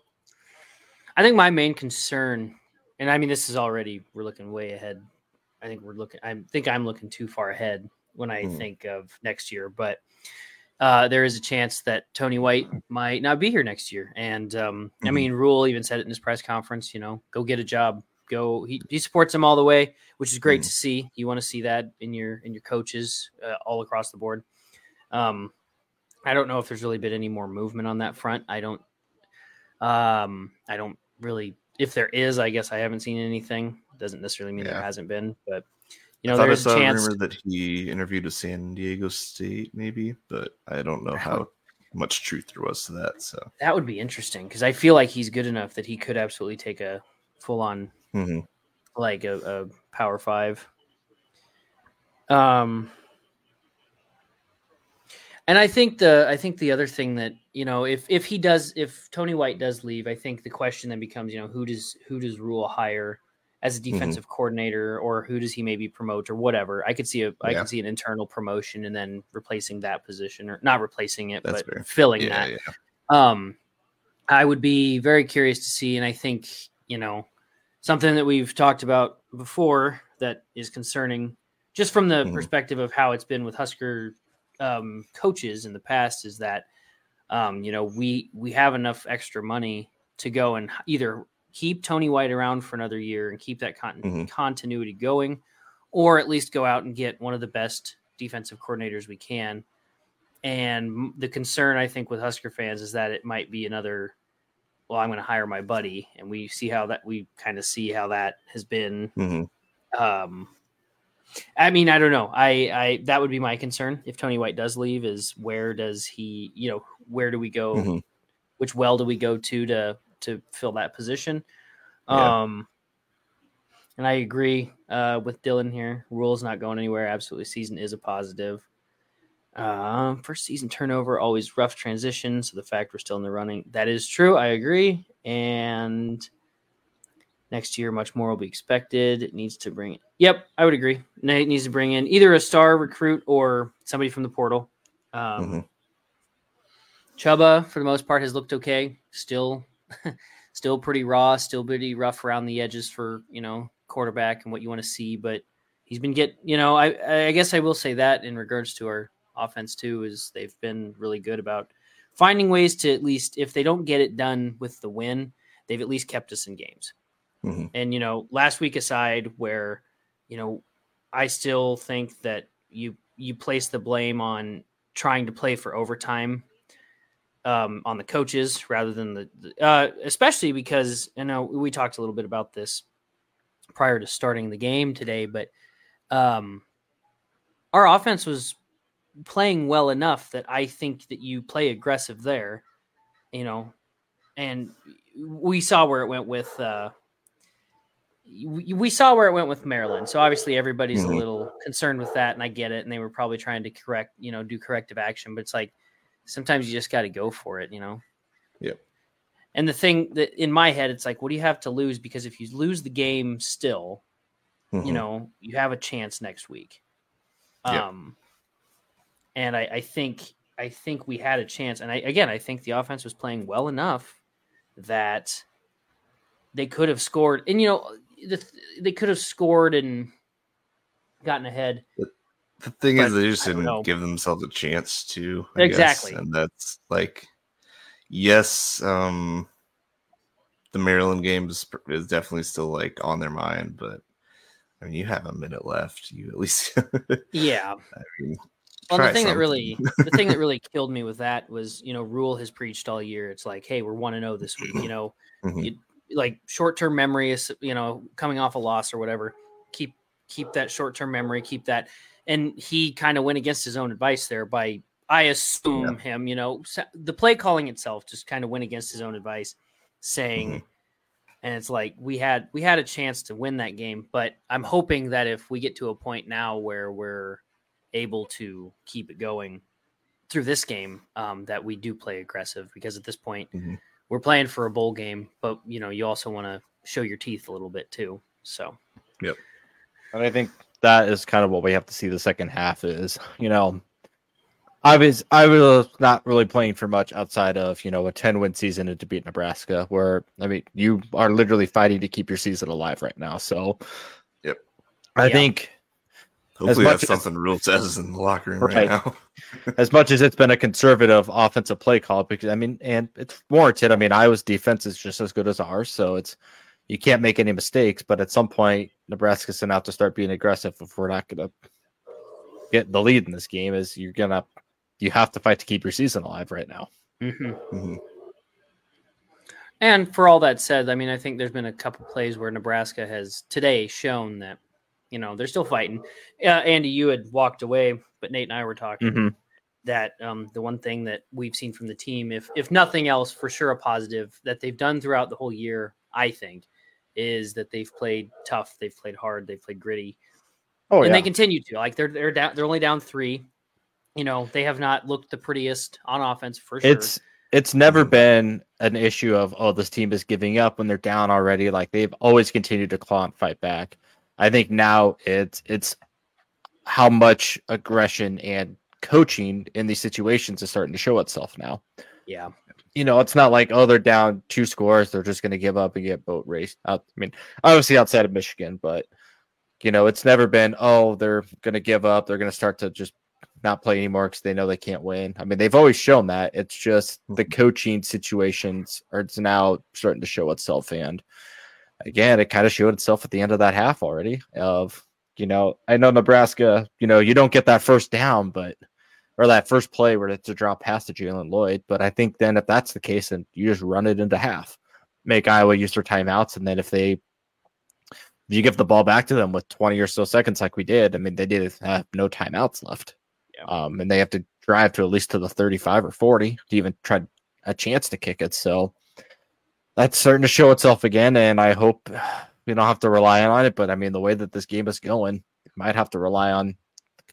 I think my main concern, and I mean this is already we're looking way ahead. I think we're looking. I think I'm looking too far ahead when I
Mhm.
think of next year. But uh, there is a chance that Tony White might not be here next year. And um, I
Mhm.
mean, Rule even said it in his press conference. You know, go get a job. Go. He, he supports him all the way, which is great
Mhm.
to see. You want to see that in your in your coaches uh, all across the board. Um, I don't know if there's really been any more movement on that front. I don't. Um, I don't really. If there is, I guess I haven't seen anything. Doesn't necessarily mean there
Yeah.
hasn't been, but you
I
know,
thought I
there's a
saw a
chance.
rumor that he interviewed with San Diego State, maybe, but I don't know how much truth there was to that. So,
That would be interesting because I feel like he's good enough that he could absolutely take a full on
hmm
like a, a power five. Um, and I think the I think the other thing that you know if if he does if Tony White does leave, I think the question then becomes you know who does who does Rule hire as a
Mm-hmm.
defensive coordinator or who does he maybe promote or whatever. I could see a I
Yeah.
could see an internal promotion and then replacing that position or not replacing it
That's
but
fair.
filling that
yeah, yeah,
um i would be very curious to see and i think you know something that we've talked about before that is concerning just from the
Mhm.
perspective of how it's been with husker um, coaches in the past is that um, you know we we have enough extra money to go and either keep tony white around for another year and keep that con-
Mhm.
continuity going or at least go out and get one of the best defensive coordinators we can and m- the concern I think with Husker fans is that it might be another. Well, I'm going to hire my buddy, and we see how that we kind of see how that has been.
Mhm.
Um, I mean, I don't know. I, I that would be my concern if Tony White does leave. Is where does he? You know, where do we go?
Mhm.
Which well do we go to to to fill that position?
Yeah.
Um, and I agree uh, with Dylan here. Rule's not going anywhere. Absolutely, season is a positive. Um, first season turnover, always rough transition. So the fact we're still in the running, that is true. I agree. And next year, much more will be expected. It needs to bring. Yep, I would agree. Ne- It needs to bring in either a star recruit or somebody from the portal. Um,
Mhm.
Chuba, for the most part, has looked okay. Still, still pretty raw. Still pretty rough around the edges for you know quarterback and what you want to see. But he's been get you know I I guess I will say that in regards to our offense too is they've been really good about finding ways to at least if they don't get it done with the win, they've at least kept us in games.
Mhm.
And you know, last week aside, where you know, I still think that you you place the blame on trying to play for overtime um, on the coaches rather than the, the uh, especially because you know we talked a little bit about this prior to starting the game today, but um, our offense was playing well enough that I think that you play aggressive there, you know, and we saw where it went with. Uh, we we saw where it went with Maryland, so obviously everybody's a
Mhm.
little concerned with that, and I get it. And they were probably trying to correct, you know, do corrective action, but it's like sometimes you just got to go for it, you know.
Yep.
And the thing that in my head, it's like, what do you have to lose? Because if you lose the game, still,
Mhm.
you know you have a chance next week
Yep.
um and I, I think i think we had a chance and i again i think the offense was playing well enough that they could have scored and you know the, they could have scored and gotten ahead
the thing is,
but
they just
I don't
didn't
know.
give themselves a chance to I guess,
Exactly.
and that's like, yes, um, the Maryland game is, is definitely still like on their mind, but I mean, you have a minute left. You at least
yeah
mean,
well the
try
thing that
something.
really the thing that really killed me with that was you know rule has preached all year it's like hey we're 1-0 this week you know
Mhm.
like short term memory is you know coming off a loss or whatever keep keep that short term memory keep that and he kind of went against his own advice there by i assume him you know sa- the play calling itself just kind of went against his own advice saying and it's like we had we had a chance to win that game but i'm hoping that if we get to a point now where we're able to keep it going through this game um, that we do play aggressive because at this point
Mhm.
we're playing for a bowl game but you know you also want to show your teeth a little bit too so
And I think that is kind of what we have to see the second half is, you know, I was I was not really playing for much outside of, you know, a 10 win season and to beat Nebraska, where I mean you are literally fighting to keep your season alive right now. So
Yep.
I
Yeah.
think
hopefully
much
that's
as-
something Rule says in the locker room
Right.
right, now.
as much as it's been a conservative offensive play call, because I mean, and it's warranted. I mean, Iowa's defense is just as good as ours, so it's you can't make any mistakes. But at some point, Nebraska's gonna have to start being aggressive if we're not gonna get the lead in this game. Is you're gonna you have to fight to keep your season alive right now.
Mm-hmm.
Mhm.
And for all that said, I mean, I think there's been a couple plays where Nebraska has today shown that, you know, they're still fighting. Uh, Andy, you had walked away, but Nate and I were talking
Mm-hmm.
that um, the one thing that we've seen from the team, if if nothing else, for sure a positive that they've done throughout the whole year, I think, is that they've played tough, they've played hard, they've played gritty,
Oh
and
yeah,
they continue to like they're they're down they're only down three. You know they have not looked the prettiest on offense for sure.
it's it's never been an issue of oh this team is giving up when they're down already. Like they've always continued to claw and fight back. I think now it's it's how much aggression and coaching in these situations is starting to show itself now.
yeah,
you know, it's not like oh they're down two scores, they're just going to give up and get boat raced. Out, I mean, obviously outside of Michigan, but you know, it's never been oh they're going to give up, they're going to start to just not play anymore because they know they can't win. I mean, they've always shown that. It's just the coaching situations are it's now starting to show itself, and again, it kind of showed itself at the end of that half already. Of you know, I know Nebraska, you know, you don't get that first down, but or that first play where it's a drop pass to Jalen Lloyd. But I think then if that's the case, then you just run it into half, make Iowa use their timeouts, and then if they if you give the ball back to them with 20 or so seconds like we did, I mean they did have no timeouts left,
Yeah.
um, and they have to drive to at least to the 35 or 40 to even try a chance to kick it. So that's starting to show itself again, and I hope we don't have to rely on it. But I mean the way that this game is going, might have to rely on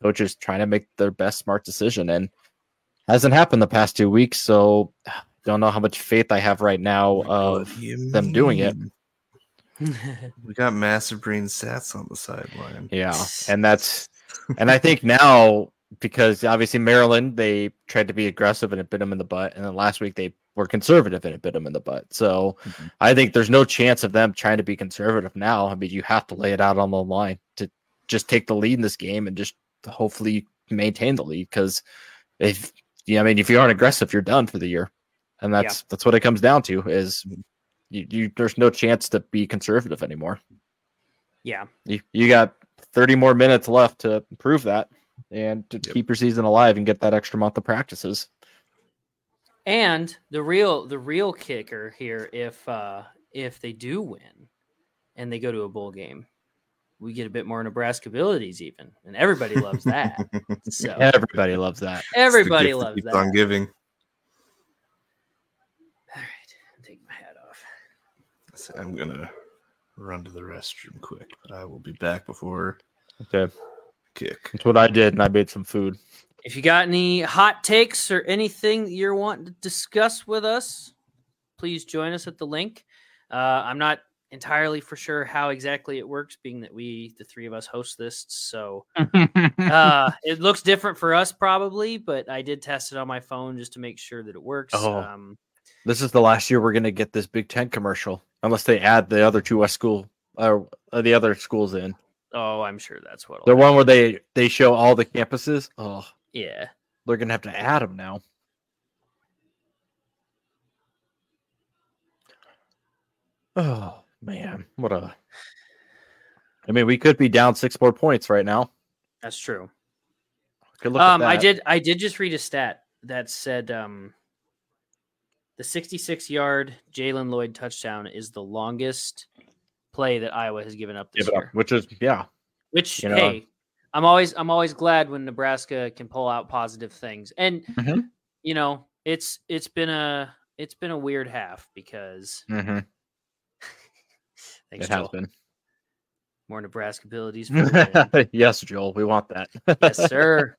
coaches trying to make their best smart decision and hasn't happened the past two weeks so don't know how much faith i have right now of them doing it.
We got massive green sats on the sideline.
yeah and that's and i think now because obviously maryland they tried to be aggressive and it bit them in the butt and then last week they were conservative and it bit them in the butt so
Mhm.
i think there's no chance of them trying to be conservative now i mean you have to lay it out on the line to just take the lead in this game and just hopefully maintain the lead because if you know, I mean, if you aren't aggressive, you're done for the year, and that's that's what it comes down to. Is you, you there's no chance to be conservative anymore.
yeah,
You, you got 30 more minutes left to prove that and to keep your season alive and get that extra month of practices.
and the real the real kicker here, if uh if they do win, and they go to a bowl game, we get a bit more Nebraska abilities even, and everybody loves that. so
Everybody loves that.
everybody
It's the gift
loves
keeps
that.
on giving.
All right, I'm taking my hat off.
So I'm gonna run to the restroom quick, but I will be back before
Okay.
kick.
That's what I did, and I made some food.
If you got any hot takes or anything that you're wanting to discuss with us, please join us at the link. Uh, I'm not entirely for sure how exactly it works, being that we, the three of us, host this. So uh, it looks different for us probably, but I did test it on my phone just to make sure that it works.
Oh.
Um,
This is the last year we're going to get this Big Ten commercial, unless they add the other two West school or uh, the other schools in.
oh, I'm sure that's what.
The one where they they show all the campuses. Oh,
Yeah.
they're gonna have to add them now. Oh man, what a! I mean, we could be down six more points right now.
That's true.
Good look.
Um,
at that.
I did. I did just read a stat that said um, the 66-yard Jalen Lloyd touchdown is the longest play that Iowa has given up this
give it up,
year.
which is yeah,
Which
You know,
hey, I'm always I'm always glad when Nebraska can pull out positive things, and
Mhm.
you know it's it's been a it's been a weird half because thanks,
Mm-hmm. it has
Joel.
been.
more Nebraska abilities. For the win.
yes, Joel, we want that.
yes sir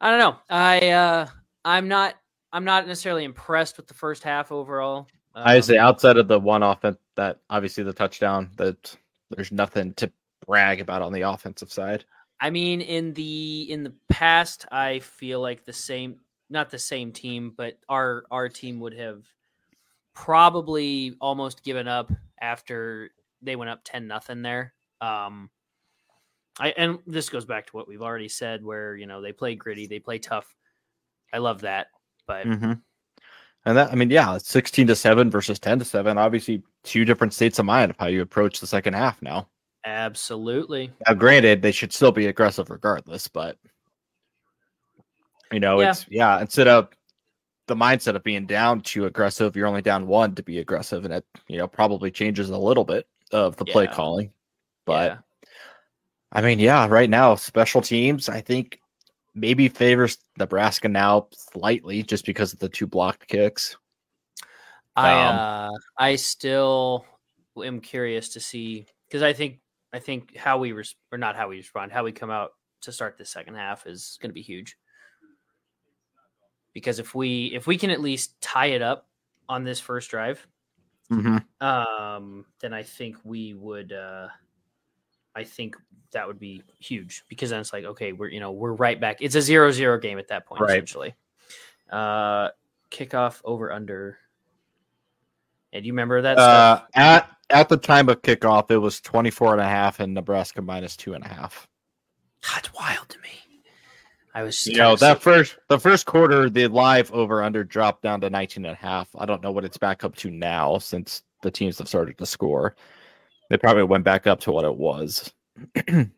i don't know i uh i'm not i'm not necessarily impressed with the first half overall
I say
Um,
outside of the one offense that obviously the touchdown that there's nothing to brag about on the offensive side.
i mean in the in the past i feel like the same not the same team but our our team would have probably almost given up after they went up 10 nothing there um i and this goes back to what we've already said where you know they play gritty they play tough i love that but
Mm-hmm. And that, I mean, yeah, it's 16 to 7 versus 10 to 7. Obviously, two different states of mind of how you approach the second half now.
absolutely
Now, granted, they should still be aggressive regardless, but You know,
Yeah.
it's yeah, instead of the mindset of being down too aggressive, you're only down one to be aggressive, and it you know probably changes a little bit of the play
Yeah.
calling. But I mean, yeah, right now, special teams, I think maybe favors Nebraska now slightly just because of the two blocked kicks.
I
Um,
uh, I still am curious to see because I think I think how we res- or not how we respond, how we come out to start this second half is going to be huge. Because if we if we can at least tie it up on this first drive,
Mm-hmm.
um, then I think we would. Uh, I think that would be huge because then it's like, okay, we're you know we're right back. It's a zero zero game at that point,
Right.
essentially. Uh, kickoff over under. And you remember that
Uh,
stuff?
at at the time of kickoff, it was 24 and a half and Nebraska minus two and a half.
That's wild to me. I was
You
kinda
know, that
sick.
first the first quarter, the live over under dropped down to 19 and a half. I don't know what it's back up to now since the teams have started to score. They probably went back up to what it was.
What
Oh,
do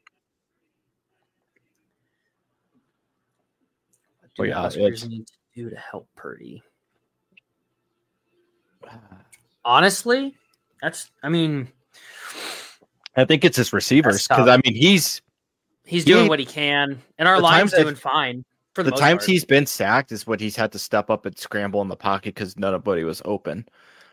the
yeah,
Huskers
it's-
need to do to help Purdy? Honestly, that's. I mean,
I think it's his receivers
tough.
because I mean he's
he's
Yeah,
doing
he-
what he can, and our
the
line's
times that-
doing fine for the,
the
most
times
part.
he's been sacked is what he's had to step up and scramble in the pocket because nobody was open.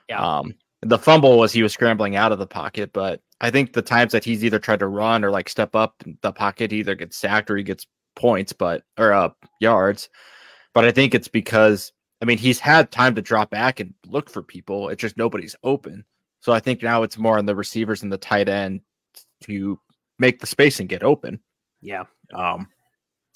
Yeah.
Um, the fumble was he was scrambling out of the pocket, but I think the times that he's either tried to run or like step up in the pocket, he either gets sacked or he gets points, but or uh, yards. But I think it's because I mean he's had time to drop back and look for people. It's just nobody's open. So I think now it's more on the receivers and the tight end to make the space and get open.
yeah.
Um,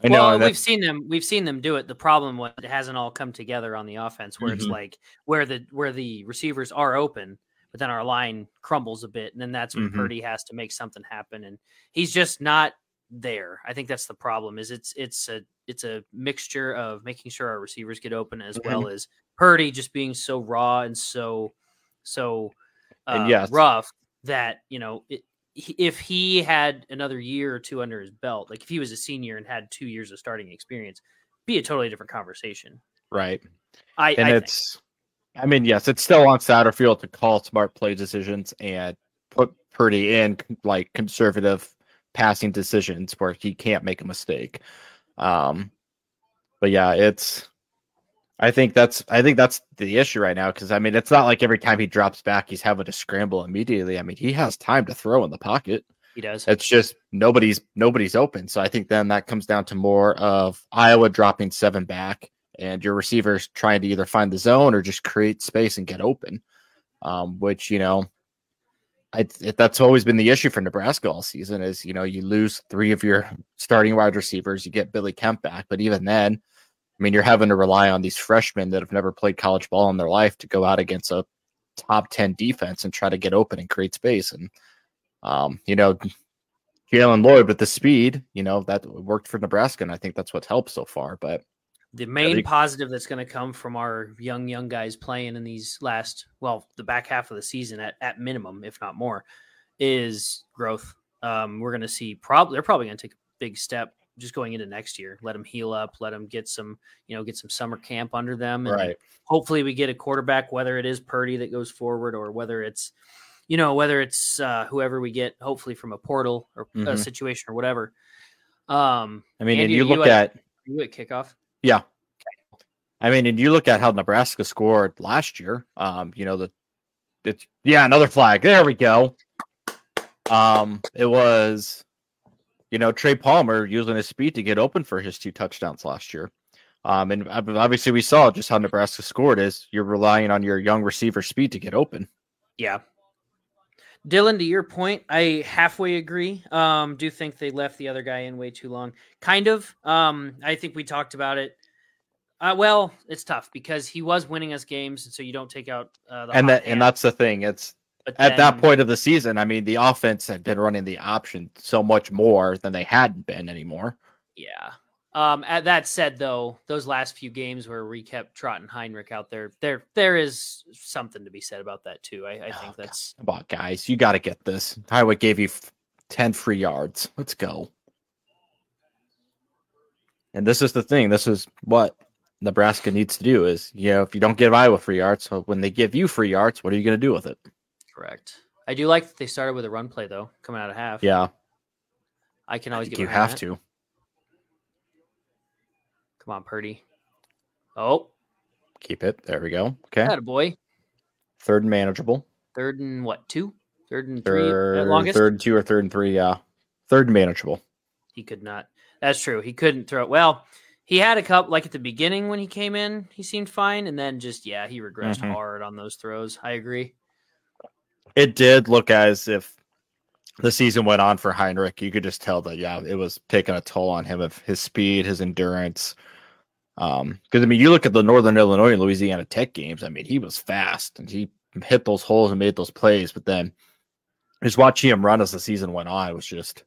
I know
well,
and
we've
that's-
seen them. We've seen them do it. The problem was it hasn't all come together on the offense, where it's
Mhm.
like where the where the receivers are open, but then our line crumbles a bit, and then that's when
Mhm.
Purdy has to make something happen, and he's just not there. I think that's the problem. Is it's it's a it's a mixture of making sure our receivers get open as
Mm-hmm.
well as Purdy just being so raw and so so uh,
And yes.
rough that you know it, he- if he had another year or two under his belt, like if he was a senior and had two years of starting experience, be a totally different conversation.
right.
I,
and
I think.
it's I mean, yes, it's still on Satterfield to call smart play decisions and put Purdy in like conservative passing decisions where he can't make a mistake. Um but yeah, it's I think that's I think that's the issue right now because I mean it's not like every time he drops back he's having to scramble immediately. I mean he has time to throw in the pocket.
he does.
It's just nobody's nobody's open. So I think then that comes down to more of Iowa dropping seven back and your receivers trying to either find the zone or just create space and get open. Um, which you know, I, it, that's always been the issue for Nebraska all season is you know you lose three of your starting wide receivers, you get Billy Kemp back, but even then, I mean you're having to rely on these freshmen that have never played college ball in their life to go out against a top ten defense and try to get open and create space and. Um, you know, Jalen Lloyd with the speed, you know, that worked for Nebraska, and I think that's what's helped so far. But
the main
they-
positive that's going to come from our young young guys playing in these last well the back half of the season at, at minimum if not more is growth um, we're going to see probably they're probably going to take a big step just going into next year let them heal up let them get some you know get some summer camp under them and hopefully we get a quarterback whether it is purdy that goes forward or whether it's you know whether it's uh, whoever we get hopefully from a portal or a
Mhm.
situation or whatever um
I mean, and
Andy,
you
are you
look
a-
at,
you at kickoff
I mean, and you look at how Nebraska scored last year. Um, you know, the it's yeah, another flag. There we go. Um, it was, you know, Trey Palmer using his speed to get open for his two touchdowns last year. Um, and ob- obviously we saw just how Nebraska scored is you're relying on your young receiver speed to get open.
Yeah. Dylan, to your point, I halfway agree. Um, do think they left the other guy in way too long. Kind of. Um, I think we talked about it. Uh, well, it's tough because he was winning us games, and so you don't take out uh, the
And
hot
that and
hand,
that's the thing. It's
but
at
then-
that point of the season, I mean, the offense had been running the option so much more than they hadn't been anymore.
Yeah. Um, at that said, though, those last few games where we kept Trot and Heinrich out there, there there is something to be said about that too. I, I
Oh, God.
think that's
Come on, guys, you got to get this. Highway gave you f- ten free yards. Let's go. And this is the thing. This is what Nebraska needs to do is, you know, if you don't give Iowa free yards, so when they give you free yards, what are you going to do with it?
Correct. I do like that they started with a run play though, coming out of half.
Yeah,
I can
I
always
think
get
you
behind
have
that.
to.
Come on, Purdy. Oh,
Keep it. There we go. Okay.
that a boy.
Third and manageable.
Third and what? Two. Third and three. at
Third,
longest.
third and two or third and three. Yeah. Third and manageable.
He could not. That's true. He couldn't throw it. Well, he had a couple. Like at the beginning when he came in, he seemed fine, and then just yeah, he regressed
Mhm.
hard on those throws. I agree.
It did look as if the season went on for Heinrich. You could just tell that, yeah, it was taking a toll on him of his speed, his endurance. Um, because I mean, you look at the Northern Illinois and Louisiana Tech games. I mean, he was fast and he hit those holes and made those plays. But then just watching him run as the season went on was just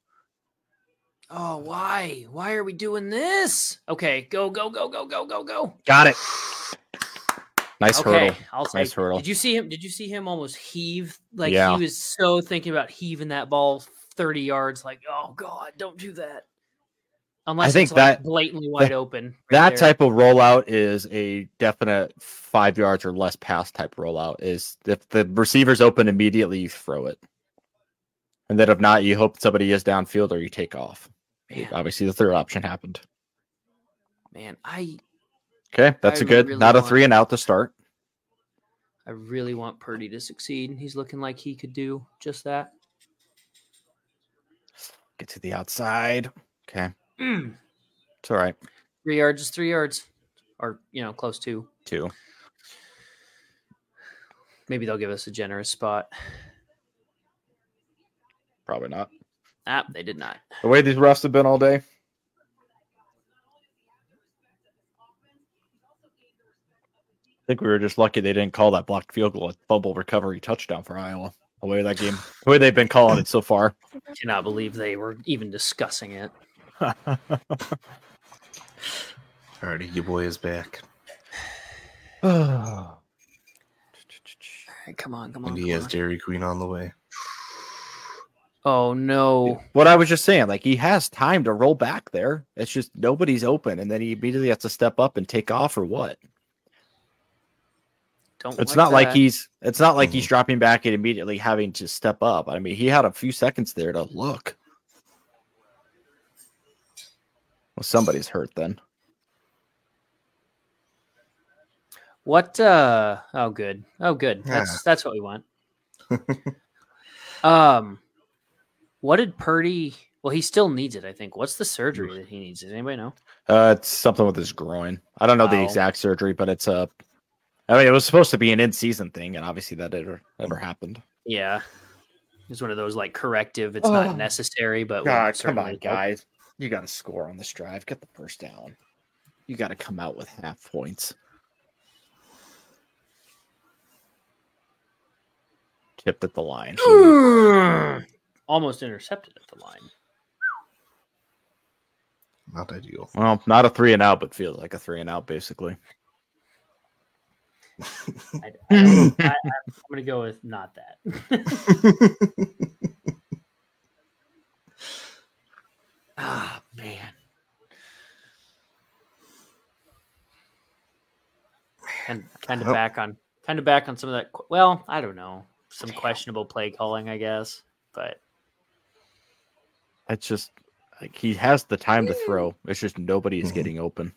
Oh, why? Why are we doing this? Okay, go, go, go, go, go, go, go.
got it. Nice
okay,
hurdle.
I'll take.
Nice hurdle.
Did you see him? Did you see him almost heave? Like
Yeah.
he was so thinking about heaving that ball thirty yards. Like, oh god, don't do that. Unless
think
it's like
that-
blatantly wide open. right
that
there.
type of rollout is a definite five yards or less pass type rollout is if the receiver's open immediately you throw it and then if not you hope somebody is downfield or you take off
Man,
obviously the third option happened
man, I
okay that's a
I
good
really
not a
want-
three and out to start
I really want Purdy to succeed. He's looking like he could do just that.
get to the outside okay
Mm.
it's all right
Three yards is three yards, or you know, close to.
two
Maybe they'll give us a generous spot.
probably not
Ah, they did not.
the way these refs have been all day I think we were just lucky they didn't call that blocked field goal a fumble recovery touchdown for Iowa. The way that game, the way they've been calling it so far.
Cannot believe they were even discussing it.
Alrighty, your boy is back.
Dairy
All right, come on,
Oh
come on.
And he
come
has
on.
Dairy Queen on the way.
Oh no.
What I was just saying, like he has time to roll back there. It's just nobody's open, and then he immediately has to step up and take off or what?
Don't
It's not like
that.
he's. It's not like
Mhm.
he's dropping back and immediately having to step up. I mean, he had a few seconds there to look. Well, somebody's hurt then.
what uh oh good. Oh good. That's that's what we want. um what did Purdy well he still needs it, I think. What's the surgery that he needs? Does anybody know?
Uh, it's something with his groin. I don't know the
Wow.
exact surgery, but it's a. I mean, it was supposed to be an in-season thing, and obviously that never, never happened.
Yeah. It's one of those like corrective, it's
Oh.
not necessary, but would
God, come
certainly
on,
help.
guys. You got to score on this drive. Get the first down. You got to come out with half points. Tipped at the line.
Almost intercepted at the line.
Not ideal.
well, not a three and out, but feels like a three and out, basically.
I, I, I, I'm gonna go with not that. Ah man. And kind of
Well-
back on kind of back on some of that que- well, I don't know. Some questionable play calling, I guess. But
It's just like he has the time to throw. It's just nobody is
Mm-hmm.
Mhm.
getting open.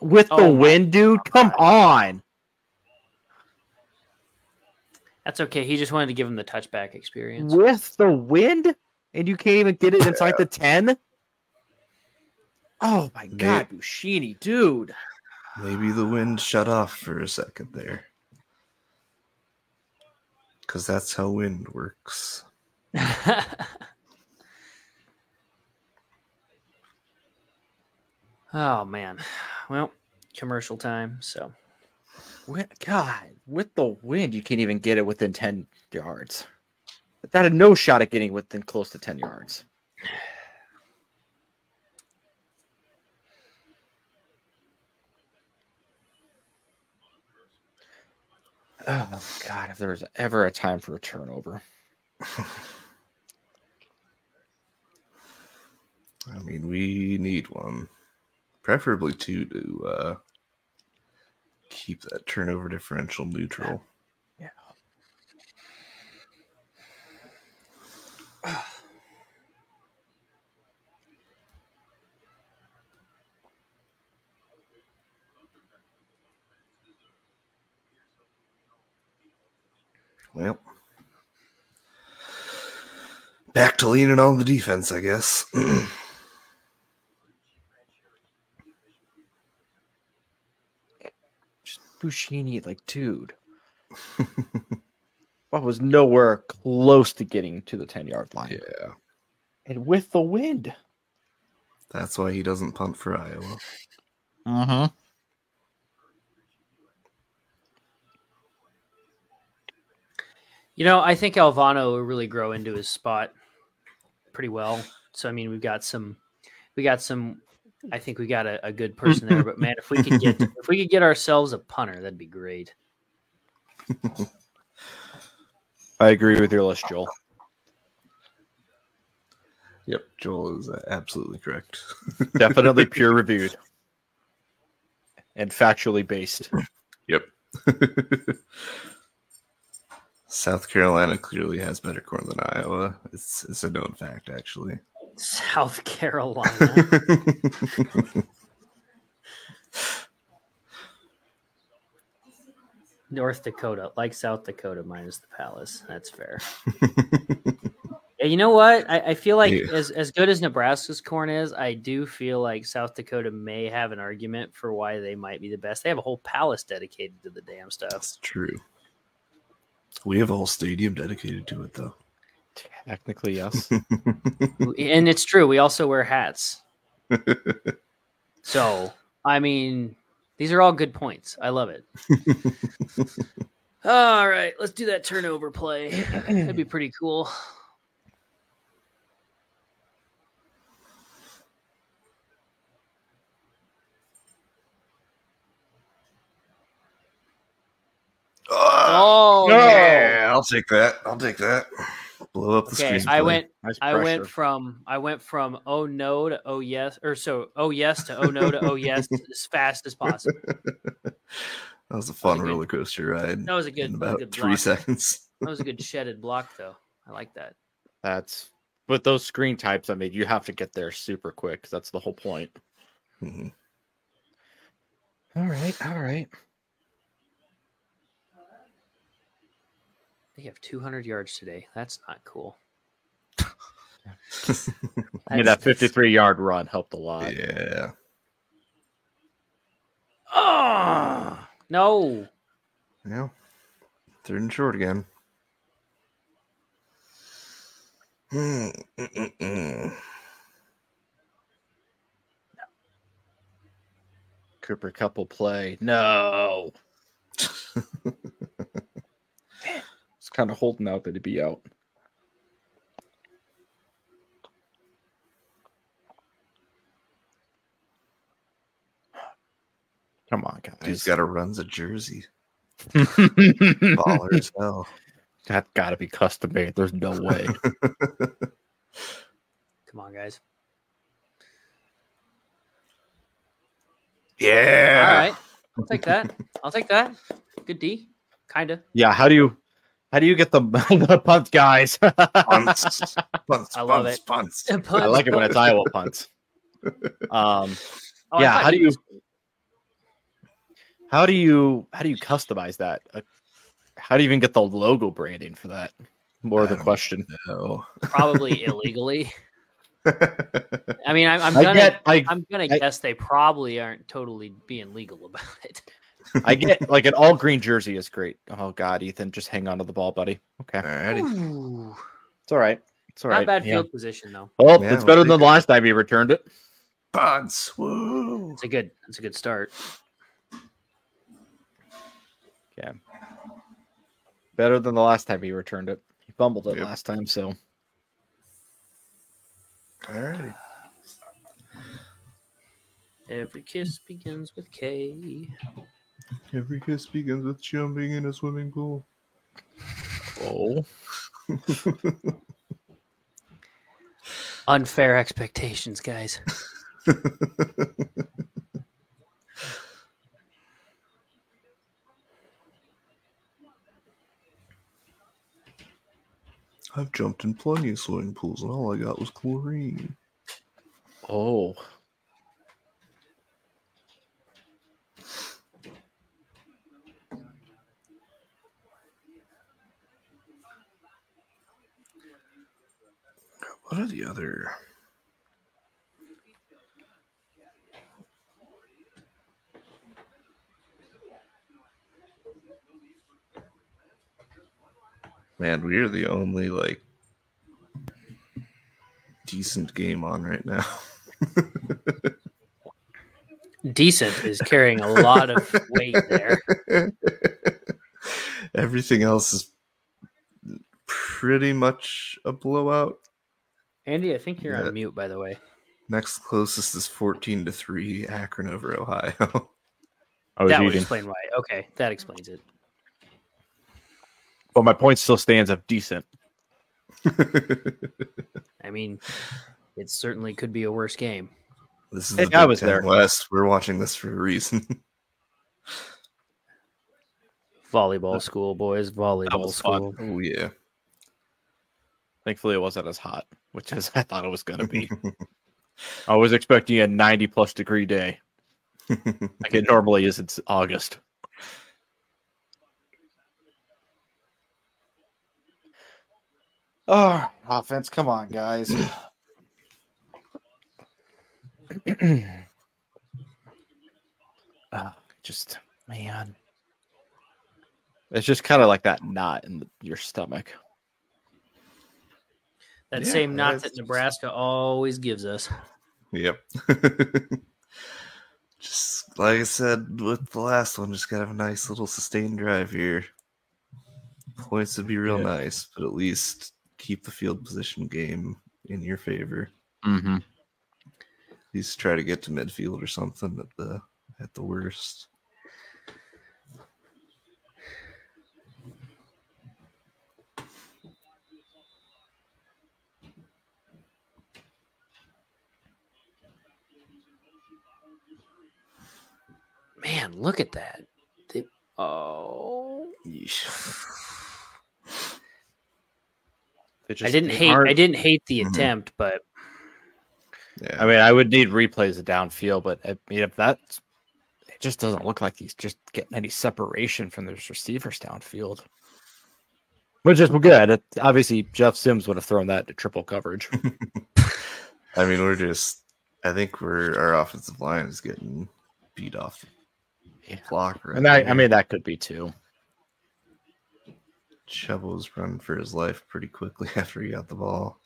With the
Oh my
wind, dude, come on.
that's okay. He just wanted to give him the touchback experience.
With the wind, and you can't even get it inside the ten. Oh my
May-
god, Bushini, dude.
Maybe the wind shut off for a second there.
Because that's how wind works.
oh man. Well, commercial time, so
Wi- God, with the wind, you can't even get it within 10 yards. That had no shot at getting within close to 10 yards. Oh, God, if there was ever a time for a turnover.
I mean, and we need one, preferably two, to uh, keep that turnover differential neutral. Well, back to leaning on the defense, I guess.
Just Bushini, like, dude. I was nowhere close to getting to the 10 yard line.
yeah,
And with the wind.
that's why he doesn't punt for Iowa.
Uh-huh.
You know, I think Alvano will really grow into his spot pretty well. So I mean, we've got some, we got some. I think we got a, a good person there. But man, if we could get if we could get ourselves a punter, that'd be great.
I agree with your list, Joel.
Yep, Joel is absolutely correct.
Definitely peer reviewed and factually based.
South Carolina clearly has better corn than Iowa. It's it's a known fact, actually.
South Carolina. North Dakota, like South Dakota, minus the Palace. That's fair. And you know what? I, I feel like
Yeah.
as, as good as Nebraska's corn is, I do feel like South Dakota may have an argument for why they might be the best. They have a whole palace dedicated to the damn stuff.
That's true. We have a whole stadium dedicated to it, though.
Technically, yes.
and it's true. We also wear hats. so, I mean, these are all good points. I love it. all right, let's do that turnover play. That'd be pretty cool. Oh, no.
I'll take that. I'll take that. Blow up the
Okay,
screen.
I
play.
went
Nice
I went
pressure.
from I went from oh no to oh yes or so oh yes to oh no to oh yes as fast as possible.
That was a fun
That was a good-
roller coaster ride.
That was a good,
in
that was a
about
good
three
block.
seconds.
That was a good shedded block though. I like that.
That's with those screen types. I mean, you have to get there super quick. 'cause That's the whole point.
Mhm.
All right, all right.
They have 200 yards today. That's not cool.
I mean, that
That's-
53 yard run helped a lot.
yeah.
Ah, no.
Yeah. Third and short again. Mm, mm, mm, mm.
Cooper Cup will play. No. it's kind of holding out that he'd be out. Come on,
Dude's
guys.
got a runs a jersey. Baller as hell.
that got to be custom made. There's no way.
Come on, guys. All
Yeah.
right. I'll take that. I'll take that. Good D. Kinda.
yeah, how do you how do you get the, the punt guys? I
Punts. Punts.
I love
punts,
it.
Punts.
like it when it's Iowa punts. Um
Oh, I
yeah,
thought
how do you
was-
how do you how do you customize that? Uh, How do you even get the logo branding for that? More of
I
the
don't
question.
No.
probably illegally. I mean, I'm, I'm
I
gonna
get I,
I'm gonna
I-
guess they probably aren't totally being legal about it.
I get like an all green jersey is great. Oh god, Ethan, just hang on to the ball, buddy. Okay.
Alrighty.
Ooh,
It's all right. It's all
not
right.
bad
Yeah.
field position though.
Well,
Yeah,
it's better
we'll
than
take
the last time he returned it.
Punts. Woo.
It's a good it's a good start.
Better than the last time he returned it. He fumbled it
Yep.
last time, so
Alrighty.
Every kiss begins with K.
Every kiss begins with jumping in a swimming pool.
oh
Unfair expectations, guys.
I've jumped in plenty of swimming pools, and all I got was chlorine.
Oh,
What are the other? Man, we are the only like decent game on right now.
Decent is carrying a lot of weight there.
Everything else is pretty much a blowout.
Andy, I think you're
Yeah.
on mute, by the way.
Next closest is 14 to 3 Akron over Ohio.
I was
that would
reading,
explain why. Okay, that explains it.
but my point still stands of decent.
I mean, it certainly could be a worse game.
this is
Hey,
the
I
Big
was
Ten
there.
West. We're watching this for a reason.
Volleyball school, boys. Volleyball
was fun.
school.
oh yeah.
Thankfully, it wasn't as hot, which is I thought it was going to be. I was expecting a 90 plus degree day, like it normally is. It's August. Oh, offense! Come on, guys. Ah, just man, it's just kind of like that knot in the, your stomach.
That
Yeah,
same knot
that's-
that Nebraska always gives us.
Yep. just like I said with the last one, just gotta have a nice little sustained drive here. Points would be real
Yeah.
nice, but at least keep the field position game in your favor.
Mm-hmm.
At least try to get to midfield or something at the at the worst.
Man, look at that. They, oh.
They
I
just-
didn't
they
hate
aren't-
I didn't hate the
Mhm.
attempt, but
Yeah.
I mean, I would need replays of downfield, but I mean, if that's it, just doesn't look like he's just getting any separation from those receivers downfield. Which is good. It, obviously, Jeff Sims would have thrown that to triple coverage.
I mean, we're just. I think we're our offensive line is getting beat off the
Yeah.
block. Right
and I, I
now.
mean, that could be too.
Chubb's run for his life pretty quickly after he got the ball.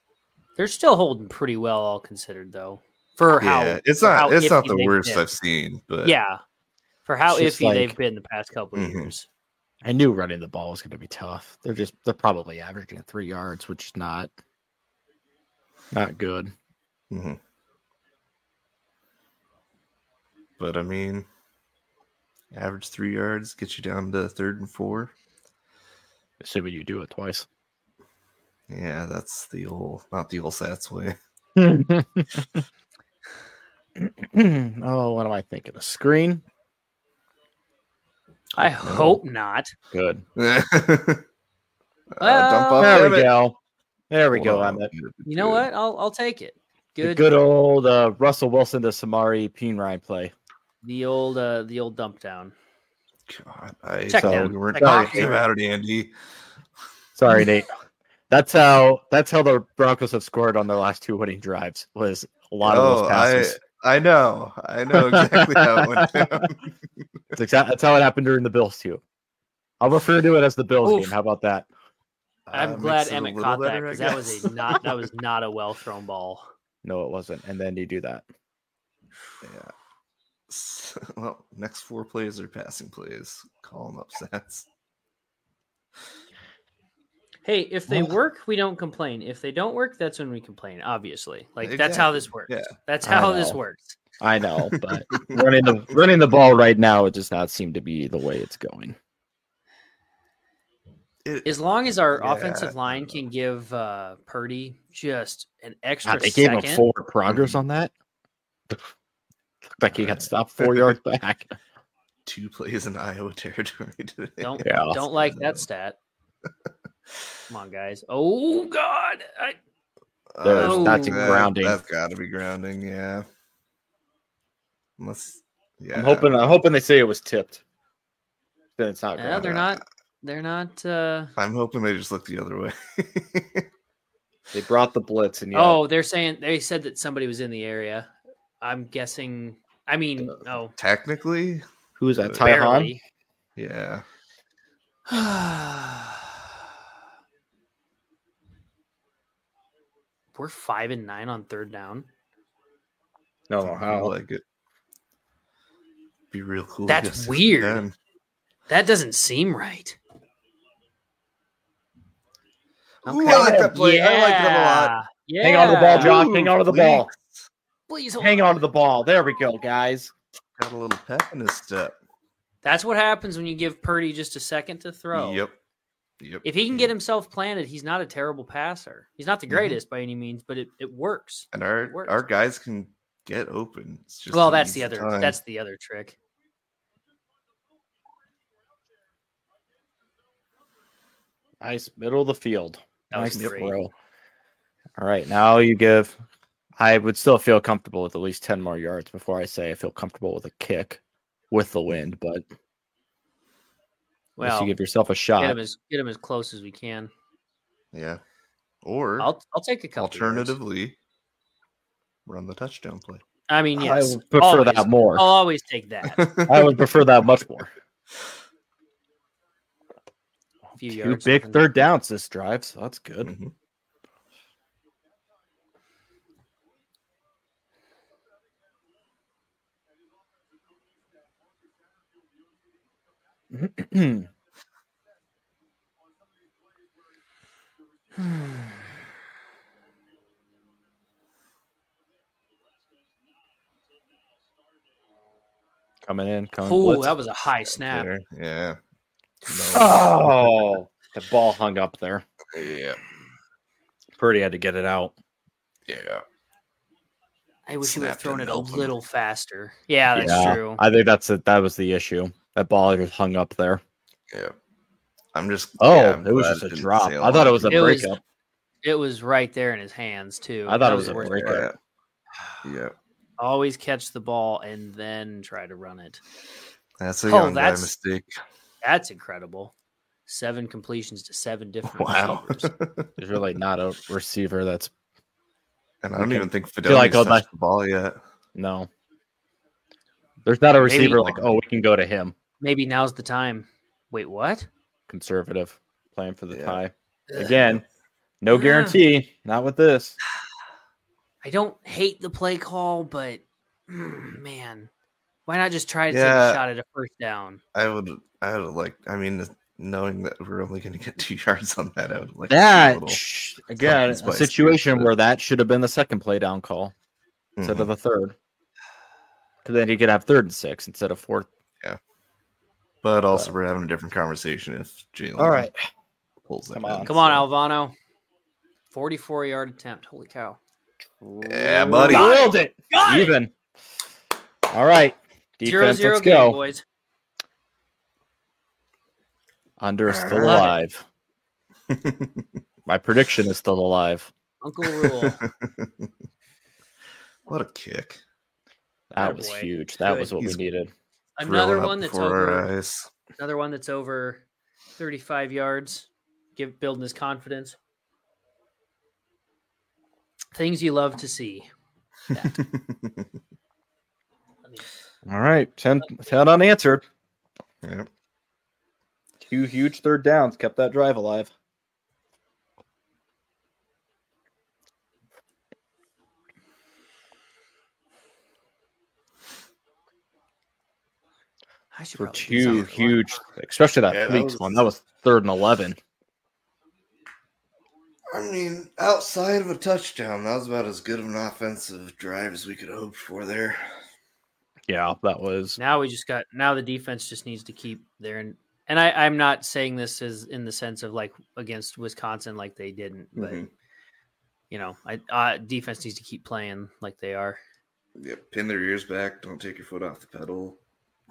they're still holding pretty well, all considered though. For
yeah,
how
it's
for how
not. It's not
iffy
the
they've
worst
been.
I've seen, but
Yeah. For how
It's just
iffy they've
like-
been the past couple of
Mhm.
years.
I knew running the ball was going to be tough. They're just they're probably averaging three yards, which is not not good.
Mhm. But I mean, average three yards gets you down to third and four.
Assuming you do it twice.
Yeah, that's the old, not the old Sats way.
oh, what am I thinking? A screen?
I hope not.
Good.
Uh,
Well,
There
off, Oh, damn
we
it.
go. There we
Hold
go.
on,
Emmett.
good,
Uh, You know
good.
what? I'll I'll take it.
The
Good
good old uh, Russell Wilson to Samari Peenrine play.
the old uh the old dump down.
God, I
Check
thought
down.
we weren't
Check
talking
down.
about it, Andy.
Sorry, Nate. That's how that's how the Broncos have scored on their last two winning drives was a lot of
Oh,
those
I-
passes.
I know, I know exactly how it went down.
It's exa- that's how it happened during the Bills too. I'll refer to it as the Bills
Oof.
game. How about that?
I'm
Uh,
glad
makes it a
Emmett
little
caught that
better, I
because that was
guess.
a not that was not a well thrown ball.
No, it wasn't. And then you do that.
Yeah. So, well, next four plays are passing plays. Call them upsets.
Hey, if they
Well-
work, we don't complain. If they don't work, that's when we complain. Obviously, like that's how this works.
Exactly.
That's
I
how this
know.
works.
I know, but running the running the ball right now, it does not seem to be the way it's going.
It,
As long as our
Yeah.
offensive line can give uh, Purdy just an extra
God, they gave
second,
him forward
Mm-hmm.
progress on that. Looked like he got stopped four yards back.
two plays in Iowa territory today.
don't
Yeah.
don't like that stat. Come on, guys. Oh God, I,
There's-
Uh,
that's a
that-
grounding.
That's got to be grounding. Yeah. Unless. Yeah.
I'm hoping. I'm hoping they say it was tipped. Then it's not.
no,
grounded.
uh, they're not. They're not. Uh,
I'm hoping they just look the other way.
They brought the blitz and yeah,
Oh, they're saying they said that somebody was in the area. I'm guessing. I mean,
Uh,
oh,
Technically,
who is that? Ty Han?
barely.
yeah.
We're five and nine on third down.
No,
I
no,
feel
how?
like it. Be real cool. if
That's
you guys
weird.
can.
That doesn't seem right.
Ooh, I like that play. I like that a lot.
Yeah.
Hang on to the ball, Josh. Hang
Ooh,
on to the
please.
ball.
Please hold
Hang on to the ball. There we go, guys.
Got a little pep in his step.
That's what happens when you give Purdy just a second to throw.
Yep. Yep.
If he can get himself planted, he's not a terrible passer. He's not the
Mm-hmm.
Mhm.
greatest by any means, but it, it works.
and
It
our
works.
our guys can get open. It's just
well,
he
that's
needs
the other
time.
that's the other trick.
Nice middle of the field.
That was
Nice
great.
throw. All right, now you give. I would still feel comfortable with at least ten more yards before I say I feel comfortable with a kick with the wind, but at least
Well,
you
get
give yourself a shot.
him as get him as close as we can.
yeah. Or
I'll I'll take a couple. yards.
alternatively, run the touchdown play.
I mean,
I
yes.
would prefer
always.
that more.
I'll always take that.
I would prefer that much more.
A few
Two
yards off
big
in-
third downs this drive, so that's good.
Mhm.
Coming in, coming.
Ooh,
blitz.
that was a high snap.
There, Yeah.
oh, the ball hung up there.
Yeah.
Purdy had to get it out.
Yeah.
I wish you would have
Snapped
thrown
and
it a
opened.
little faster. Yeah, that's
Yeah.
true.
I think that's it. That was the issue. That ball just hung up there.
Yeah. I'm just.
Oh,
yeah, I'm
it was
glad
just a
didn't
drop.
sail
I thought it
on.
was a
It was-
breakup.
It was right there in his hands too.
I thought
That
it was a
worth
breakup.
Yeah. Yeah.
Always catch the ball and then try to run it.
That's a
Oh,
young guy
that's-
mistake.
That's incredible. Seven completions to seven different
Wow.
receivers.
There's really not a receiver that's
and I don't
Okay.
even think
feel
Fidel
like all
touched the ball yet.
no. There's not a
Maybe-
receiver like, oh, we can go to him.
Maybe now's the time. Wait, what?
Conservative playing for the
Yeah.
tie again. No
Yeah.
guarantee. Not with this.
I don't hate the play call, but mm, man, why not just try to take
Yeah.
a shot at a first down?
I would. I would like. I mean, knowing that we're only going to get two yards on that, I would like to see a
That
little-
sh- again, a
spicy,
situation
but-
where that should have been the second play down call instead
Mhm.
of the third. 'Cause then you could have third and six instead of fourth.
But also, we're having a different conversation if Jalen.
All right.
pulls that
Come
in,
on.
Come on,
so-
Alvano. 44 yard attempt. Holy cow.
Yeah, buddy.
Nailed it.
Got it!
Even. All right.
Zero
Defense,
zero
let's
game,
go.
boys.
Under is still
Love it.
alive. My prediction is still alive.
Uncle Rule.
What a kick!
That
Attaboy.
was huge. That was what
He's-
we needed.
Throwing
another
up uh,
one that's
before our
over
eyes.
another one that's over 35 yards. Give building his confidence. Things you love to see. Let me-
All right. 10, 10 unanswered.
Yep.
Two huge third downs kept that drive alive.
I should
For
probably do
two
something.
huge, especially that
Yeah, that
Fleeks
was-
one. That was third and 11.
I mean, outside of a touchdown, that was about as good of an offensive drive as we could hope for there.
Yeah, that was.
Now we just got now the defense just needs to keep their and I, I'm not saying this is in the sense of like against Wisconsin, like they didn't, but
Mhm.
you know, I uh, defense needs to keep playing like they are.
Yeah, pin their ears back. Don't take your foot off the pedal.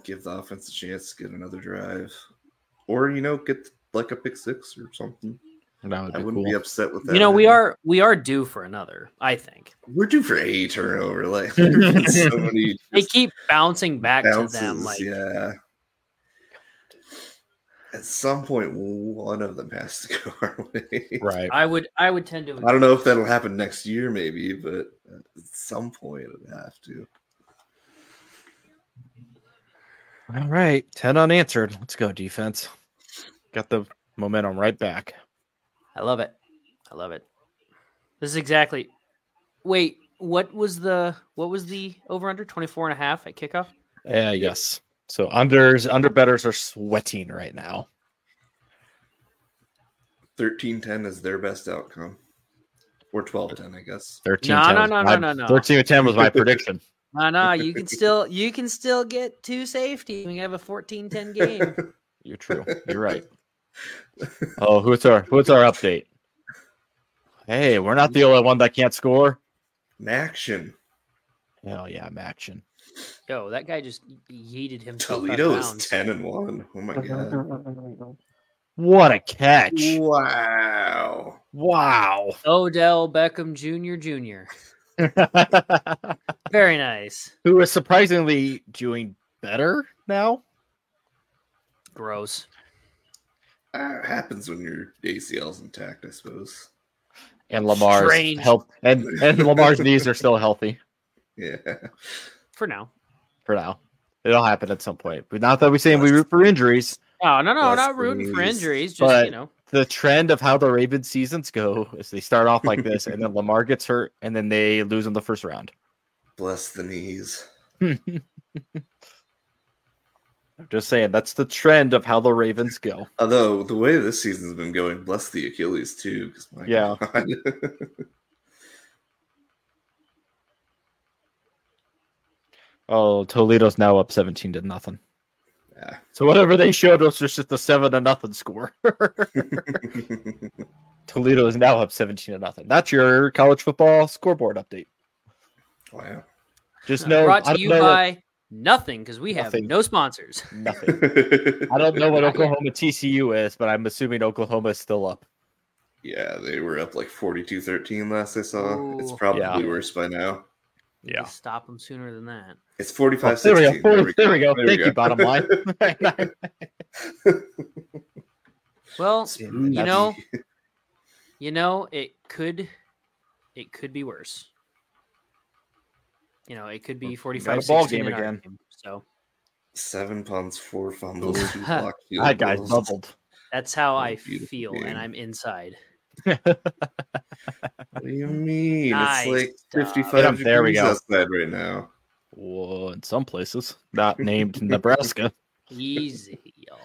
Give the offense a chance to get another drive, or you know, get like a pick six or something.
That would
I
be
wouldn't
cool.
be upset with that.
You know, we
either.
are we are due for another. I think
we're due for a turnover. Like there's been so many
they
just
keep bouncing back
bounces.
to them. Like,
yeah. At some point, one of them has to go our way.
right.
I would I would tend to.
I don't know if that'll happen next year, maybe, but at some point it'll have to.
All right. 10 unanswered. Let's go, defense. Got the momentum right back.
I love it. I love it. This is exactly. Wait, what was the what was the over under 24 and a half at kickoff?
Yeah, yes. So unders, underbetters are sweating right now.
Thirteen ten is their best outcome, or twelve ten, I guess.
13
No,
10
no,
was my-
no, no, no, no.
13 to 10 was my prediction.
No, no, you can still you can still get two safety. We can have a 14-10 game.
You're true. You're right. Oh, who's our who's our update? Hey, we're not the only one that can't score.
In action.
Hell yeah, I'm action.
Yo, that guy just yeeted him. 25
Toledo is
pounds.
10 and 1. Oh my god.
What a catch.
Wow.
Wow.
Odell Beckham Jr. Jr. Very nice.
Who is surprisingly doing better now?
Gross.
Uh, happens when your ACL's intact, I suppose.
And Lamar's
Strange.
help and, and Lamar's knees are still healthy
Yeah.
For now.
for now. It'll happen at some point. But not that we're saying we root for injuries.
Oh no, no,
Bless
not rooting for
Louise.
injuries. Just
But-
you know,
The trend of how the Ravens seasons go is they start off like this and then Lamar gets hurt and then they lose in the first round.
Bless the knees.
I'm just saying that's the trend of how the Ravens go.
Although the way this season's been going, bless the Achilles too. 'cause my
Yeah.
God.
Oh, Toledo's now up 17 to nothing.
yeah.
So whatever they showed us was just a seven to nothing score. Toledo is now up 17 to nothing. That's your college football scoreboard update.
wow.
Just know
brought
I
to
don't
you
know what-
by nothing because we have
Nothing.
no sponsors.
nothing. I don't know what Oklahoma TCU is, but I'm assuming Oklahoma is still up.
yeah, they were up like 42 13 last I saw. It's
Ooh.
probably
Yeah.
worse by now.
Yeah.
Stop them sooner than that.
It's 45
Oh, there we go.
16.
There we, go.
There we
Thank
go.
you, bottom line.
Well,
Smooth.
You
know- you know it could it could be worse you know it could be 45
ball
16
game
in our
again.
game. so
Seven punts, four fumbles,
Oof.
two blocked field
that guy's
goals.
bubbled.
that's how
What a
i
beautiful
feel
game.
and i'm inside
What do you mean?
Nice
it's like
job.
55
Yeah, there we
degrees
go.
outside right now.
Whoa, in some places, not named Nebraska.
easy y'all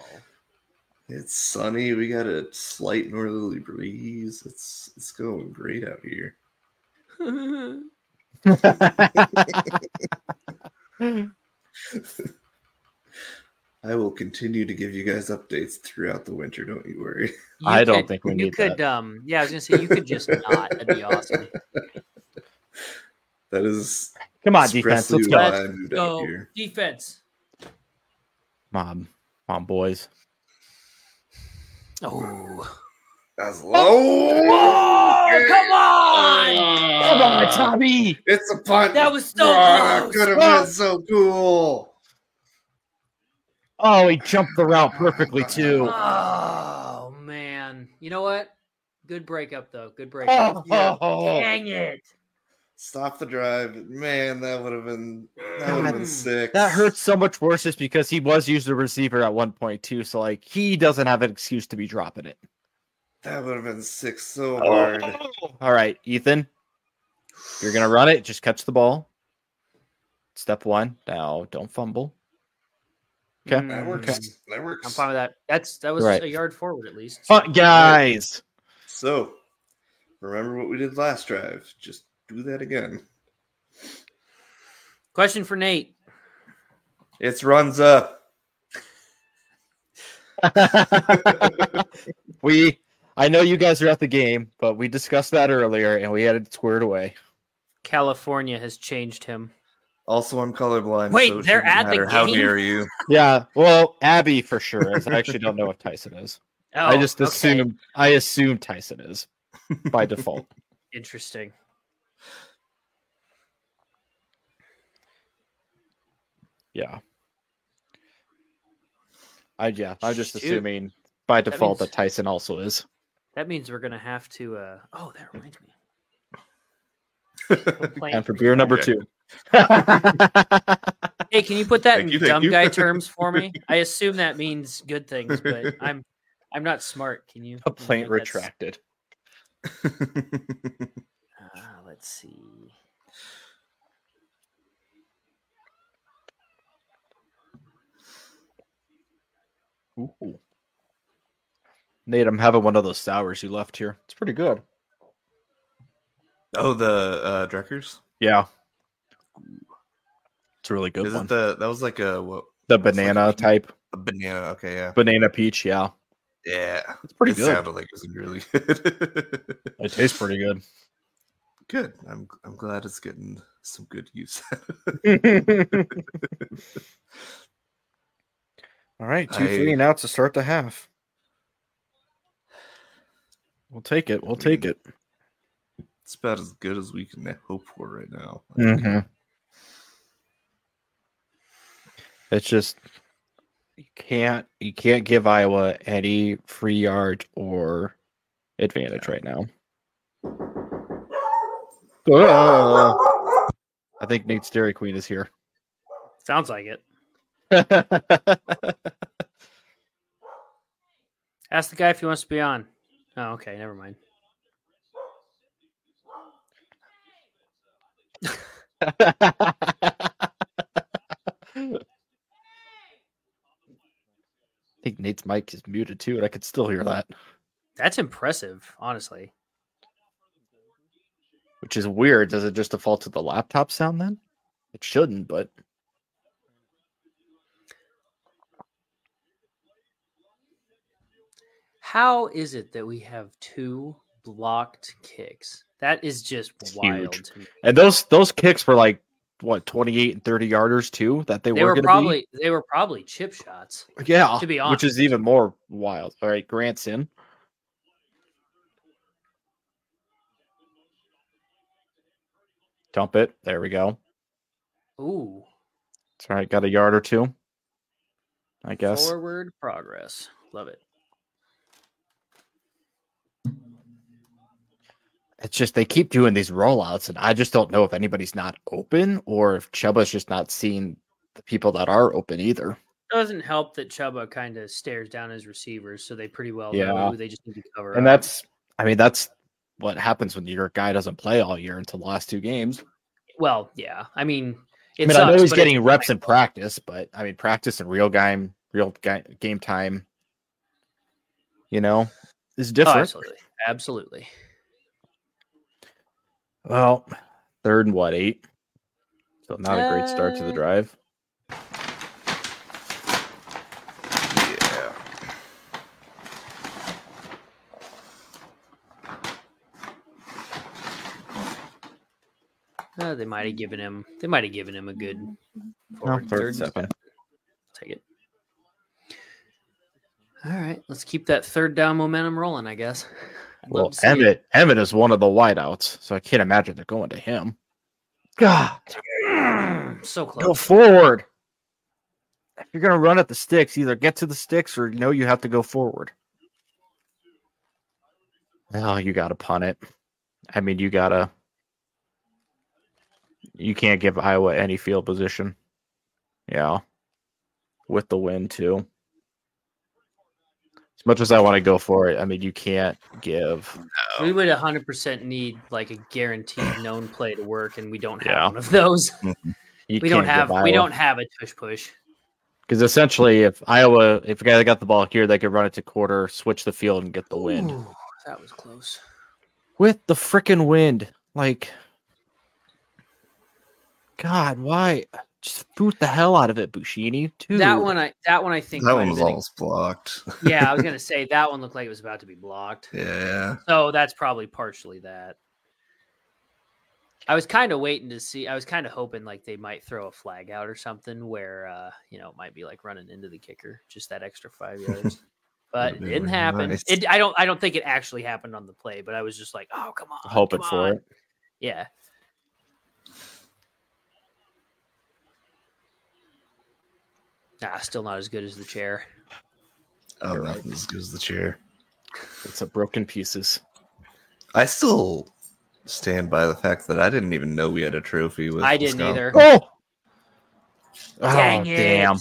It's sunny. We got a slight northerly breeze. It's it's going great out here. I will continue to give you guys updates throughout the winter. Don't you worry.
You
I don't think we
you
need
could um yeah i was gonna say you could just not that'd be awesome
That is
Come on, defense.
expressly
Let's go.
why
Let's
I moved out
go
here.
defense
Mom, mom, boys.
oh
That's low.
Whoa, Oh, come on
Come on, Tommy.
It's a punt.
That was so close.
Could have been so cool.
Oh, he jumped the route perfectly too.
oh man you know what good breakup though good breakup
Oh,
Yeah.
Dang it.
Stop the drive, man. That would have been that would have been
God,
sick.
That hurts so much worse just because he was used a receiver at one point too. So like he doesn't have an excuse to be dropping it.
That would have been sick so
Oh.
hard.
Oh!
All right, Ethan. You're gonna run it. Just catch the ball. Step one. Now don't fumble. Okay.
That works.
Mm.
That works.
I'm fine with that. That's that was
Right.
a yard forward at least.
Fuck guys.
So, remember what we did last drive. Just do that again.
Question for Nate.
It's runs up.
we, I know you guys are at the game, but we discussed that earlier and we had it squared away.
California has changed him.
Also, I'm colorblind.
Wait,
it
they're
shouldn't
at the
matter. How
game?
dare you?
Yeah, well, Abby for sure. Is. I actually don't know if Tyson is.
Oh,
I just
okay.
assume I assume Tyson is by default.
Interesting.
Yeah. I yeah, I'm just
Shoot.
assuming by default
means-
that Tyson also is.
That means we're gonna have to. Uh... Oh, that reminds me.
Time
Complaint.
for beer number
Okay.
two.
Hey, can you put that
Thank
in
you, thank
dumb
you.
guy terms for me? I assume that means good things, but I'm I'm not smart. Can you
Complaint
put that s-
retracted.
Ah, let's see.
Ooh. Nate, I'm having one of those sours you left here. It's pretty good.
oh, the uh, Dreckers.
Yeah. It's a really good
Isn't
one. The,
the that was like a what? it's like
banana
a-
type.
A banana. Okay, yeah,
Banana peach, yeah.
yeah.
It's pretty
it
good.
sounded like it was really good.
It tastes pretty good.
good. I'm I'm glad it's getting some good use.
All right, two
I-
three now to start the half. We'll take it. We'll take it.
it's about as good as we can hope for right now.
Mm-hmm. It's just you can't you can't give Iowa any free yard or advantage right now. Ah. I think Nate's Dairy Queen is here.
Sounds like it. Ask the guy if he wants to be on. Oh, okay, never mind.
I think Nate's mic is muted too, and I could still hear that,
That's impressive, honestly.
which is weird. Does it just default to the laptop sound then? It shouldn't, but
How is it that we have two blocked kicks? That is just
It's
wild
huge.
to me.
and those those kicks were like what twenty eight and thirty yarders too that they,
They
were, gonna
were
be?
probably they were probably chip shots.
yeah
to be
which is even more wild. All right, Grant's in. Dump it. There we go.
Ooh.
It's all right. Got a yard or two, I guess.
Forward progress. Love it.
It's just they keep doing these rollouts, and I just don't know if anybody's not open or if Chuba's just not seeing the people that are open either.
Doesn't help that Chuba kind of stares down his receivers, so they pretty well know
Yeah.
who they just need to cover.
And
up.
that's, I mean, that's what happens when your guy doesn't play all year until the last two games.
well, yeah. I mean,
I
it
mean,
sucks,
I know he's
but it-
getting reps in practice, but I mean, practice and real game, real ga- game time, you know, is
oh,
different.
absolutely, absolutely.
Well, third and what eight? So not a great start to the
Uh,
drive.
Yeah.
Uh, they might have given him. They might have given him a good.
No, third,
forward third
and
step.
seven.
Take it. All right, let's keep that third down momentum rolling. I guess. I'd love
Well,
to see it.
Emmett, Emmett is one of the wideouts, so I can't imagine they're going to him. God,
Mm, so
go
close.
forward. If you're gonna run at the sticks, either get to the sticks or no, you have to go forward. Oh, you gotta punt it. I mean, you gotta. You can't give Iowa any field position. Yeah, with the win too. As much as I want to go for it, I mean, you can't give.
We would 100% need like a guaranteed known play to work, and we don't have
Yeah.
one of those.
You
we
can't
don't have.
give Iowa-
We don't have a tush push.
Because essentially, if Iowa, if a guy got the ball here, they could run it to quarter, switch the field, and get the wind
Ooh, that was close.
with the freaking wind. Like, God, why? Just boot the hell out of it, Bushini. Too.
That one, I that one, I think
that
might
one
have
was
been-
almost blocked.
yeah, I was gonna say that one looked like it was about to be blocked.
yeah.
So that's probably partially that. I was kind of waiting to see. I was kind of hoping like they might throw a flag out or something where uh, you know it might be like running into the kicker, just that extra five yards. But it
Would've been
didn't happen.
nice.
It, I don't. I don't think it actually happened on the play. But I was just like, oh come on,
Hoping
come
for
on.
it.
Yeah. Nah, still not as good as the chair.
Oh,
You're right.
nothing's as good as the chair.
It's a broken pieces.
I still stand by the fact that I didn't even know we had a trophy with
I didn't
Wisconsin.
either.
Oh,
Dang it.
damn!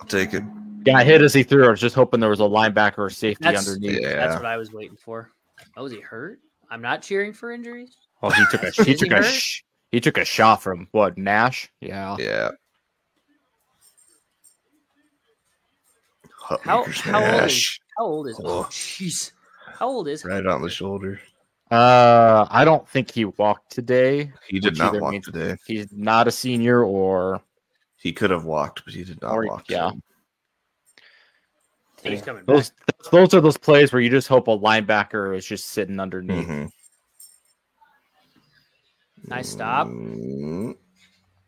I'll take it.
Got hit as he threw. I was just hoping there was a linebacker or safety
That's-
underneath.
That's
Yeah.
what I was waiting for. Oh, is he hurt? I'm not cheering for injuries.
Oh, he took a he
Is he
took a
hurt?
sh- he took a shot from what Nash? Yeah.
Yeah. Hut
How-
maker
how old is-
smash.
How old is?
Oh.
Oh, jeez. How old is?
Right on the shoulder.
Uh, I don't think he walked today.
He did
Which
not
either
walk
means-
today.
He's not a senior, or
He could have walked, but he did not
Or-
walk.
yeah.
today.
He's coming back.
those those are those plays where you just hope a linebacker is just sitting underneath.
Mhm.
Nice stop.
Mm,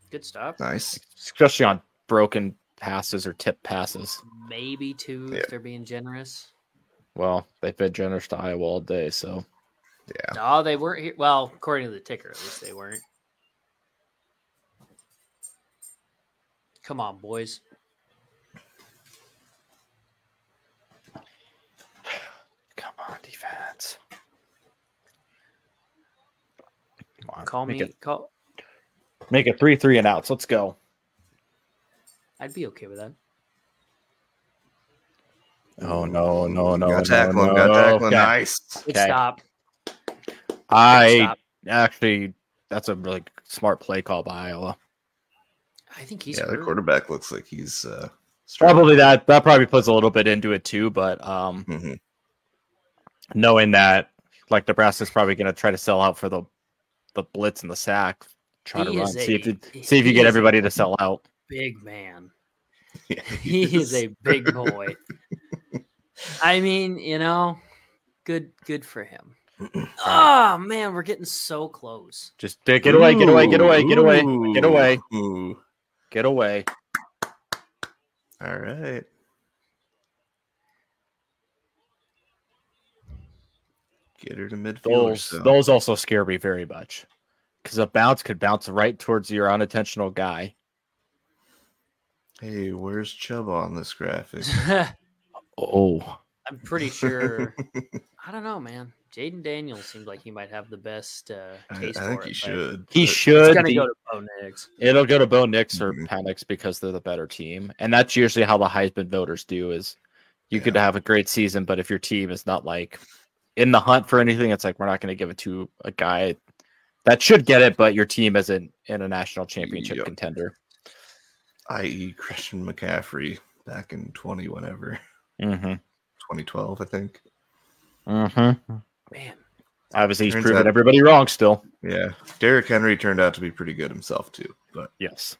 Good stop.
Nice.
especially on broken passes or tip passes.
Maybe two
Yeah.
if they're being generous.
Well, they've been generous to Iowa all day, so
No, they weren't here. Well, according to the ticker, at least they weren't. Come on, boys.
come on, defense. Come on,
Call
Uh, make
me. Call.
It, make it three three and outs. Let's go.
I'd be okay with that.
Oh no, no, no,
Got
no,
tackle him,
no.
Got tackle him.
Okay.
Nice.
Good
Okay.
stop. Good
I
stop.
actually, that's a really smart play call by Iowa.
I think he's
yeah, the
hurt.
quarterback looks like he's uh,
Probably that that probably puts a little bit into it too, but um,
hmm
knowing that like Nebraska's probably going to try to sell out for the the blitz and the sack, try
He
to run,
is
see if
a-
you see if you
he
get
is a-
everybody to sell out.
Big man. he is a big boy. I mean, you know, good good for him. oh man, we're getting so close.
Just get away, get away, get away, get away, get away,
Ooh, ooh.
get away.
All right. Get her to midfield. or
Those
so.
those also scare me very much because a bounce could bounce right towards your unintentional guy.
Hey, where's Chubb on this graphic?
I'm
Oh,
pretty sure. I don't know, man. Jaden Daniels seemed like he might have the best uh,
I, I
taste
think
for
he
it, but
should.
he
but-
should.
It's gonna
be-
go to Bo Nix.
It'll go to Bo Nix or
Mhm.
Penix because they're the better team, and that's usually how the Heisman voters do. Is you could have a great season, but if your team is not like in the hunt for anything, it's like we're not going to give it to a guy that should get it, but your team isn't in a national championship
Yep.
contender.
I.e., E Christian McCaffrey back in 20, whenever,
Mm-hmm.
2012, I think.
Mm-hmm.
Man,
Obviously, he's
Turns
proven
out-
everybody wrong still.
Yeah. Derrick Henry turned out to be pretty good himself, too. But
Yes.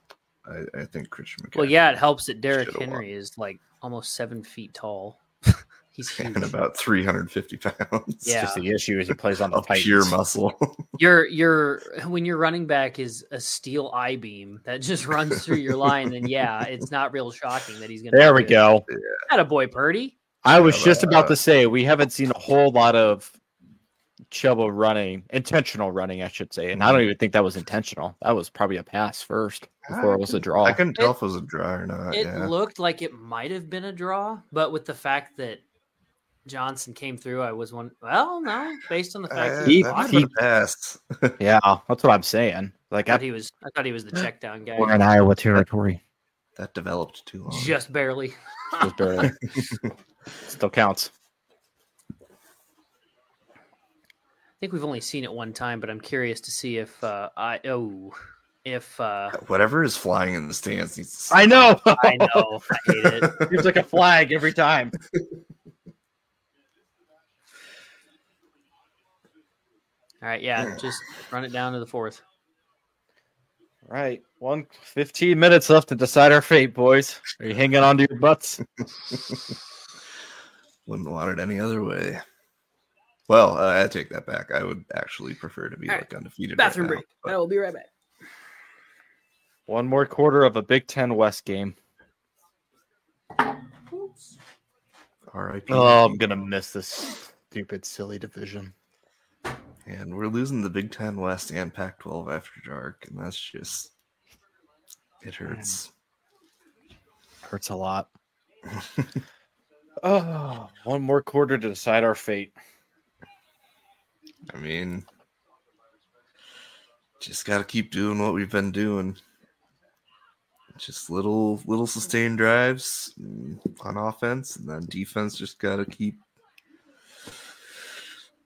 I, I think Christian McCaffrey.
well, yeah, it helps that Derrick
Should've
Henry is like almost seven feet tall. He's huge.
And about 350 pounds.
It's
Yeah.
Just the issue is he plays on the
Of pure
Titans.
muscle.
your your when your running back is a steel I beam that just runs through your line, then yeah, it's not real shocking that he's gonna.
There we go.
Had a boy, Purdy.
I was
Yeah,
just
but,
about
uh,
to say we haven't seen a whole lot of Chuba running, intentional running, I should say, and I don't even think that was intentional. That was probably a pass first before it was a draw.
I couldn't tell
It-
if it was a draw or not.
Oh. It
Oh, yeah.
looked like it might have been a draw, but with the fact that Johnson came through, I was one. Well, no, based on the fact
Uh,
that
He-
he,
that
blocked,
would've
he-
passed.
yeah, that's what I'm saying. Like
I thought
I,
he was, I thought he was the check down guy,
we're in Iowa territory.
That developed too long.
just barely.
Just barely. Still counts.
I think we've only seen it one time, but I'm curious to see if uh, I oh if uh,
Whatever is flying in the stands needs to
I know.
I know I hate it.
Seems like a flag every time.
All right, yeah, just run it down to the fourth.
Right. One 15 minutes left to decide our fate, boys. Are you hanging on to your butts?
Wouldn't want it any other way. Well, uh, I take that back. I would actually prefer to be
All right.
like undefeated. right
Bathroom
now,
break.
but-
I will be right back.
One more quarter of a Big Ten West game.
R.I.P.
Oh, I'm gonna miss this stupid, silly division.
And we're losing the Big Ten West and Pac 12 after dark. And that's just, it hurts.
Hurts a lot. oh, one more quarter to decide our fate.
I mean, just got to keep doing what we've been doing. Just little, little sustained drives mm, on offense. And then defense just got to keep.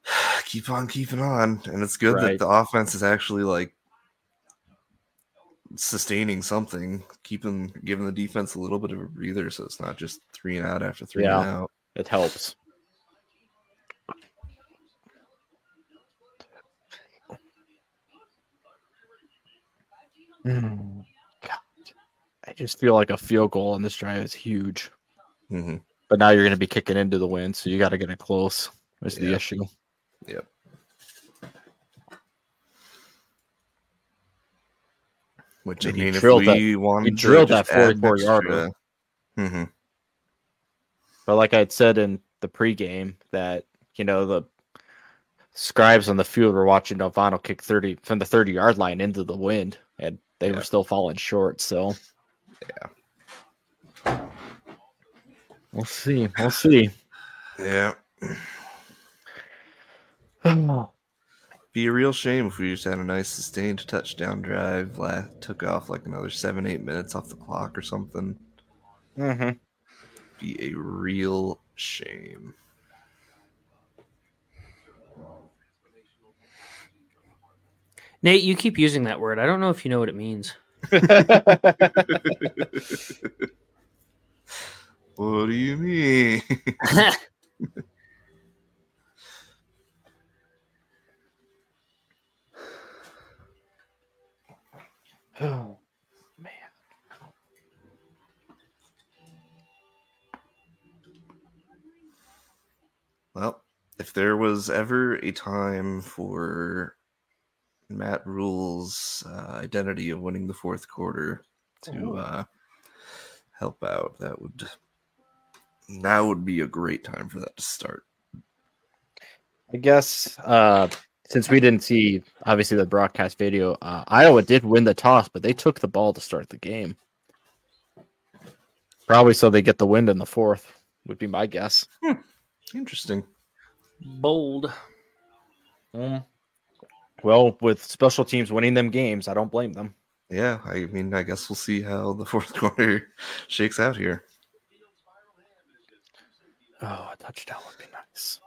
Keep on keeping on, and it's good
Right.
that the offense is actually like sustaining something, keeping giving the defense a little bit of a breather, so it's not just three and out after three and
Yeah.
out.
It helps. Mm, God. I just feel like a field goal on this drive is huge.
hmm
But now you're going to be kicking into the wind, so you got to get it close. Is the
Yeah.
issue?
Yep. Which I
Man, you
mean, if
drilled
we
that-
wanted
you
to
drilled
just
that 44
add
yarder.
hmm
But like I had said in the pregame, that you know the scribes on the field were watching Delvano kick thirty from the thirty yard line into the wind, and they
Yeah.
were still falling short. So
Yeah.
we'll see. We'll see.
yeah,
yeah,
be a real shame if we just had a nice sustained touchdown drive. La took off like another seven, eight minutes off the clock or something. Be a real shame.
Nate, you keep using that word. I don't know if you know what it means.
What do you mean?
man.
Well, if there was ever a time for Matt Rule's uh, identity of winning the fourth quarter to uh, help out, that would now would be a great time for that to start.
I guess uh, since we didn't see obviously the broadcast video, uh, Iowa did win the toss, but they took the ball to start the game. Probably so they get the win in the fourth would be my guess.
Interesting.
Bold.
Well, with special teams winning them games, I don't blame them.
Yeah, I mean, I guess we'll see how the fourth quarter shakes out here.
Oh, a touchdown would be nice.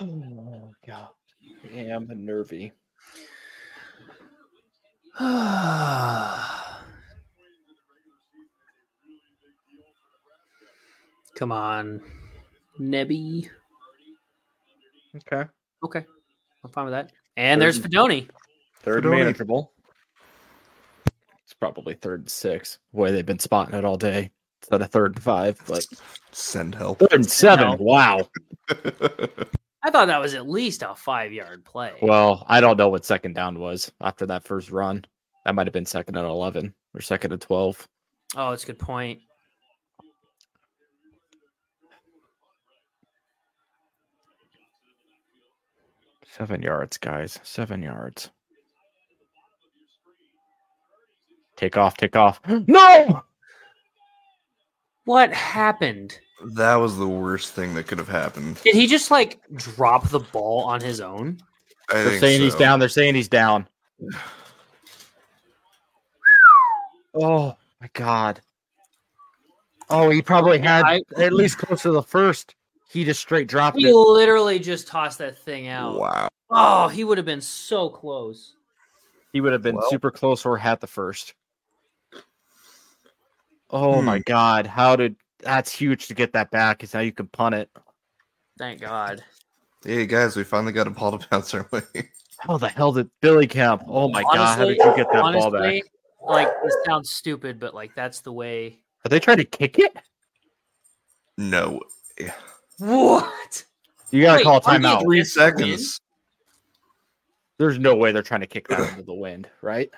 Oh god. Yeah, I'm nervy.
Come on, Nebby.
Okay.
Okay, I'm fine with that. And there's Fedoni.
Third
Fedoni.
manageable. It's probably third and six. Boy, they've been spotting it all day. Instead of third and five, but
Send help.
third and seven.
No.
Wow.
I thought that was at least a five yard play.
Well, I don't know what second down was after that first run. That might have been second and eleven or second and twelve.
oh, it's a good point.
Seven yards, guys. Seven yards. Take off, take off. No!
What happened?
That was the worst thing that could have happened.
Did he just like drop the ball on his own?
I
They're
think
saying he's
so.
down. They're saying he's down. Oh my god. Oh, he probably had
I-
at least close to the first. He just straight dropped
He
it.
literally just tossed that thing out.
Wow.
Oh, he would have been so close.
He would have been
Well-
super close or had the first. Oh
Hmm.
my god, how did that's huge to get that back because now you can punt it.
Thank God.
Hey guys, we finally got a ball to bounce our way.
How the hell did Billy Kemp? Oh my god, how
Honestly-
did you get that ball back?
honestly, Like this sounds stupid, but like that's the way.
Are they trying to kick it?
No.
What?
You gotta
Wait,
call a
why did
timeout.
Three
That's the win.
seconds.
There's no way they're trying to kick that into the wind, right?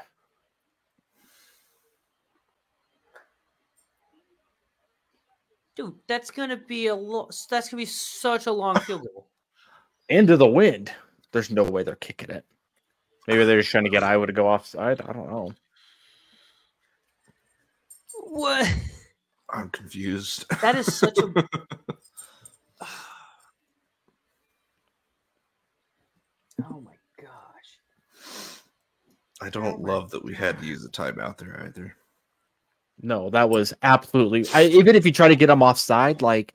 Dude, that's gonna be a lo- that's gonna be such a long field goal.
Into the wind. There's no way they're kicking it. Maybe they're just trying to get Iowa to go offside. I don't know.
What?
I'm confused.
That is such a Oh my gosh.
I don't love that we had to use a timeout there either.
No, that was absolutely. I, even if you try to get them offside, like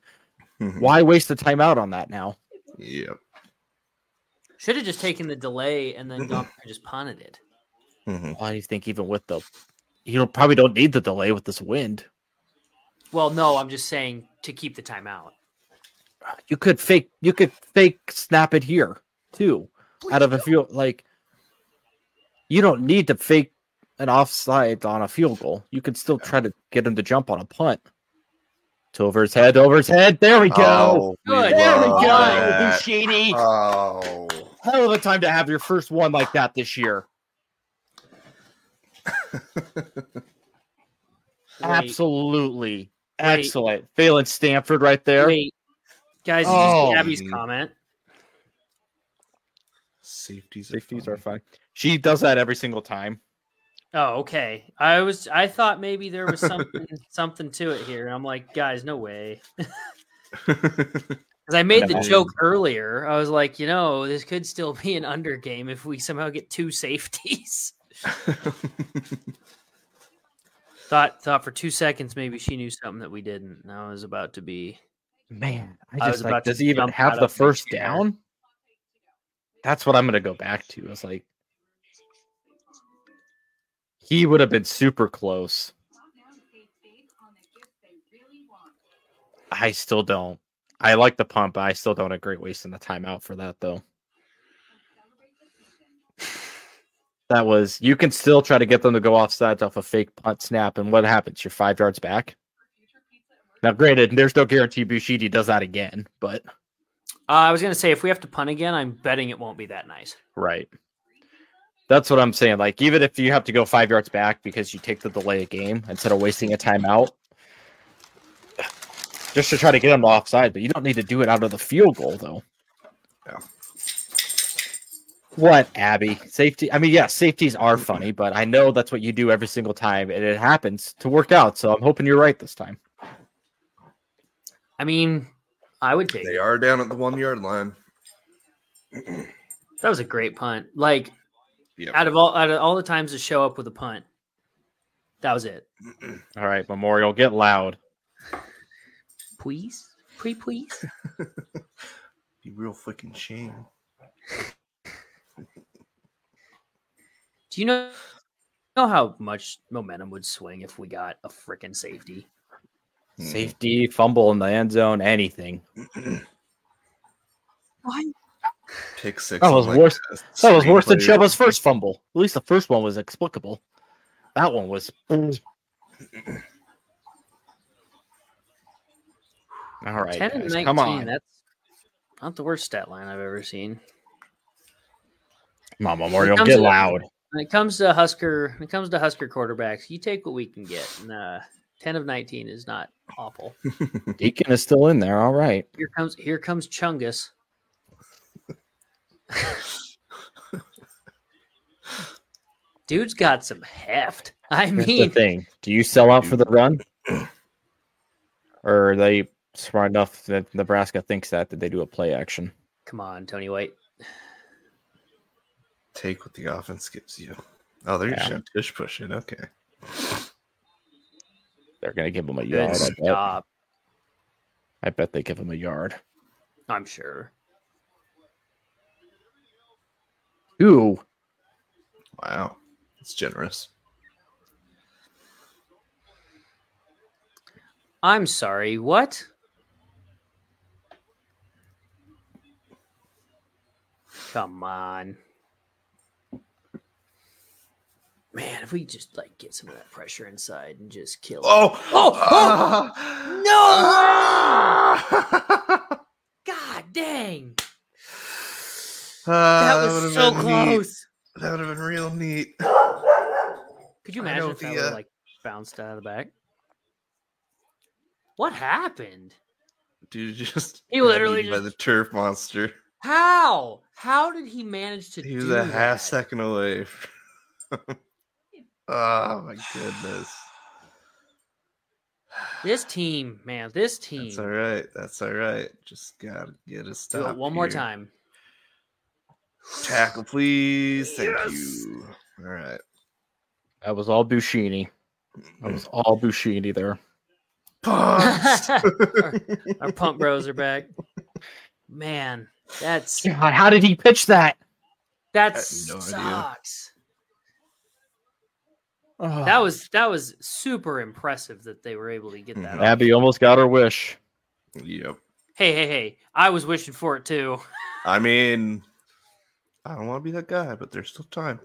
Mhm.
why waste the timeout on that now?
Yep.
Should have just taken the delay and then gone and just punted it.
Mhm.
Well, I think even with the, you don't, probably don't need the delay with this wind.
Well, no, I'm just saying to keep the timeout.
You could fake, you could fake snap it here too, out of a field like. You don't need to fake an offside on a field goal. You could still try to get him to jump on a punt. To over his head, over his head. There we go.
Oh,
Good.
there we
love
go.
that.
Bucchini.
Oh.
Hell of a time to have your first one like that this year.
Wait,
Absolutely. Excellent. Phelan Stanford right there.
Wait. Guys, did you
Oh.
see Abby's comment?
Safeties.
Safeties are fine. She does that every single time.
Oh, okay. I was I thought maybe there was something something to it here. I'm like, guys, no way. Because I made the
No.
joke earlier. I was like, you know, this could still be an under game if we somehow get two safeties. thought thought for two seconds maybe she knew something that we didn't. And I was about to be
Man,
I
I
was
just
about
like,
to
does he even
jump out
have the
of my
first
chair.
down? That's what I'm gonna go back to. It's like he would have been super close. I still don't. I like the pump, but I still don't agree wasting the timeout for that though. That was you can still try to get them to go offsides off a fake punt snap, and what happens? You're five yards back. Now, granted, there's no guarantee Bushidi does that again, but
uh, I was gonna say if we have to punt again, I'm betting it won't be that nice.
right. That's what I'm saying. Like, even if you have to go five yards back because you take the delay of game instead of wasting a timeout, just to try to get them offside, but you don't need to do it out of the field goal, though.
Yeah.
What, Abby? Safety. I mean, yeah, safeties are funny, but I know that's what you do every single time, and it happens to work out. So I'm hoping you're right this time.
I mean, I would take
they
it.
are down at the one yard line.
That was a great punt. Like
Yep.
out of all out of all the times to show up with a punt, that was it.
All right, Memorial, get loud.
Please, pre please.
Be real fucking shame.
Do you know know how much momentum would swing if we got a freaking safety?
Hmm.
Hmm.
Safety, fumble in the end zone, anything.
What?
Pick six.
That
I'm
was
like,
worse-
that's
That was worse than
screenplay.
Chuba's first fumble. At least the first one was explicable. That one was. All right,
Ten and
guys,
nineteen.
come on,
That's not the worst stat line I've ever seen.
come on, Memorial,
comes
get
to-
loud.
When it comes to Husker, when it comes to Husker quarterbacks, you take what we can get. And, uh, Ten of nineteen is not awful.
Deacon is still in there. All right,
Here comes here comes Chungus. Dude's got some heft. I
here's
mean,
the thing: Do you sell out for the run, or are they smart enough that Nebraska thinks that that they do a play action?
come on, Tony White.
Take what the offense gives you. Oh, they're
Yeah.
just gonna tush push it. Okay.
They're going to give him a
Good
yard. I bet.
job.
I bet they give him a yard.
I'm sure.
Ooh,
Wow, it's generous.
I'm sorry. What? Come on. Man, if we just like get some of that pressure inside and just kill it.
Oh,
Oh,
Ah!
Ah! No! God dang.
Ah,
That
Uh, would've
was so
been neat.
close.
That would have been real neat.
Could you
I know
imagine if
the,
that would've,
uh,
like bounced out of the back? What happened?
Dude, just
He literally
eaten by
just-
the turf monster.
How? How did he manage to
He
do
was a half
that?
second away. oh my goodness.
This team, man, this team.
That's all right. That's all right. Just gotta get a
Do
stop.
it one more
here.
time.
Tackle, please. Thank
Yes.
you. All right.
that was all Bushini. That was all Bushini there.
Punch.
Our pump bros are back. Man, that's
God, how did he pitch that?
that
no idea.
sucks.
Oh.
That was that was super impressive that they were able to get that.
Mhm.
off.
Abby almost got her wish.
yep.
Hey, hey, hey! I was wishing for it too.
I mean, I don't want to be that guy, but there's still time.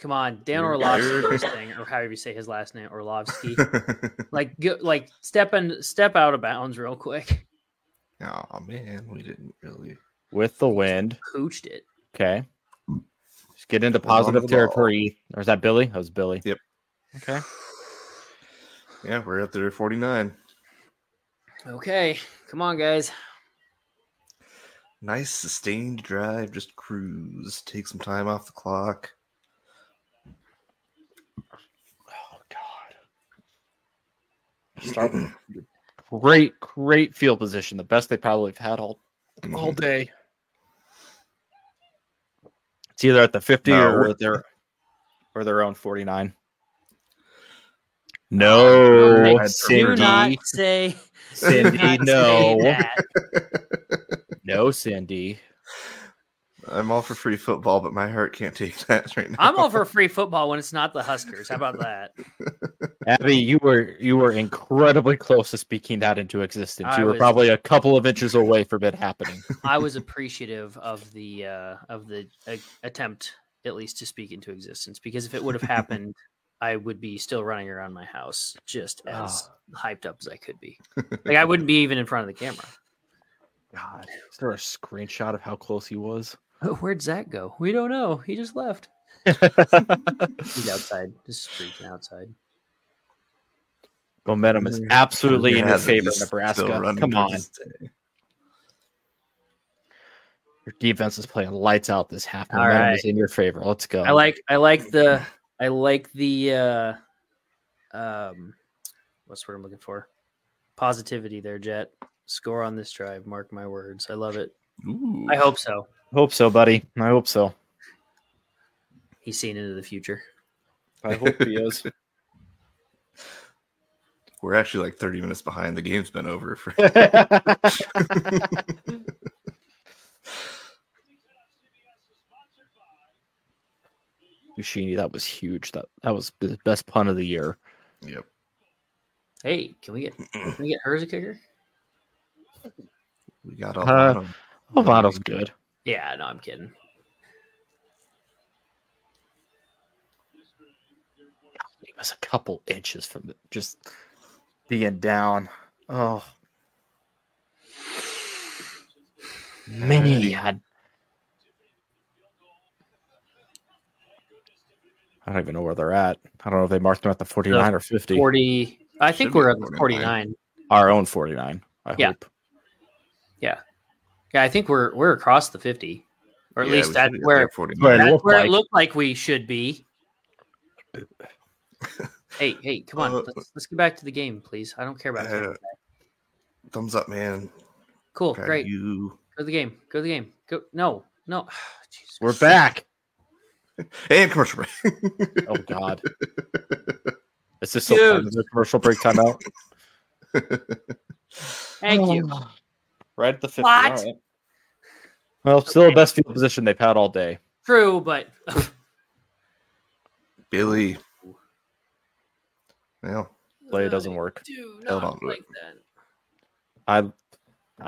Come on, Dan
You're-
Orlovsky
you're-
first thing, or however you say his last name, Orlovsky. like, go, like step and step out of bounds real quick.
oh man, we didn't really.
With the wind.
Pooched it.
Okay. Just get into
Hold on to
positive
the ball.
territory. Or is that Billy? That was Billy.
Yep.
Okay.
Yeah, we're at their 49.
Okay, come on, guys.
Nice sustained drive, just cruise. Take some time off the clock.
Oh God. Start. great, great field position. The best they probably have had all all
Mm-hmm.
day. It's either at the fifty or
No.
at their or their own forty nine. No,
Right.
Do not
Cindy,
say. do
Cindy,
not say
no,
that.
no, Cindy.
I'm all for free football, but my heart can't take that right now.
I'm all for free football when it's not the Huskers. How about that?
Abby, you were you were incredibly close to speaking that into existence.
I
you were
was-
probably a couple of inches away from it happening.
I was appreciative of the uh, of the uh, attempt, at least to speak into existence, because if it would have happened, I would be still running around my house just as hyped up as I could be. Like I wouldn't be even in front of the camera.
God, is there a screenshot of how close he was?
Oh, Where'd Zach go? We don't know. He just left. He's outside, just freaking outside.
Momentum is
Yeah,
absolutely in your
Yeah, they're
favor,
just still
Nebraska.
running
Come
through
on.
this day.
Your defense is playing lights out this half.
All
Momentum
right.
is in your favor. Let's go.
I like I like the I like the uh um what's the word I'm looking for? Positivity there, Jet. Score on this drive, mark my words. I love it.
Ooh.
I hope so.
Hope so, buddy. I hope so.
He's seen into the future.
I hope he is.
we're actually like 30 minutes behind. The game's been over for
Ushini, that was huge. That that was the best pun of the year.
yep.
Hey, can we get can we get her as a kicker?
We got all
Uh,
bottom.
Ovato's good.
Yeah, no, I'm kidding.
He was a couple inches from the, just being down. Oh, many had. I don't even know where they're at. I don't know if they marked them at the 49 or 50.
Forty I think
Should be
we're at the
49.
forty nine.
Our own 49, I
Yeah.
hope.
Yeah, I think we're we're across the fifty. Or at
Yeah,
least
we
that's
should've got
where
there 49.
Where it
that's
looked
where it
like.
looked like we should be. hey, hey, come on.
Uh,
let's, let's get back to the game, please. I don't care about
Uh,
it.
Thumbs up, man.
Oh,
Cool,
Proud of
great.
You.
Go to the game. Go to the game. Go. No, no. Jesus.
We're back.
And commercial break.
Oh, God. Is this still time?
Dude.
Is there commercial break timeout?
Thank you.
Right at the 50.
What?
all right. Well, still the best field position they've had all day.
True, but
Billy. Well,
Play doesn't work.
Do
Held on
not
to it.
like that.
I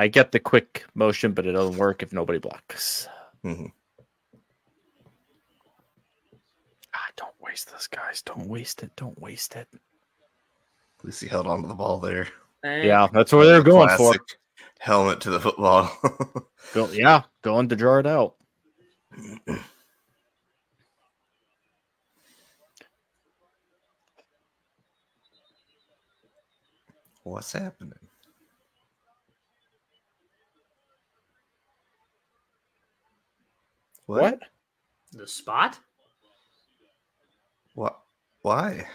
I get the quick motion, but it doesn't work if nobody blocks. Mm-hmm.
Mhm.
Ah, don't waste this, guys. Don't waste it. Don't waste it.
at least he held on to the ball there.
Thank-
Yeah, that's what they're going for.
Classic Helmet to the football.
Go, yeah, going to draw it out.
What's happening?
What?
The spot?
What? Why?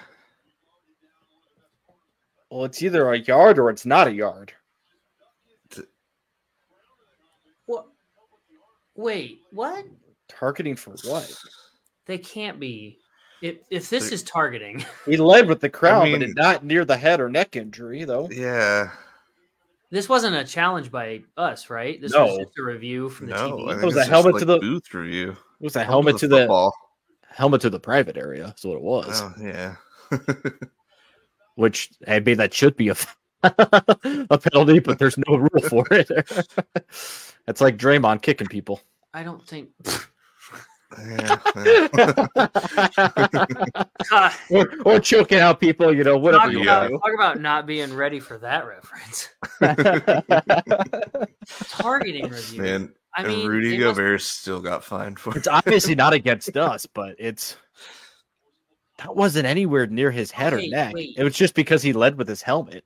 Well, it's either a yard or it's not a yard.
What? Wait, what?
Targeting for what?
They can't be. If, if this
They-
is targeting,
He led with the crown,
mean-
but did not near the head or neck injury, though.
Yeah.
this wasn't a challenge by us, right? This was
No.
just a review from the
No, I
TV.
think
It was a
it's just
helmet to the-
booth review.
It was a helmet to the
football.
helmet to the private area. Is what it was.
Oh, yeah.
Which I mean, that should be a a penalty, but there's no rule for it. it's like Draymond kicking people.
I don't think.
yeah. yeah.
or,
God,
or choking out people, you know, whatever
talk,
you
about,
do.
talk about not being ready for that reference. Targeting review.
Man,
I
and
mean,
Rudy
they must-
Gobert still got fined for
it's obviously not against us, but it's that wasn't anywhere near his head
Okay,
or neck.
wait.
It was just because he led with his helmet,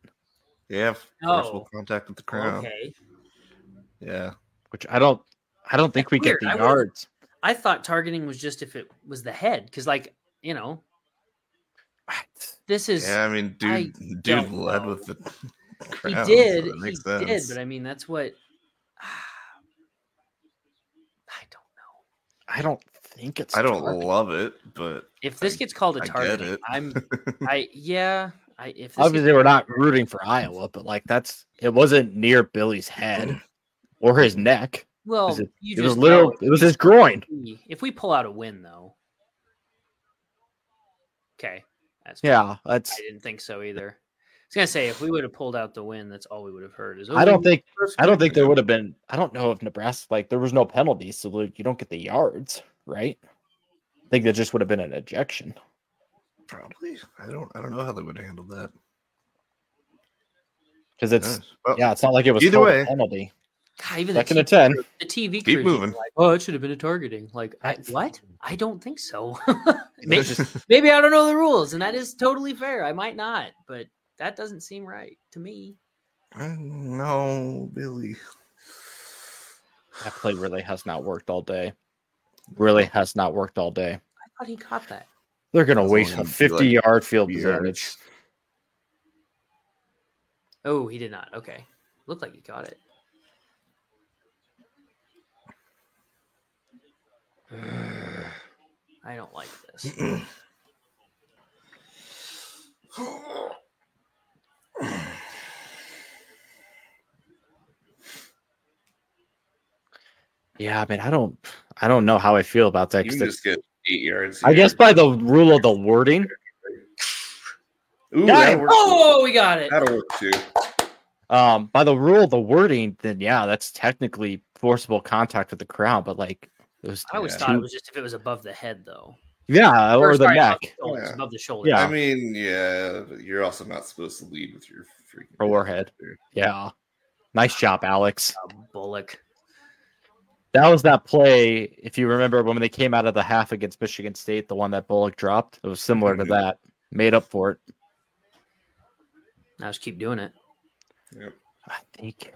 Yeah,
No.
forceful contact with the crown.
Okay.
Yeah,
which I don't I don't think we
Weird,
get
I
the
would've-
yards.
I thought targeting was just if it was the head, because like you know, this is
yeah. I mean, dude,
I
dude
don't
led
know.
with the
he
crown. so
did,
that
he
makes
did,
sense.
but I mean that's what. I don't know
I don't think it's
I don't
targeting.
love it, but
if this
I-
gets called a
I get
targeting.
it.
I'm, I yeah, I if this
obviously
gets,
we're not rooting for Iowa, but like that's it wasn't near Billy's head or his neck.
well,
it-
you
It
just
was
know
little
if
it was
we-
his groin.
If we pull out a win though, okay, that's
Yeah, that's
I didn't think so either. I was gonna say if we would have pulled out the win, that's all we would have heard. Is
I
"Oh,
don't think
first
I don't think there would have been I don't know if Nebraska like there was no penalty, so like, you don't get the yards, right? I think that just would have been an ejection.
probably I don't. I don't know how they would handle that.
Because it's
Yeah, well,
yeah, it's not like it was
Either
called a
way.
penalty.
God, even the
Second and
TV,
ten.
the TV
Keep
crews were
moving.
Like, oh, it should have been a targeting. Like I,
I-
what? I don't think so.
They
maybe, maybe I don't know the rules, and that is totally fair. I might not, but that doesn't seem right to me.
I- no, Billy.
That play really has not worked all day. Really has not worked all day.
I thought he caught that.
They're gonna
That's
waste
only
a
gonna be, like,
fifty yard field
Weird.
position.
Oh, he did not. Okay, looked like he caught it. I don't like this.
Yeah, I mean, I don't, I don't know how I feel about that.
You
'cause
can
it-
just get eight yards.
I
here.
guess by the rule of the wording,
Ooh,
Got it.
that'll work, too.
Oh, we got it.
that'll work too.
um, by the rule of the wording, then yeah, that's technically forcible contact with the crown. But like, it was,
I always
Yeah.
thought it was just if it was above the head, though.
yeah,
Or,
or the
sorry, above
neck
the shoulders,
Yeah.
Above the shoulder.
Yeah.
I mean, yeah, but you're also not supposed to lead with your freaking
or warhead. Yeah, nice job, Alex.
Uh, Bullock.
That was that play. If you remember when they came out of the half against Michigan State, the one that Bullock dropped, it was similar to
Mhm.
that. Made up for it.
Now just keep doing it.
I think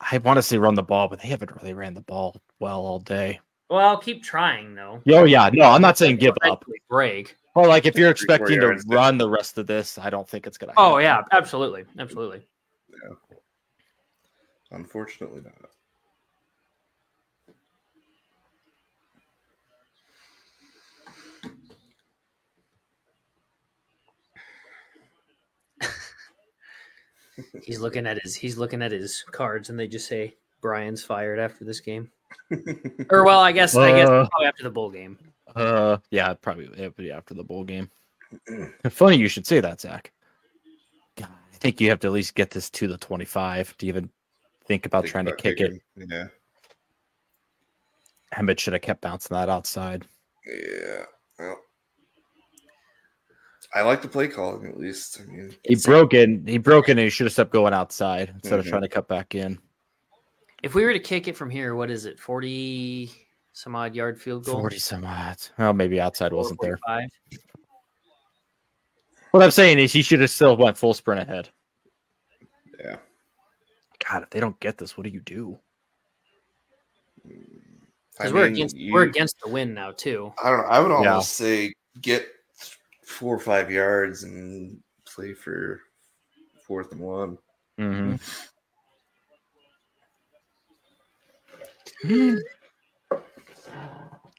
I want to say run the ball, but they haven't really ran the ball well all day.
Well, keep trying though.
Oh yeah, no, I'm not saying give up.
Eventually Break.
Well, like if you're
Three, four
expecting to
yards.
run the rest of this, I don't think it's gonna.
Oh
happen.
yeah, absolutely, absolutely.
Unfortunately, not.
He's looking at his he's looking at his cards, and they just say Brian's fired after this game. Or well, I guess I guess
Uh.
probably after the bowl game.
Uh, yeah, probably it'd be after the bowl game. Funny you should say that, Zach. God, I think you have to at least get this to the 25 to even think about trying to kick it.
Yeah.
Emmett should have kept bouncing that outside.
Yeah. Well,
I like the play calling at least. I mean,
He broke in. He broke in, and he should have stepped going outside instead of
Mhm.
trying to cut back in.
If we were to kick it from here, what is it? Forty some odd yard field goal.
40 some odds. Well, maybe outside wasn't there.
45?
What I'm saying is he should have still went full sprint ahead.
Yeah.
God, if they don't get this, what do you do?
I
'Cause we're
mean,
against
you-
we're against the win now too.
I don't know. I would
Yeah.
almost say get four or five yards and play for fourth and one.
Mm-hmm.
Hmm.
Got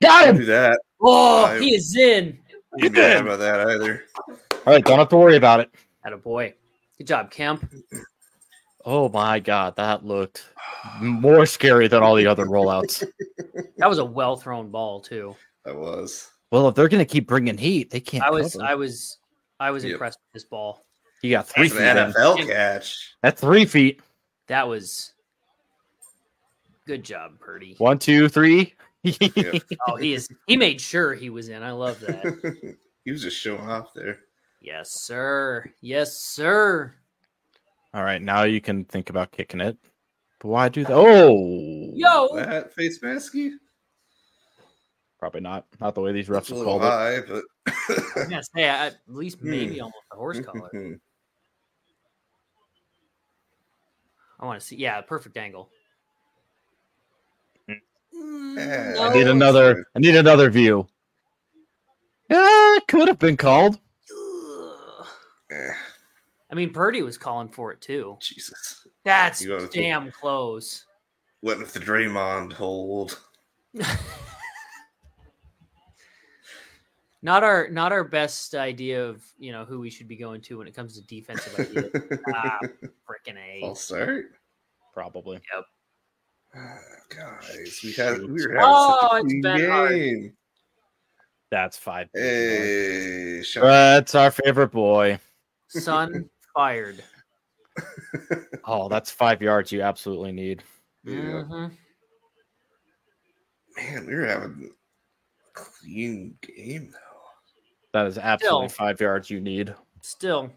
Don't
him!
do that.
Oh,
I-
he is in.
I wouldn't be
Yeah.
mad about that either.
All right, don't have to worry about it.
At a boy. Good job, Camp.
Oh my god, that looked more scary than all the other rollouts.
That was a well thrown ball too.
That was.
well, if they're going to keep bringing heat, they can't.
I was
cover.
I was I was
Yep.
impressed with this ball.
he got three
That's
feet.
an
in.
NFL catch.
That's three feet.
That was good job, Purdy.
One, two, three.
Yep.
Oh, he is he made sure he was in. I love that.
he was just showing off there.
yes, sir. Yes, sir.
All right, now you can think about kicking it. But why do that? Oh,
Yo.
That face masky?
probably not. Not the way these refs
That's a
have
little
called it.
high, but
I'm gonna say I- at least
Hmm.
maybe almost a horse collar. I want to see. Yeah, perfect angle. Mm,
Yeah,
I
Oh,
need
it's
another.
good.
I need another view. Yeah, it could have been called.
Ugh.
Eh,
I mean, Purdy was calling for it too.
Jesus.
That's
You gotta-
damn close.
Went with the Draymond hold.
Not our not our best idea of you know who we should be going to when it comes to defensive ideas. ah, freaking a.
I'll start.
Probably.
Ah, Guys, we had we were having
Oh,
such a
it's
clean
been hard.
game.
That's five.
Hey, shout
That's our favorite boy.
Son fired.
Oh, that's five yards you absolutely need.
Yeah.
Mhm.
Man, we were having a clean game though.
That is absolutely
Still.
five yards you need.
Still,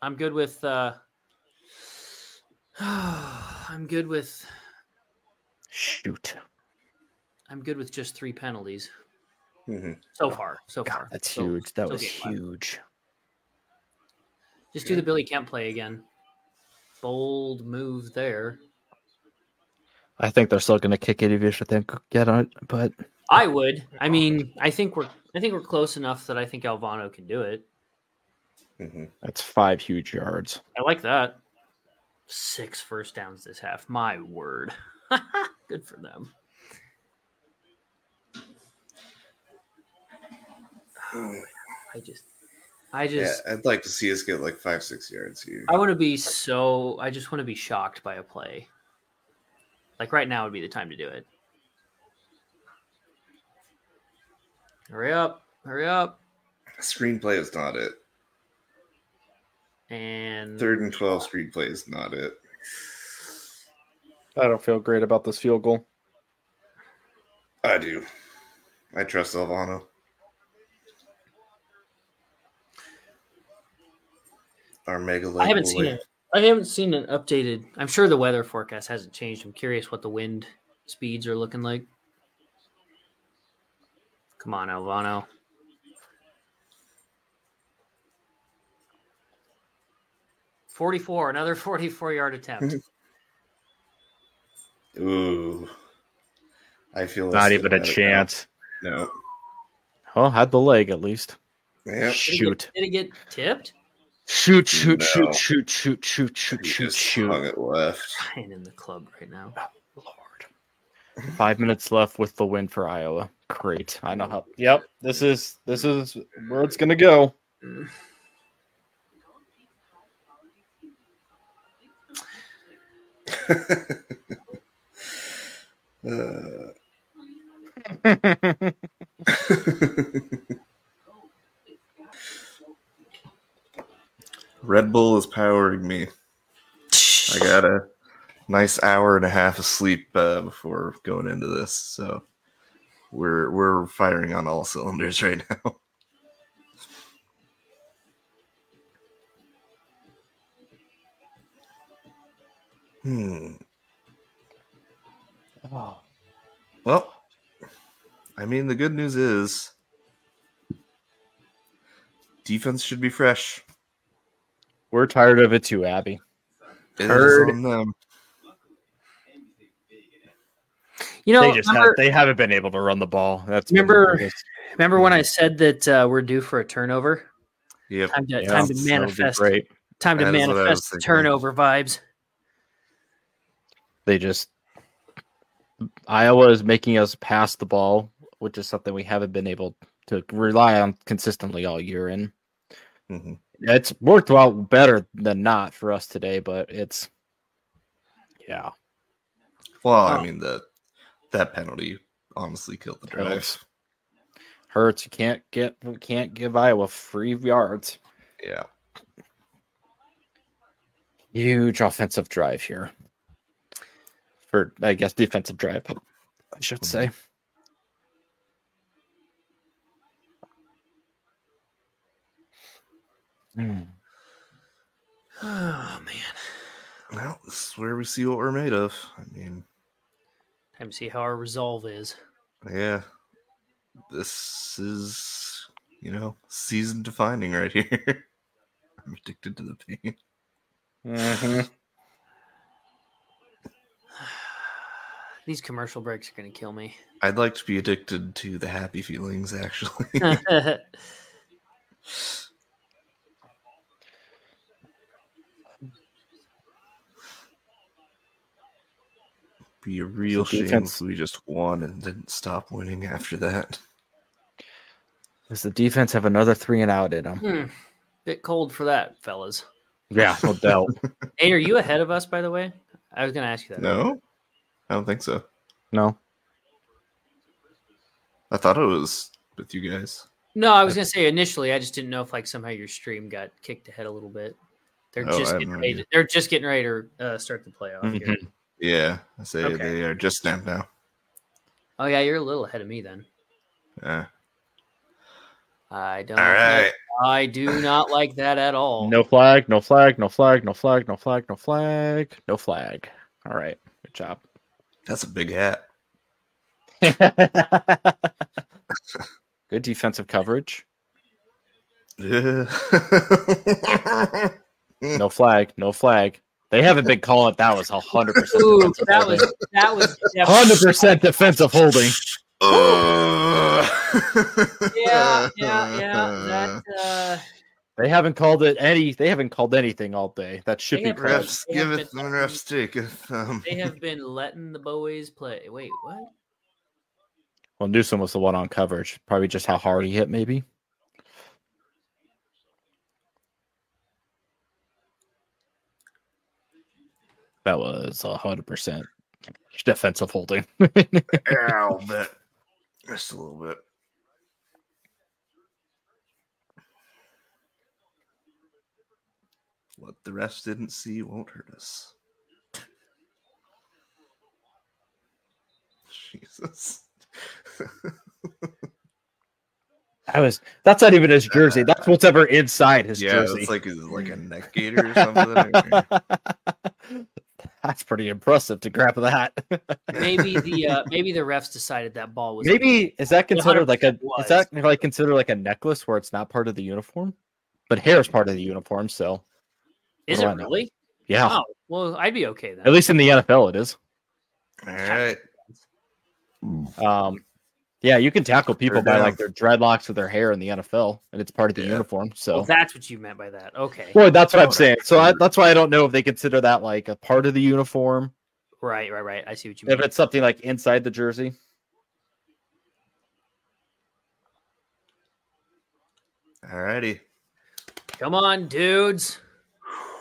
I'm good with. uh I'm good with.
Shoot.
I'm good with just three penalties
Mhm.
so far. So
Oh, God,
far,
that's
So-
huge. That
so
was
game one.
huge.
Just do the Billy Kemp play again. Bold move there.
I think they're still going to kick it even if they don't get on it, but
I would. I mean, I think we're I think we're close enough that I think Alvano can do it.
Mhm.
that's five huge yards.
I like that. Six first downs this half. My word. Good for them. Oh, I just I
Yeah,
just
I'd like to see us get like five, six yards here.
I want to be so I just want to be shocked by a play. Like right now would be the time to do it. Hurry up. Hurry up.
Screenplay is not it.
And
Third and twelve screenplay is not it.
I don't feel great about this field goal.
I do. I trust Alvano. Our mega.
I haven't
local
seen
way.
it. I haven't seen an updated. I'm sure the weather forecast hasn't changed. I'm curious what the wind speeds are looking like. Come on, Alvano. Forty-four, another forty-four yard attempt.
Ooh, I feel less
Not
good
even a
about it now.
chance.
No.
Oh, had the leg at least.
Yep.
Shoot.
Did it get tipped?
Shoot, shoot,
No.
shoot, shoot, shoot, shoot, shoot,
He
shoot,
just hung
shoot.
it left.
Ryan in the club right now.
Lord. Five minutes left with the win for Iowa. Great. I know how Yep. This is this is where it's gonna go.
uh, Red Bull is powering me. I got a nice hour and a half of sleep uh, before going into this, so we're we're firing on all cylinders right now. hmm.
Oh.
Well, I mean, the good news is defense should be fresh.
We're tired of it too, Abby.
It is
Heard.
on them.
You know,
they just
remember,
have, they haven't been able to run the ball. That's been the
Remember-
biggest-
remember when I said that uh, we're due for a turnover?
Yep.
Time to
Yeah,
time to
that would be
manifest.
Great.
Time to
That is what I was
manifest the
thinking.
turnover vibes.
They just Iowa is making us pass the ball, which is something we haven't been able to rely on consistently all year. And
Mhm.
it's worked out better than not for us today, but it's yeah,
Well, I
Oh.
mean the that penalty honestly killed the drive.
Hurts. hurts. You can't get we can't give Iowa free yards.
Yeah.
Huge offensive drive here. For I guess defensive drive, I should say. Hmm.
Oh man,
Well, this is where we see what we're made of. I mean,
time to see how our resolve is.
yeah. This is, you know, season defining right here. I'm addicted to the pain.
Mm-hmm.
These commercial breaks are gonna kill me.
I'd like to be addicted to the happy feelings actually. be a real
So
shame
defense-
if we just won and didn't stop winning after that.
Does the defense have another three and out in them?
Hmm. Bit cold for that, fellas.
Yeah, no doubt.
Hey, are you ahead of us, by the way? I was gonna ask you that.
No? I don't think so.
No,
I thought it was with you guys.
No, I was gonna say initially, I just didn't know if like somehow your stream got kicked ahead a little bit. They're
Oh, I
just
have
getting
no
ready.
idea. Mm-hmm.
To, they're just getting ready to uh, start the playoff. Here.
Mm-hmm.
Yeah, I say
Okay.
they are just snapped now.
Oh yeah, you're a little ahead of me then.
Yeah.
I don't.
Uh, All right.
like- I do not like that at all.
no flag, no flag, no flag, no flag, no flag, no flag, no flag. All right, good job.
That's a big hat.
good defensive coverage.
Yeah.
No flag, no flag. They haven't been calling it. That was hundred percent.
Ooh, that was that was
hundred
definitely-
percent defensive holding.
Yeah, yeah, yeah. That uh,
They haven't called it any. They haven't called anything all day. That should
They
be
have-
correct.
refs
They have
giveth
been-
and refs taketh. Um,
they have been letting the boys play. Wait, what?
Well, Newsom was the one on coverage. Probably just how hard he hit, maybe. That was hundred percent defensive holding.
ow, but just a little bit. What the refs didn't see won't hurt us. Jesus.
I was. That's not even his jersey. That's what's ever inside his
yeah,
jersey.
it's like is it like a neck gaiter or something. or-
That's pretty impressive to grab that.
Maybe the uh, maybe the refs decided that ball was
Maybe is that considered like a
100% was.
is that like considered like a necklace where it's not part of the uniform, but hair is part of the uniform. So what
Is it
do I know?
really?
yeah,
Oh, well, I'd be okay then.
at least in the NFL it is.
All right.
Um, yeah, you can tackle people by
down.
like their dreadlocks or their hair in the NFL, and it's part of the
Yeah.
uniform.
Well,
So
that's what you meant by that. Okay.
well, that's what I'm
Oh,
saying. So I,
sure.
that's why I don't know if they consider that like a part of the uniform,
Right, right, right. I see what you mean.
if it's something like inside the jersey.
All righty.
Come on, dudes.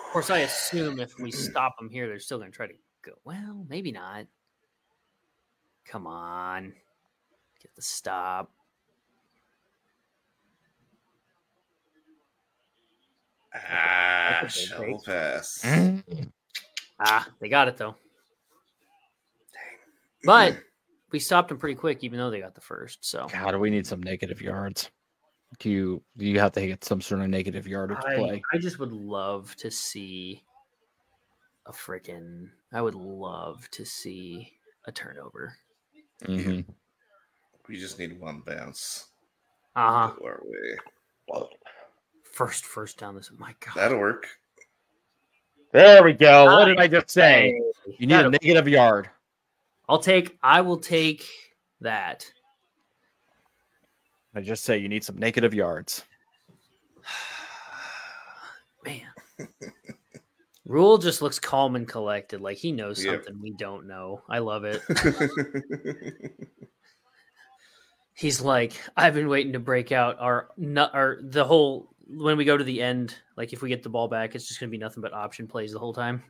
Of course, I assume if we stop them here, they're still going to try to go. Well, maybe not. Come on. Get the stop.
Ah, shovel pass.
Hmm? Mm,
Ah, they got it though. But we stopped them pretty quick, even though they got the first. So
God, we need some negative yards. Do you do you have to get some sort of negative yardage
I,
play?
I just would love to see a freaking. I would love to see a turnover.
Mhm.
We just need one bounce.
Uh-huh.
Uh huh.
Go our way.
First, first down. This. My God.
That'll work.
There we go. What did I just say? You need a
That'll-
negative yard.
I'll take. I will take that.
I just say you need some negative yards.
Man. Rule just looks calm and collected, like he knows
Yep.
something we don't know. I love it. He's like, I've been waiting to break out our nut our the whole when we go to the end, like if we get the ball back, it's just gonna be nothing but option plays the whole time.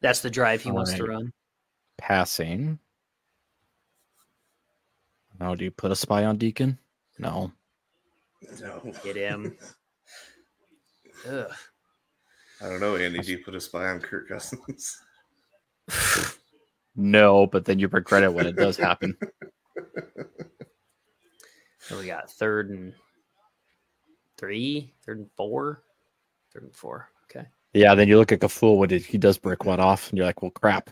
That's the drive he wants to
Alright.
run.
Passing. Now, do you put a spy on Deacon? No.
no.
Get him. Ugh.
I don't know, Andy. Do you put a spy on Kirk Cousins?
No, but then you regret it when it does happen.
So we got third and three, third and four, third and four. Okay.
yeah, then you look like a fool when it, he does break one off, and you're like, "Well, crap."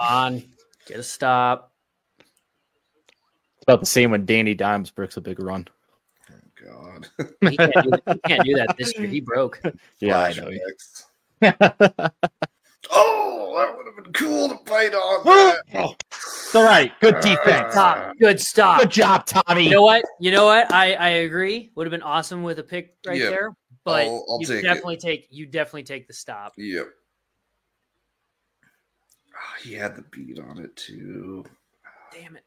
on, get a stop.
It's about the same when Danny Dimes breaks a big run.
Oh, God.
He can't, do that. he can't do that this year. He broke.
Yeah, I know.
Flashbacks. oh, that would have been cool to bite on. that.
it's all right. Good defense.
Stop. Good stop.
Good job, Tommy.
You know what? You know what? I, I agree. Would have been awesome with a pick right
Yeah.
there, but
I'll- I'll
you
take it.
definitely take you definitely take the stop.
Yep. Ah, he had the beat on it too.
Damn it.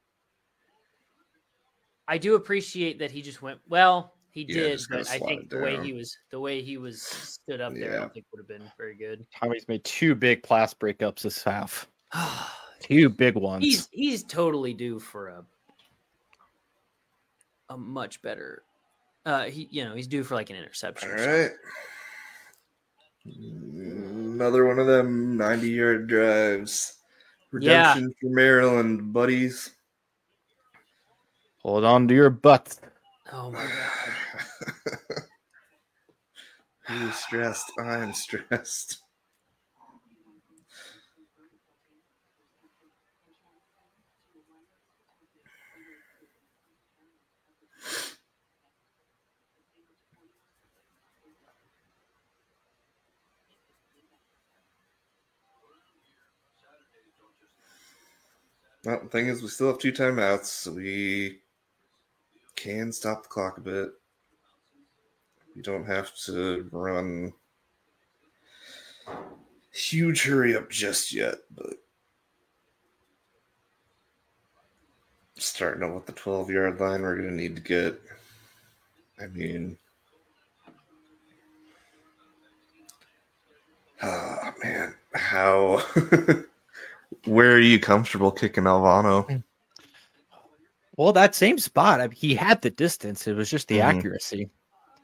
I do appreciate that he just went. Well, he
Yeah,
did,
just kinda
but I
slide
think
it
the way
down.
he was the way he was stood up there, I
Yeah.
don't think would have been very good.
Tommy's made two big class breakups this half. Two big ones.
he's he's totally due for a a much better uh he you know he's due for like an interception
All
or something.
right. Another one of them 90 yard drives.
Yeah.
Redemption for Maryland, buddies.
Hold on to your butt.
oh my god
Who's stressed? I am stressed. Well, the thing is, we still have two timeouts, so we can stop the clock a bit. You don't have to run huge hurry up just yet, but starting out with the 12 yard line, we're going to need to get. I mean, oh man, how. Where are you comfortable kicking Alvano?
Well, that same spot. I mean, he had the distance. It was just the
Mhm.
accuracy.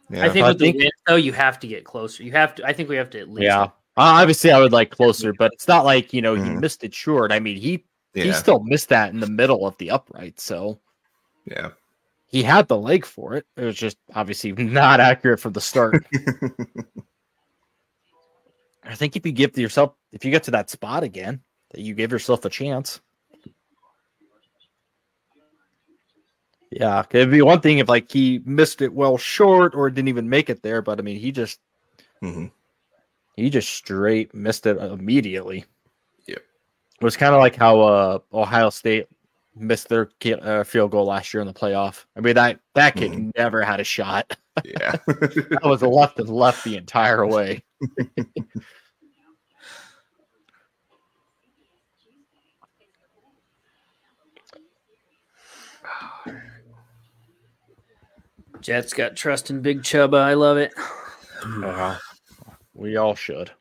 Yeah.
i think
I
with
think-
the win though you have to get closer you have to i think we have to at least
Uh, obviously, I would like closer, but it's not like you know he
Mhm.
missed it short. I mean, he he
yeah.
still missed that in the middle of the upright. So
Yeah.
he had the leg for it. It was just obviously not accurate from the start. I think if you give yourself, if you get to that spot again, that you give yourself a chance. Yeah, it'd be one thing if like he missed it well short or didn't even make it there, but I mean he just
Mhm.
he just straight missed it immediately.
Yep.
It was kind of like how uh, Ohio State missed their ki- uh, field goal last year in the playoff. I mean that that kid never had a shot.
Yeah.
That was left and left the entire way.
jets got trust in big chuba i love it
we all should.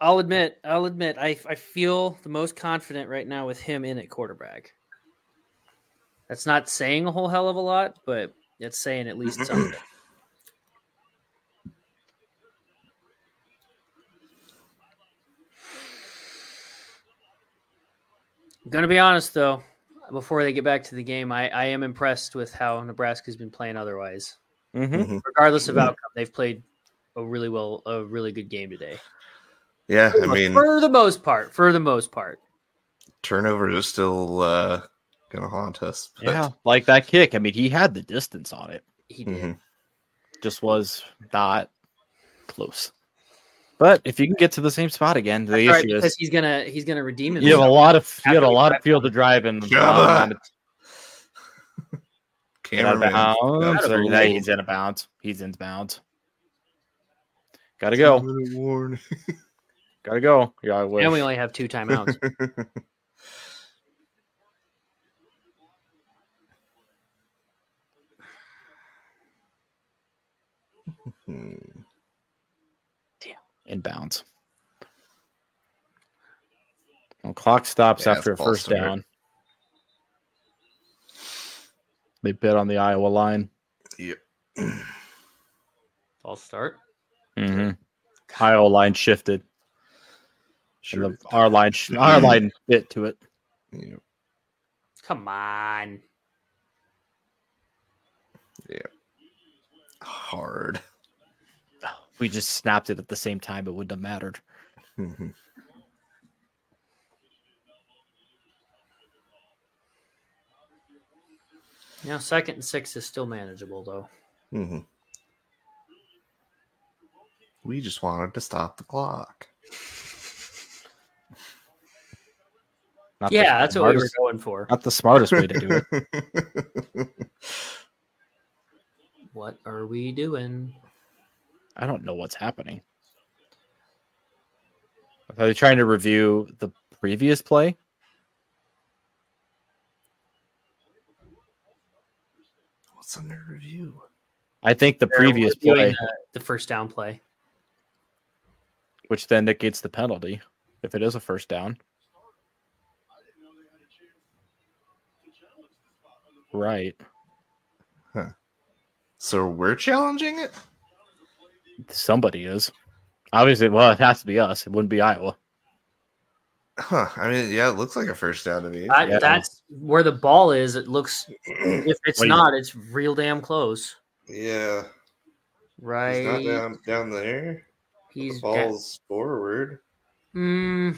I'll admit, I'll admit, I, I feel the most confident right now with him in at quarterback. That's not saying a whole hell of a lot, but it's saying at least something. I'm gonna be honest though, before they get back to the game, I, I am impressed with how Nebraska's been playing otherwise.
Mm-hmm.
Regardless of outcome, they've played a really well a really good game today.
Yeah, I mean,
for the most part, for the most part.
turnovers are still uh, gonna haunt us. but-
Yeah, like that kick. I mean, he had the distance on it.
He did.
Mhm.
Just was not close. But if you can get to the same spot again, the
That's right,
issue
because
is
he's gonna he's gonna redeem
you have a
himself.
lot of you had a
After he
lot of
drives
field to drive in.
Jabba.
Um, out of
Cameraman.
bounds, or that
Absolutely.
he's in a bounds. He's in bounds. Gotta go.
Two-minute warning.
Gotta go. Yeah, I wish.
and we only have two timeouts.
Hmm.
in bounds. Well, clock stops
Yeah,
after a
it's false
first
start.
down. They bid on the Iowa line.
Yep.
False start.
Iowa line shifted.
Sure.
And the, our line, sh- our line bit to it.
Yep.
Come on.
Hard.
We just snapped it at the same time. It wouldn't have mattered.
Mhm.
You know, second and six is still manageable though.
Mhm. We just wanted to stop the clock.
Not the
yeah, that's what we were
smartest-
going for.
Not the smartest way to do it.
What are we doing?
I don't know what's happening. Are they trying to review the previous play?
What's under review?
I think the
They're
previous
reviewing
play.
the, uh, the first down play.
which then negates the penalty if it is a first down. Right.
So we're challenging it?
Somebody is. Obviously, well, it has to be us. It wouldn't be Iowa.
Huh. I mean, yeah, it looks like a first down to me.
That-
Yeah.
That's where the ball is. It looks if it's
Wait.
not, it's real damn close.
yeah.
Right.
It's not down, down there.
He's
the
da-
ball's forward.
Mm,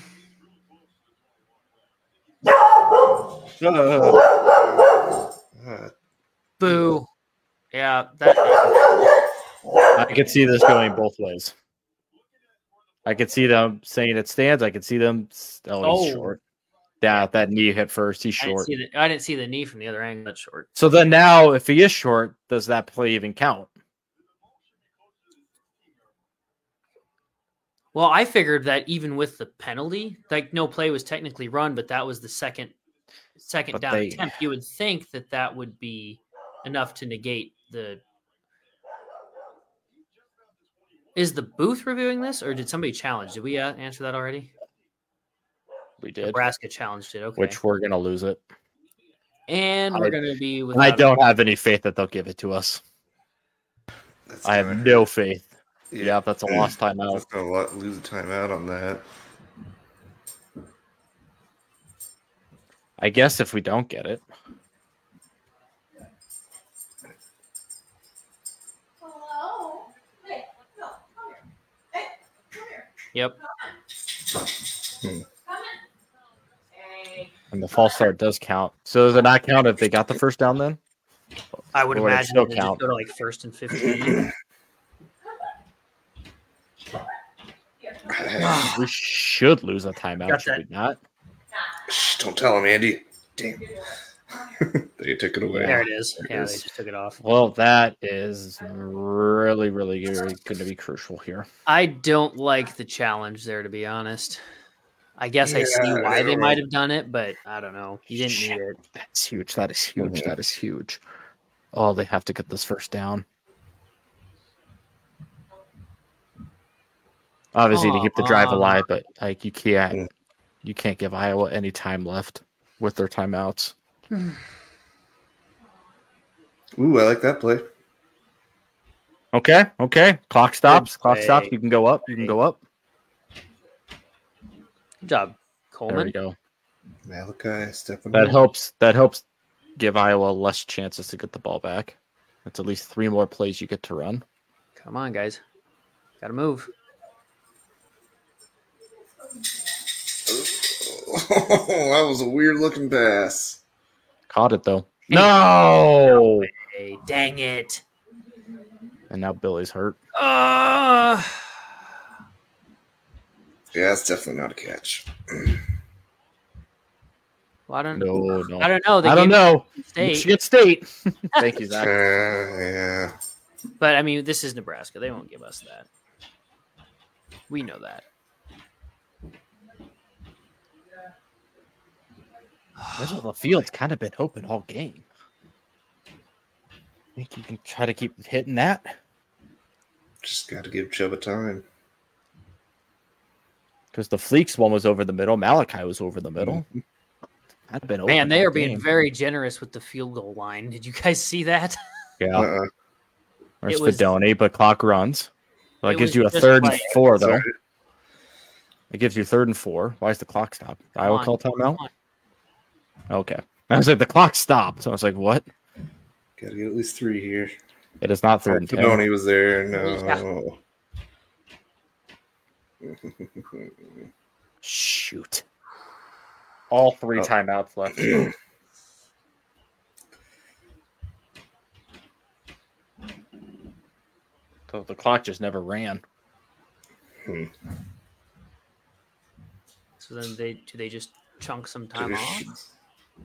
Uh,
boo. Yeah, that
I could see this going both ways. I could see them saying it stands. I could see them. s- Oh, he's
Oh.
short. Yeah, that knee hit first. He's
I didn't,
short.
see the, I didn't see the knee from the other angle. That's short.
So then now, if he is short, does that play even count?
Well, I figured that even with the penalty, like no play was technically run, but that was the second second
But
down
they-
attempt. You would think that that would be enough to negate the. Is the booth reviewing this, or did somebody challenge? Did we uh, answer that already?
We did,
Nebraska challenged it. Okay,
which we're gonna lose it.
and
I-
we're going to be with.
And I don't have any faith that they'll give it to us.
that's
I have
gonna-
no faith.
Yeah.
Yeah, that's a lost timeout.
Just gonna lo- lose a timeout on that.
I guess if we don't get it,
Hello? Hey, no, come here. Hey, come here.
Yep.
Come in. Hey.
and the false start does count. So does it not count if they got the first down then?
I would
Or would it
imagine
still
it just
count?
go to like first and fifteen.
We should lose a timeout,
Got
should we not?
Shh, don't tell him, Andy. Damn. they took it away.
there it is. Yeah, they
is.
just took it off.
Well, that is really, really, really going to be crucial here.
I don't like the challenge there, to be honest. I guess I see
Yeah,
why
I
they
don't-
might have done it, but I don't know. You didn't need
Shit.
it.
That's huge. That is huge. That is huge. Oh, they have to get this first down. obviously to keep the drive
Aw. um.
alive, but like you can't you can't give Iowa any time left with their timeouts.
Ooh, I like that play.
Okay, okay. Clock stops. Clock stops.
play.
You can go up. You can go up.
Good job,
There we
Coleman.
go.
Malachi stepping
That
up.
helps. That helps give Iowa less chances to get the ball back. That's at least three more plays you get to run.
Come on, guys. Gotta move.
that was a weird looking pass.
Caught it though. No.
Hey, dang it.
And now Billy's hurt.
Uh,
Yeah, that's definitely not a catch.
well, I don't.
No, no.
I don't know. They
I don't
gave
know.
me State,
Michigan State. Thank you,
Uh,
Zach.
yeah.
but I mean, this is Nebraska. They won't give us that. We know that.
Middle of the field's kind of been open all game. Think you can try to keep hitting that?
Just got to give Chuba time.
Because the Fleeks one was over the middle. Malachi was over the middle. I'd have been open
Man, they
all
are being
game.
very generous with the field goal line. Did you guys see that?
yeah.
Uh-uh.
There's
It was-
Fedoni, but clock runs. Well,
It
that gives
was
you a
just
third and
like-
four, though.
Sorry.
It gives you third and four. Why is the clock stop? Iowa
on,
call timeout.
on.
Okay. I was like, the clock stopped. So I was like, what?
Got to get at least three here.
It is not third and ten.
Tony was there. No.
Shoot. All three
Oh.
timeouts left. so the clock just never ran.
So then they do they just chunk some time
There
off?
should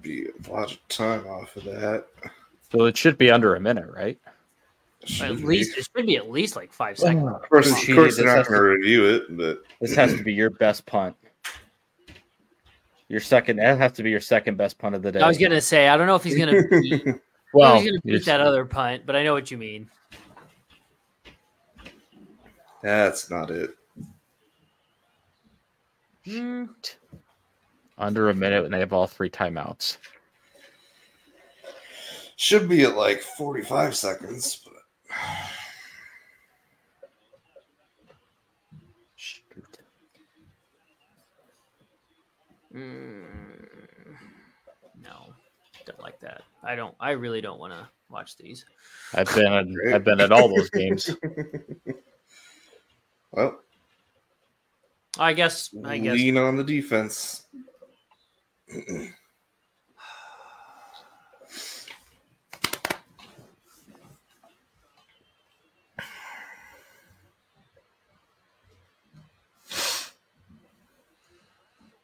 Be a lot of time off of that.
So it should be under a minute, right?
At
Should be.
least it should be at least like five seconds.
Of course, of
Appreciate
course
it.
they're not
That's
going to review it, but
This has to be your best punt. Your second. That has to be your second best punt of the day.
I was gonna say I don't know if he's gonna beat,
well,
he's gonna
you're-
beat that other punt, but I know what you mean.
that's not it.
Mm,
under a minute, and they have all three timeouts.
Should be at like 45 seconds. But
Shoot.
Mm, no, don't like that. I don't. I really don't want to watch these.
I've been I've been at all those games.
well,
I guess. I guess.
lean on the defense.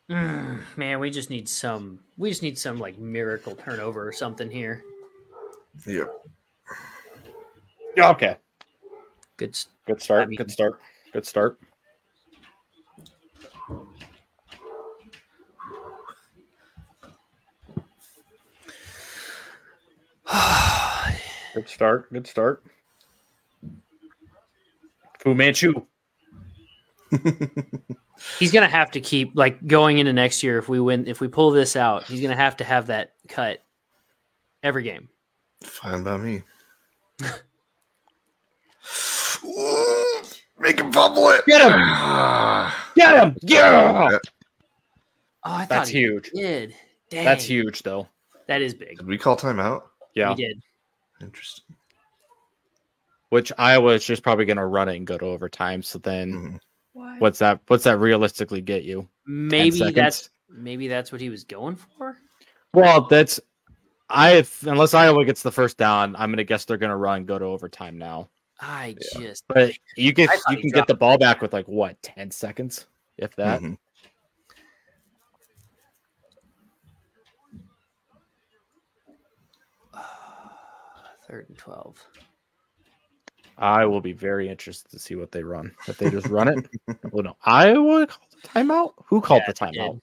Mm, man, we just need some. We just need some like miracle turnover or something here.
Yeah.
Okay.
Good. s-
Good
I
start.
mean-
Good start. Good start. Good start. Good start. Fu Manchu.
he's gonna have to keep like going into next year if we win. If we pull this out, he's gonna have to have that cut every game.
Fine by me. Make him fumble it.
Get him!
Ah.
Get him! Yeah.
Uh,
Oh, I thought
That's
he
huge.
did. Dang,
That's huge, though.
That is big.
Did we call timeout?
Yeah.
He did.
Interesting.
Which Iowa is just probably going to run it and go to overtime. So then,
Mhm.
what's that? What's that realistically get you? 10
Mm. Maybe
seconds?
that's maybe that's what he was going for.
Well, that's I if, unless Iowa gets the first down, I'm gonna guess they're gonna run, go to overtime now.
I just
But you get
I thought
you
he
can get
dropped
the ball back with like what ten seconds, if that.
Mhm.
third and twelve.
Mm-hmm.
I will be very interested to see what they run. If they just run it, well, no, Iowa called the timeout. Who called
Yeah,
the
they
timeout?
did.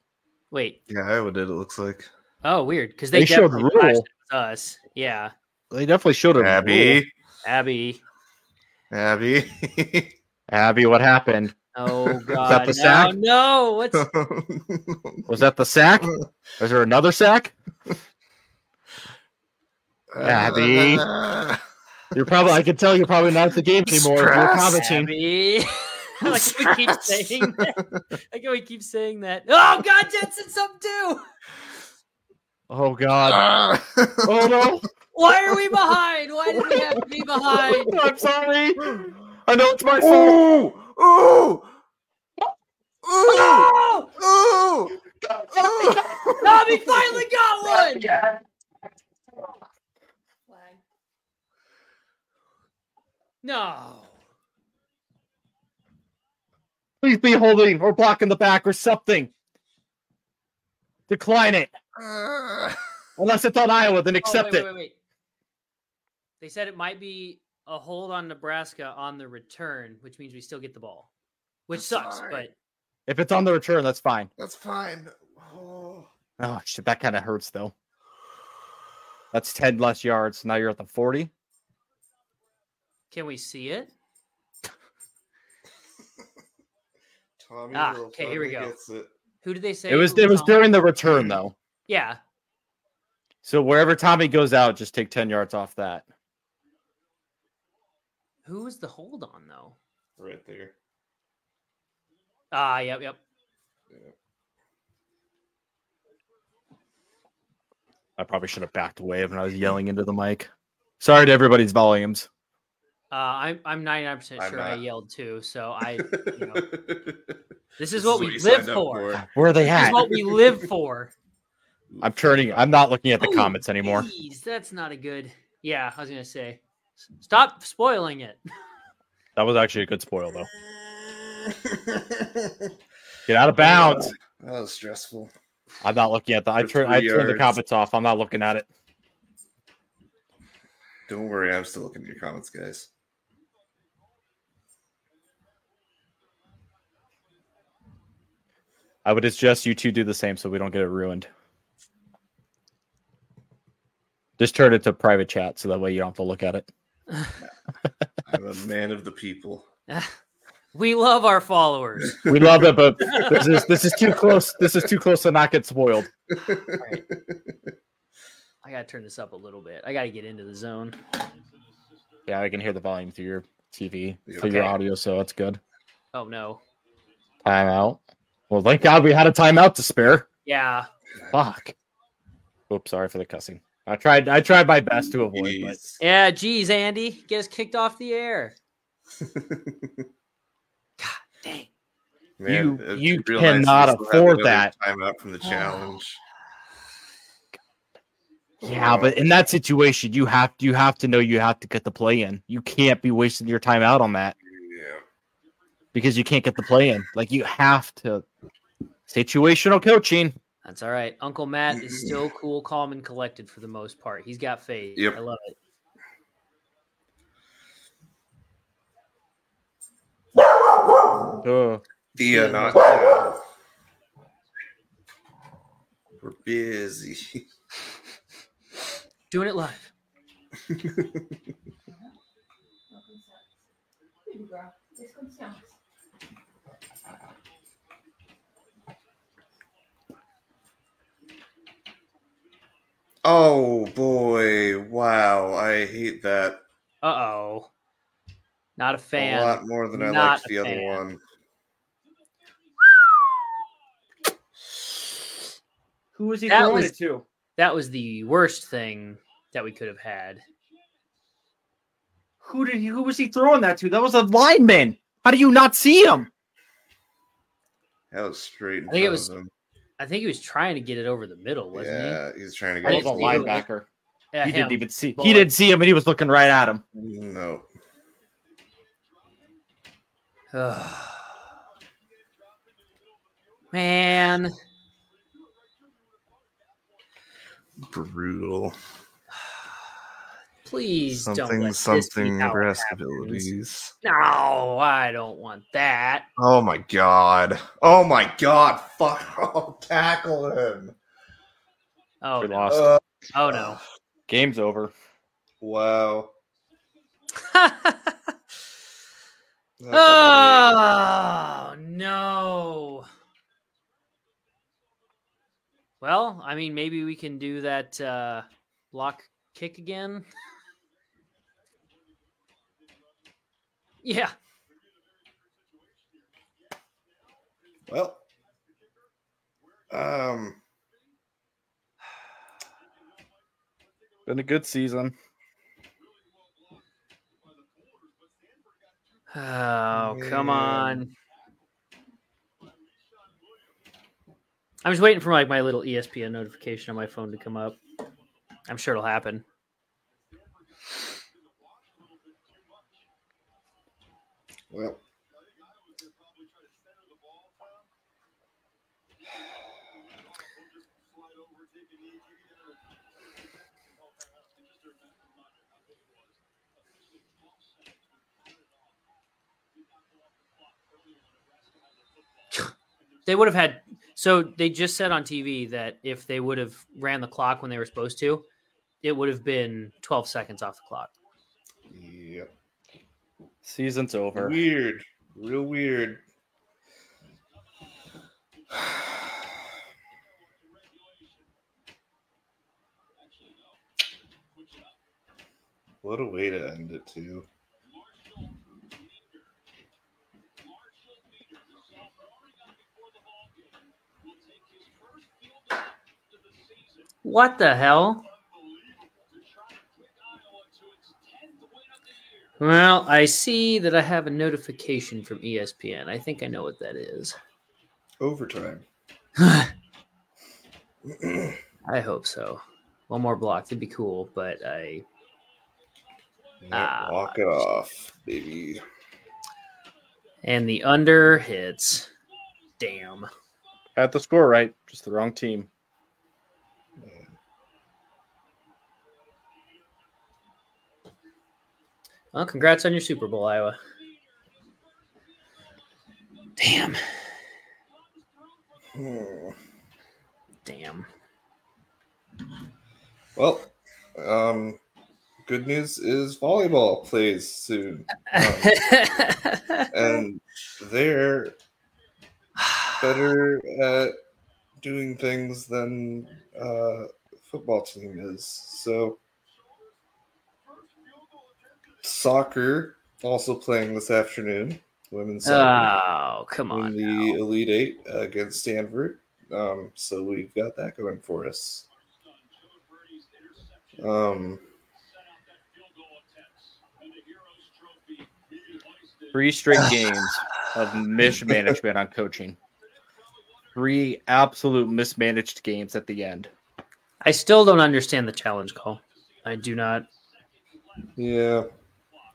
Wait.
Yeah, Iowa did. It looks like
Oh, weird. Because
They,
they,
showed
definitely flashed
rule.
it with us. Yeah,
They definitely showed a rule.
Abby.
Abby.
Abby.
Abby, what happened?
Oh God!
that the
no,
sack?
no, what's
Was that the sack? Was there another sack? Abby. You're probably. I can tell you're probably not at the game anymore. if You're
Stress.
commenting.
Abby? like we keep saying that. Like we keep saying that. Oh God, Jensen, some too.
Oh God.
Ah.
Oh no.
Why are we behind? Why did we have to be behind?
I'm sorry. I know it's my fault.
Ooh! Ooh! Ooh!
No!
Ooh! Ooh!
No, we finally got one.
Flag.
No.
Please be holding or blocking the back or something. Decline it.
Ah.
Unless it's on Iowa, then
Oh,
accept
wait,
it.
Wait, wait, wait. They said it might be a hold on Nebraska on the return, which means we still get the ball, which sucks.
Sorry.
But
If it's on the return, that's fine.
That's fine. Oh.
Oh shit, that kind of hurts though. That's 10 less yards. Now you're at the 40.
can we see it?
Tommy
Ah,
Hill
okay, here we
finally
go.
gets it.
Who did they say?
It was
who
it was
on?
during the return though.
Yeah.
So wherever Tommy goes out, just take 10 yards off that.
Who was the hold on though?
Right there.
Ah, yep, yep.
I probably should have backed away when I was yelling into the mic. Sorry to everybody's volumes.
Uh, I'm I'm 99 percent
I'm
sure I
not.
yelled too. So I, you know, this
This
is what
is what
we
you
live
signed up
for.
for.
Where are they
This is
at?
what we live for.
I'm turning. I'm not looking at the
Oh,
comments anymore.
Jeez, that's not a good. Yeah, I was gonna say, s- stop spoiling it.
That was actually a good spoil though. Get out of bounds.
That was stressful.
I'm not looking at the. I
For
turn. I
three
turn the
yards.
comments off. I'm not looking at it.
Don't worry, I'm still looking at your comments, guys.
I would suggest you two do the same so we don't get it ruined. Just turn it to private chat so that way you don't have to look at it.
I'm a man of the people.
We love our followers.
We love it, but this is this is too close. This is too close to not get spoiled.
I gotta turn this up a little bit. I gotta get into the zone.
Yeah, I can hear the volume through your TV,
Yeah.
through your
Okay.
audio, so that's good.
Oh no.
Timeout. Well, thank God we had a timeout to spare.
Yeah.
Fuck. Oops, sorry for the cussing. I tried. I tried my best to avoid. But
Jeez.
Yeah. Geez, Andy, get us kicked off the air. Dang.
You-
if
you
uh, realize we
cannot
still have the
afford
other
that.
Time out from the
Ah.
challenge.
yeah, but in that situation, you have you have to know you have to get the play in. You can't be wasting your time out on that
Yeah.
because you can't get the play in. Like you have to situational coaching.
That's all right. Uncle Matt is still cool, calm, and collected for the most part. He's got faith.
Yep.
I love it.
Ugh.
Thea, not now. We're busy.
Doing it live.
Não consigo. Sim, girl. Desconfiamos.
Oh boy! Wow, I hate that
Uh oh. Not a fan.
a lot more than I
Not
liked
a
the other
fan.
one.
Who was he
That was-
it to?
That was the worst thing that we could have had.
Who did he? Who was he throwing that to? That was a lineman. How do you not see him?
That was straight. In
I think it
front
was-
of him.
I think he was trying to get it over the middle, wasn't
Yeah, he's trying to
I
That
get.
was a
didn't see him.
linebacker.
he? Yeah,
He
him.
didn't even see.
Bullet.
He didn't see him, and he was looking right at him.
No.
Man,
Brutal.
please don't
Something,
let
something,
this be how it
rest
happens.
abilities.
No, I don't want that.
Oh my god. Oh my god. Fuck. Oh, tackle him.
Oh
We
no.
lost.
Uh,
oh no.
Game's over.
wow.
Ah! oh I mean, maybe we can do that uh, block kick again. yeah,
Well, um,
Been a good season.
Oh, come on. I'm just waiting for like my little E ESPN notification on my phone to come up. I'm sure it'll happen.
well.
They would have had so they just said on TV that if they would have ran the clock when they were supposed to, it would have been 12 seconds off the clock.
Yep.
Season's over.
Weird. Real weird. What a way to end it, too.
What the hell? Well, I see that I have a notification from E ESPN. I think I know what that is.
Overtime.
I hope so. One more block. That'd be cool, but I
Yep,
Ah.
Walk it off, baby.
and the under hits. Damn.
Had the score right, just the wrong team.
Well, congrats on your Super Bowl, Iowa. Damn.
Hmm.
Damn.
Well, um, good news is volleyball plays soon. Um, Oh. and they're better at doing things than uh, football team is. So soccer also playing this afternoon. Women's soccer
oh, come
in
on.
the Elite Eight uh, against Stanford. Um, so we've got that going for us. Um,
Three straight games of mismanagement on coaching. Three absolute mismanaged games at the end.
I still don't understand the challenge call. I do not.
yeah.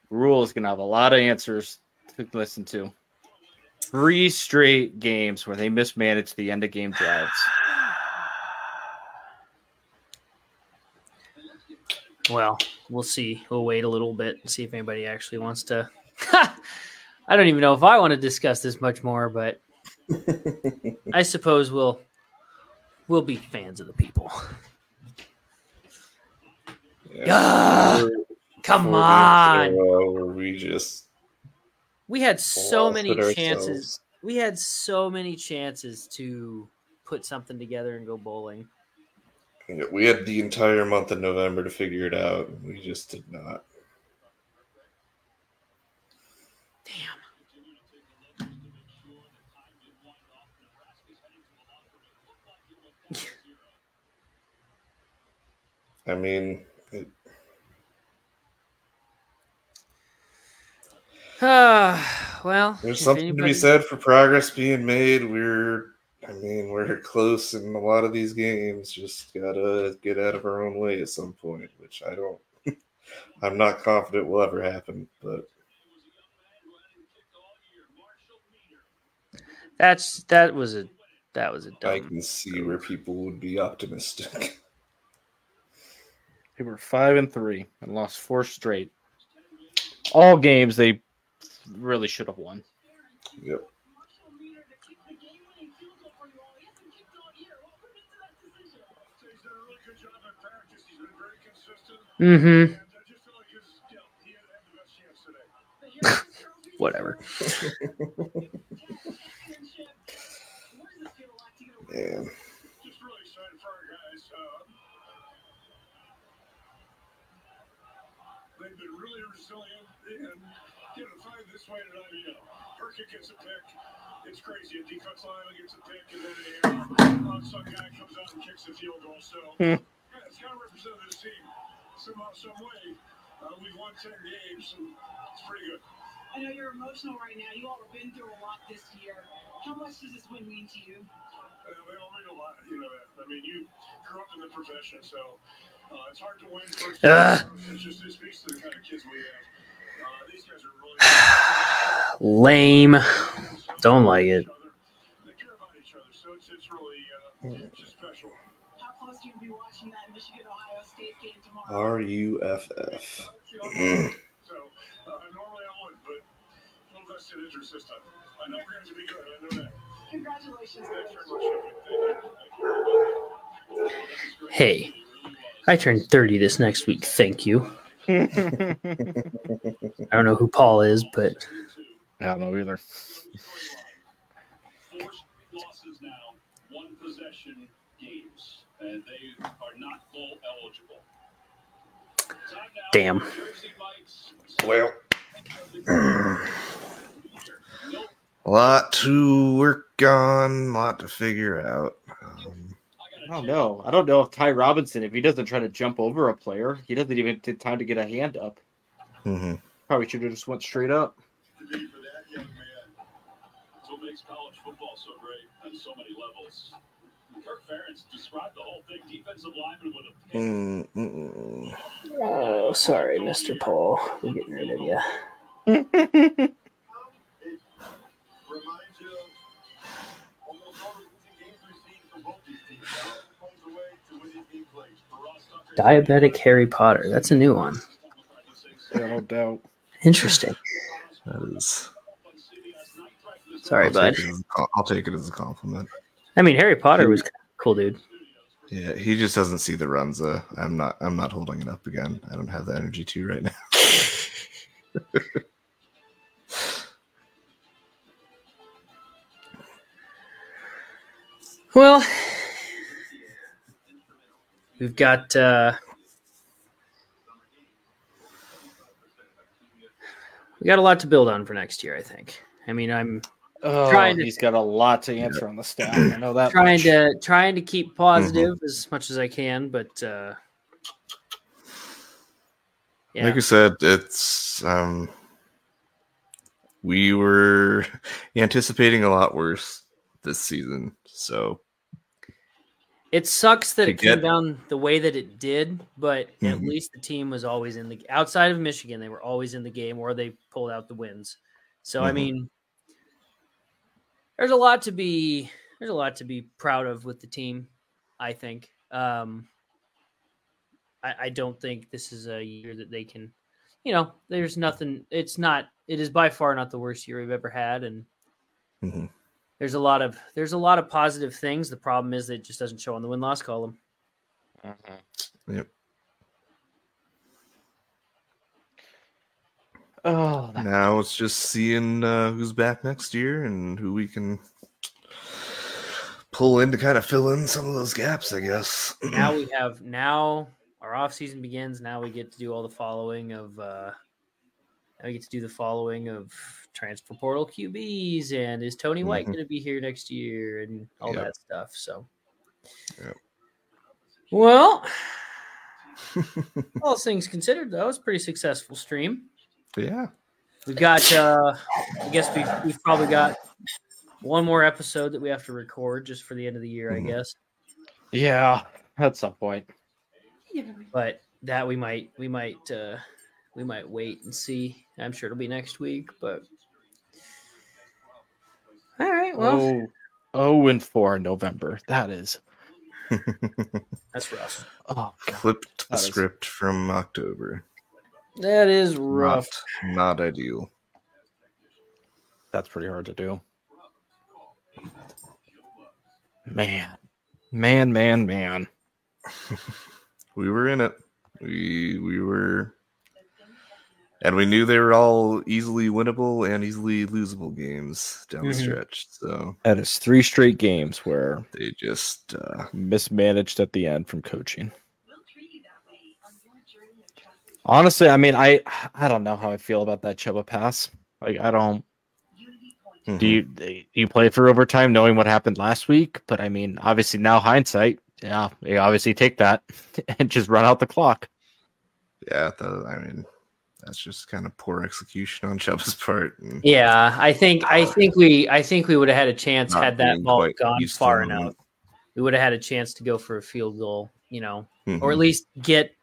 Rule is going to have a lot of answers to listen to. Three straight games where they mismanaged the end of game drives.
Well, we'll see. We'll wait a little bit and see if anybody actually wants to. I don't even know if I want to discuss this much more, but I suppose we'll we'll be fans of the people.
yeah.
Ugh, come
Four weeks in a
on.
row Where we just
We had so many
blasted
chances.
ourselves.
We had so many chances to put something together and go bowling.
Yeah, We had the entire month of November to figure it out. and We just did not.
Damn.
I mean, it,
Ah, well,
there's
if
something to
anybody-
be said for progress being made. We're, I mean, we're close in a lot of these games. Just gotta get out of our own way at some point, which I don't. I'm not confident will ever happen, but
That's that was a that was a
I
dumb.
can see where people would be optimistic.
They were five and three and lost four straight. All games they really should have won.
Yep.
Mm-hmm. Whatever.
Man.
uh, been really resilient and you know find this way and another. You know, Perkins gets a pick. It's crazy. A defense lineman gets a pick, and then an air Uh, some guy comes out and kicks the field goal. So yeah, it's kind of represented this team somehow, some way. Uh, we've won ten games, and it's pretty good.
I know you're emotional right now. You all have been through a lot this year. How much does this win mean to you?
Uh, they all mean a lot, you know that. I mean, you grew up in the profession, so uh, it's hard to win. First
Ah.
It's just it speaks to the kind of kids we have. Uh, these guys are really.
Lame. Don't like it.
They care about each other, so it's, it's really uh, it's just special.
How close do you be watching that Michigan Ohio State game tomorrow?
R U F F.
So uh, normally I would, but no vested interest this time. I know we're going to be good. I know that.
Congratulations.
Thanks
Coach.
very much. Thank you. Thank you.
Hey, I turn 30 this next week. Thank you. I don't know who Paul is, but
I don't know either.
Four losses now, one possession games, and they are not bowl eligible.
damn.
Well,
A lot to work on, a lot to figure out. Um,
I don't know. I don't know if Ty Robinson, if he doesn't try to jump over a player, he doesn't even take time to get a hand up.
mhm.
Probably should have just went straight up.
for that young man. That's what makes college football so great on so many levels. Kirk Ferentz described the whole thing: defensive lineman with a pick.
Mm, mm, mm.
Oh, sorry, Mr. Paul. We're getting rid of you.
Reminds you of almost all the losing games we've seen from both these teams. Now, finds a way to win these big plays. Ross Tucker-
Diabetic Harry Potter. That's a new one.
Yeah, no doubt.
Interesting.
That is.
Sorry,
I'll
bud.
Take it as a- I'll take it as a compliment.
I mean, Harry Potter was kind of cool, dude.
Yeah, he just doesn't see the runs. Uh, I'm not. I'm not holding it up again. I don't have the energy to right now.
Well, we've got uh, we got a lot to build on for next year. I think. I mean, I'm
Oh,
Trying to-
he's got a lot to answer on the staff. I know that.
trying
much.
to trying to keep positive as much as I can, but uh, yeah,
Like I said, it's um, we were anticipating a lot worse this season. So
it sucks that
to
it came
get-
down the way that it did, but at
Mhm.
least the team was always in the outside of Michigan. They were always in the game, or they pulled out the wins. So I
Mhm.
mean, there's a lot to be there's a lot to be proud of with the team. I think. Um, I, I don't think this is a year that they can. You know, there's nothing. It's not. It is by far not the worst year we've ever had, and
Mhm.
there's a lot of there's a lot of positive things. The problem is that it just doesn't show on the win loss column.
Mhm.
Yep.
Oh, that-
now it's just seeing uh, who's back next year and who we can pull in to kind of fill in some of those gaps. I guess.
now we have now our off season begins. Now we get to do all the following of uh now we get to do the following of transfer portal QBs and is Tony White
Mhm.
going to be here next year and all
Yep.
that stuff. So,
Yep.
well, all things considered, though, it's a pretty successful stream.
yeah.
We've got, uh, I guess we've, we've probably got one more episode that we have to record just for the end of the year,
Mhm.
I guess.
yeah, at some point.
but that we might we might uh we might wait and see i'm sure it'll be next week but all right well
oh, oh, and four in November. That is.
that's rough
Oh, God.
Flipped the
That is-
script from October.
that is
Not,
rough
not ideal.
that's pretty hard to do. Man, man, man, man.
We were in it. We we were, and we knew they were all easily winnable and easily losable games down the
Mhm.
stretch. So
That is three straight games where
they just uh,
mismanaged at the end from coaching.
We'll treat you that way on your journey of trusted
Honestly, I mean, I I don't know how I feel about that Chuba pass. Like, I don't.
hmm.
Do you do you play for overtime knowing what happened last week? But I mean, obviously now hindsight, yeah, you obviously take that and just run out the clock.
Yeah, the, I mean, that's just kind of poor execution on Chuba's part. and
Yeah, I think I think we I think we would have had a chance
not
had that
being
ball
quite
gone
used to
far
the moment.
enough. We would have had a chance to go for a field goal, you know, or
Mhm.
at least get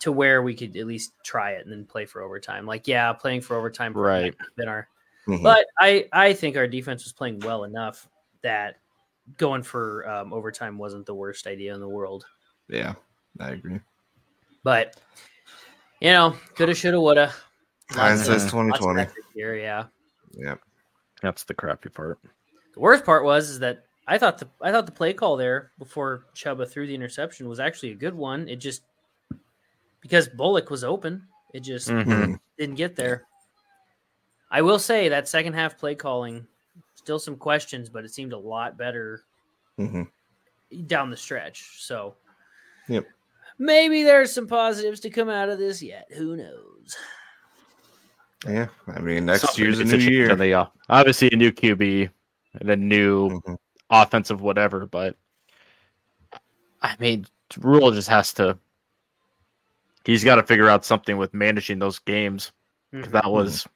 to where we could at least try it and then play for overtime. Like, yeah, playing for overtime probably
Right.
might have been our
Mm.
Mhm.
but I I think our defense was playing well enough that going for um, overtime wasn't the worst idea in the world.
yeah, I agree.
But you know, coulda, shoulda, woulda.
Hindsight's
of-
twenty
Lots of
twenty.
effort Here, yeah.
Yeah,
That's the crappy part.
The worst part was is that I thought the I thought the play call there before Chuba threw the interception was actually a good one. It just because Bullock was open, it just
Mm.
Mhm.
Mm-hmm,
didn't get there. I will say that second half play calling still some questions, but it seemed a lot better
hmm
down the stretch. So
Yep.
Maybe there's some positives to come out of this yet. Who knows?
yeah. I mean, next
Something
year's a
needs
new
to change
year.
on the, uh, obviously, a new QB and a new
Mhm.
offensive whatever, but I mean, Rule just has to. He's got to figure out something with managing those games. 'cause That was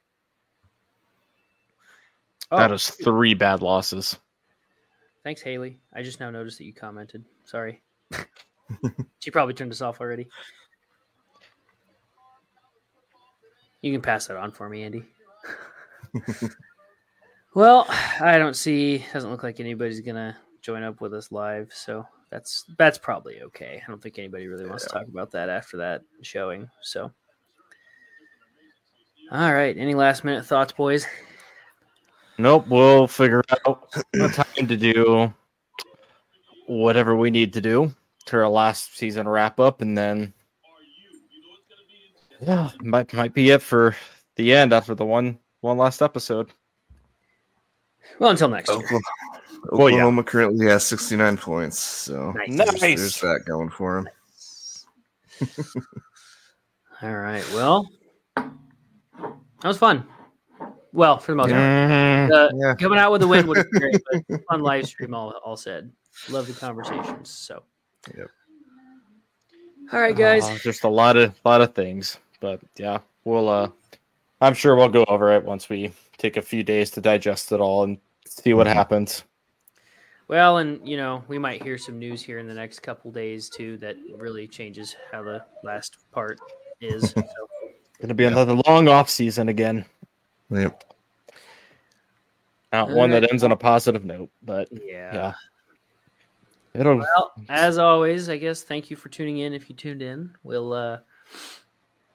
that is three bad losses.
Thanks, Haley. I just now noticed that you commented. Sorry. she probably turned us off already. You can pass that on for me, Andy. well, I don't see doesn't look like anybody's gonna join up with us live, so that's that's probably okay. I don't think anybody really wants to talk about that after that showing. So all right. Any last minute thoughts, boys?
Nope, we'll figure out the time to do whatever we need to do to our last season wrap up, and then yeah, might might be it for the end after the one one last episode.
Well, until
Oh.
next year.
Oklahoma,
Well, yeah.
Oklahoma currently has sixty nine points, so
Nice.
there's,
Nice.
there's that going for him.
All right. Well, that was fun. Well, for the most part,
Mhm.
Uh,
Yeah.
coming out with a win would be great, but fun live stream. All, all said, love the conversations. So,
Yep.
All right, guys.
Uh, just a lot of lot of things, but yeah, we'll. uh I'm sure we'll go over it once we take a few days to digest it all and see what happens.
Well, and you know, we might hear some news here in the next couple days too that really changes how the last part is. so,
Gonna be another long off season again.
Yep.
Not
All
one
right.
that ends on a positive note, but
yeah.
yeah. It'll
Well, as always, I guess thank you for tuning in. If you tuned in, we'll uh,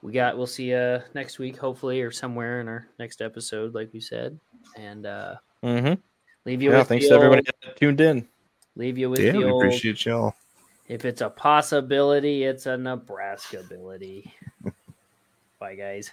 we got we'll see uh next week hopefully or somewhere in our next episode, like we said, and uh,
Mhm.
leave you
yeah,
with
thanks
the
to everybody
old-
that tuned in.
Leave you with
Yeah,
the
we
old.
appreciate y'all.
If it's a possibility, it's a Nebraska ability. Bye, guys.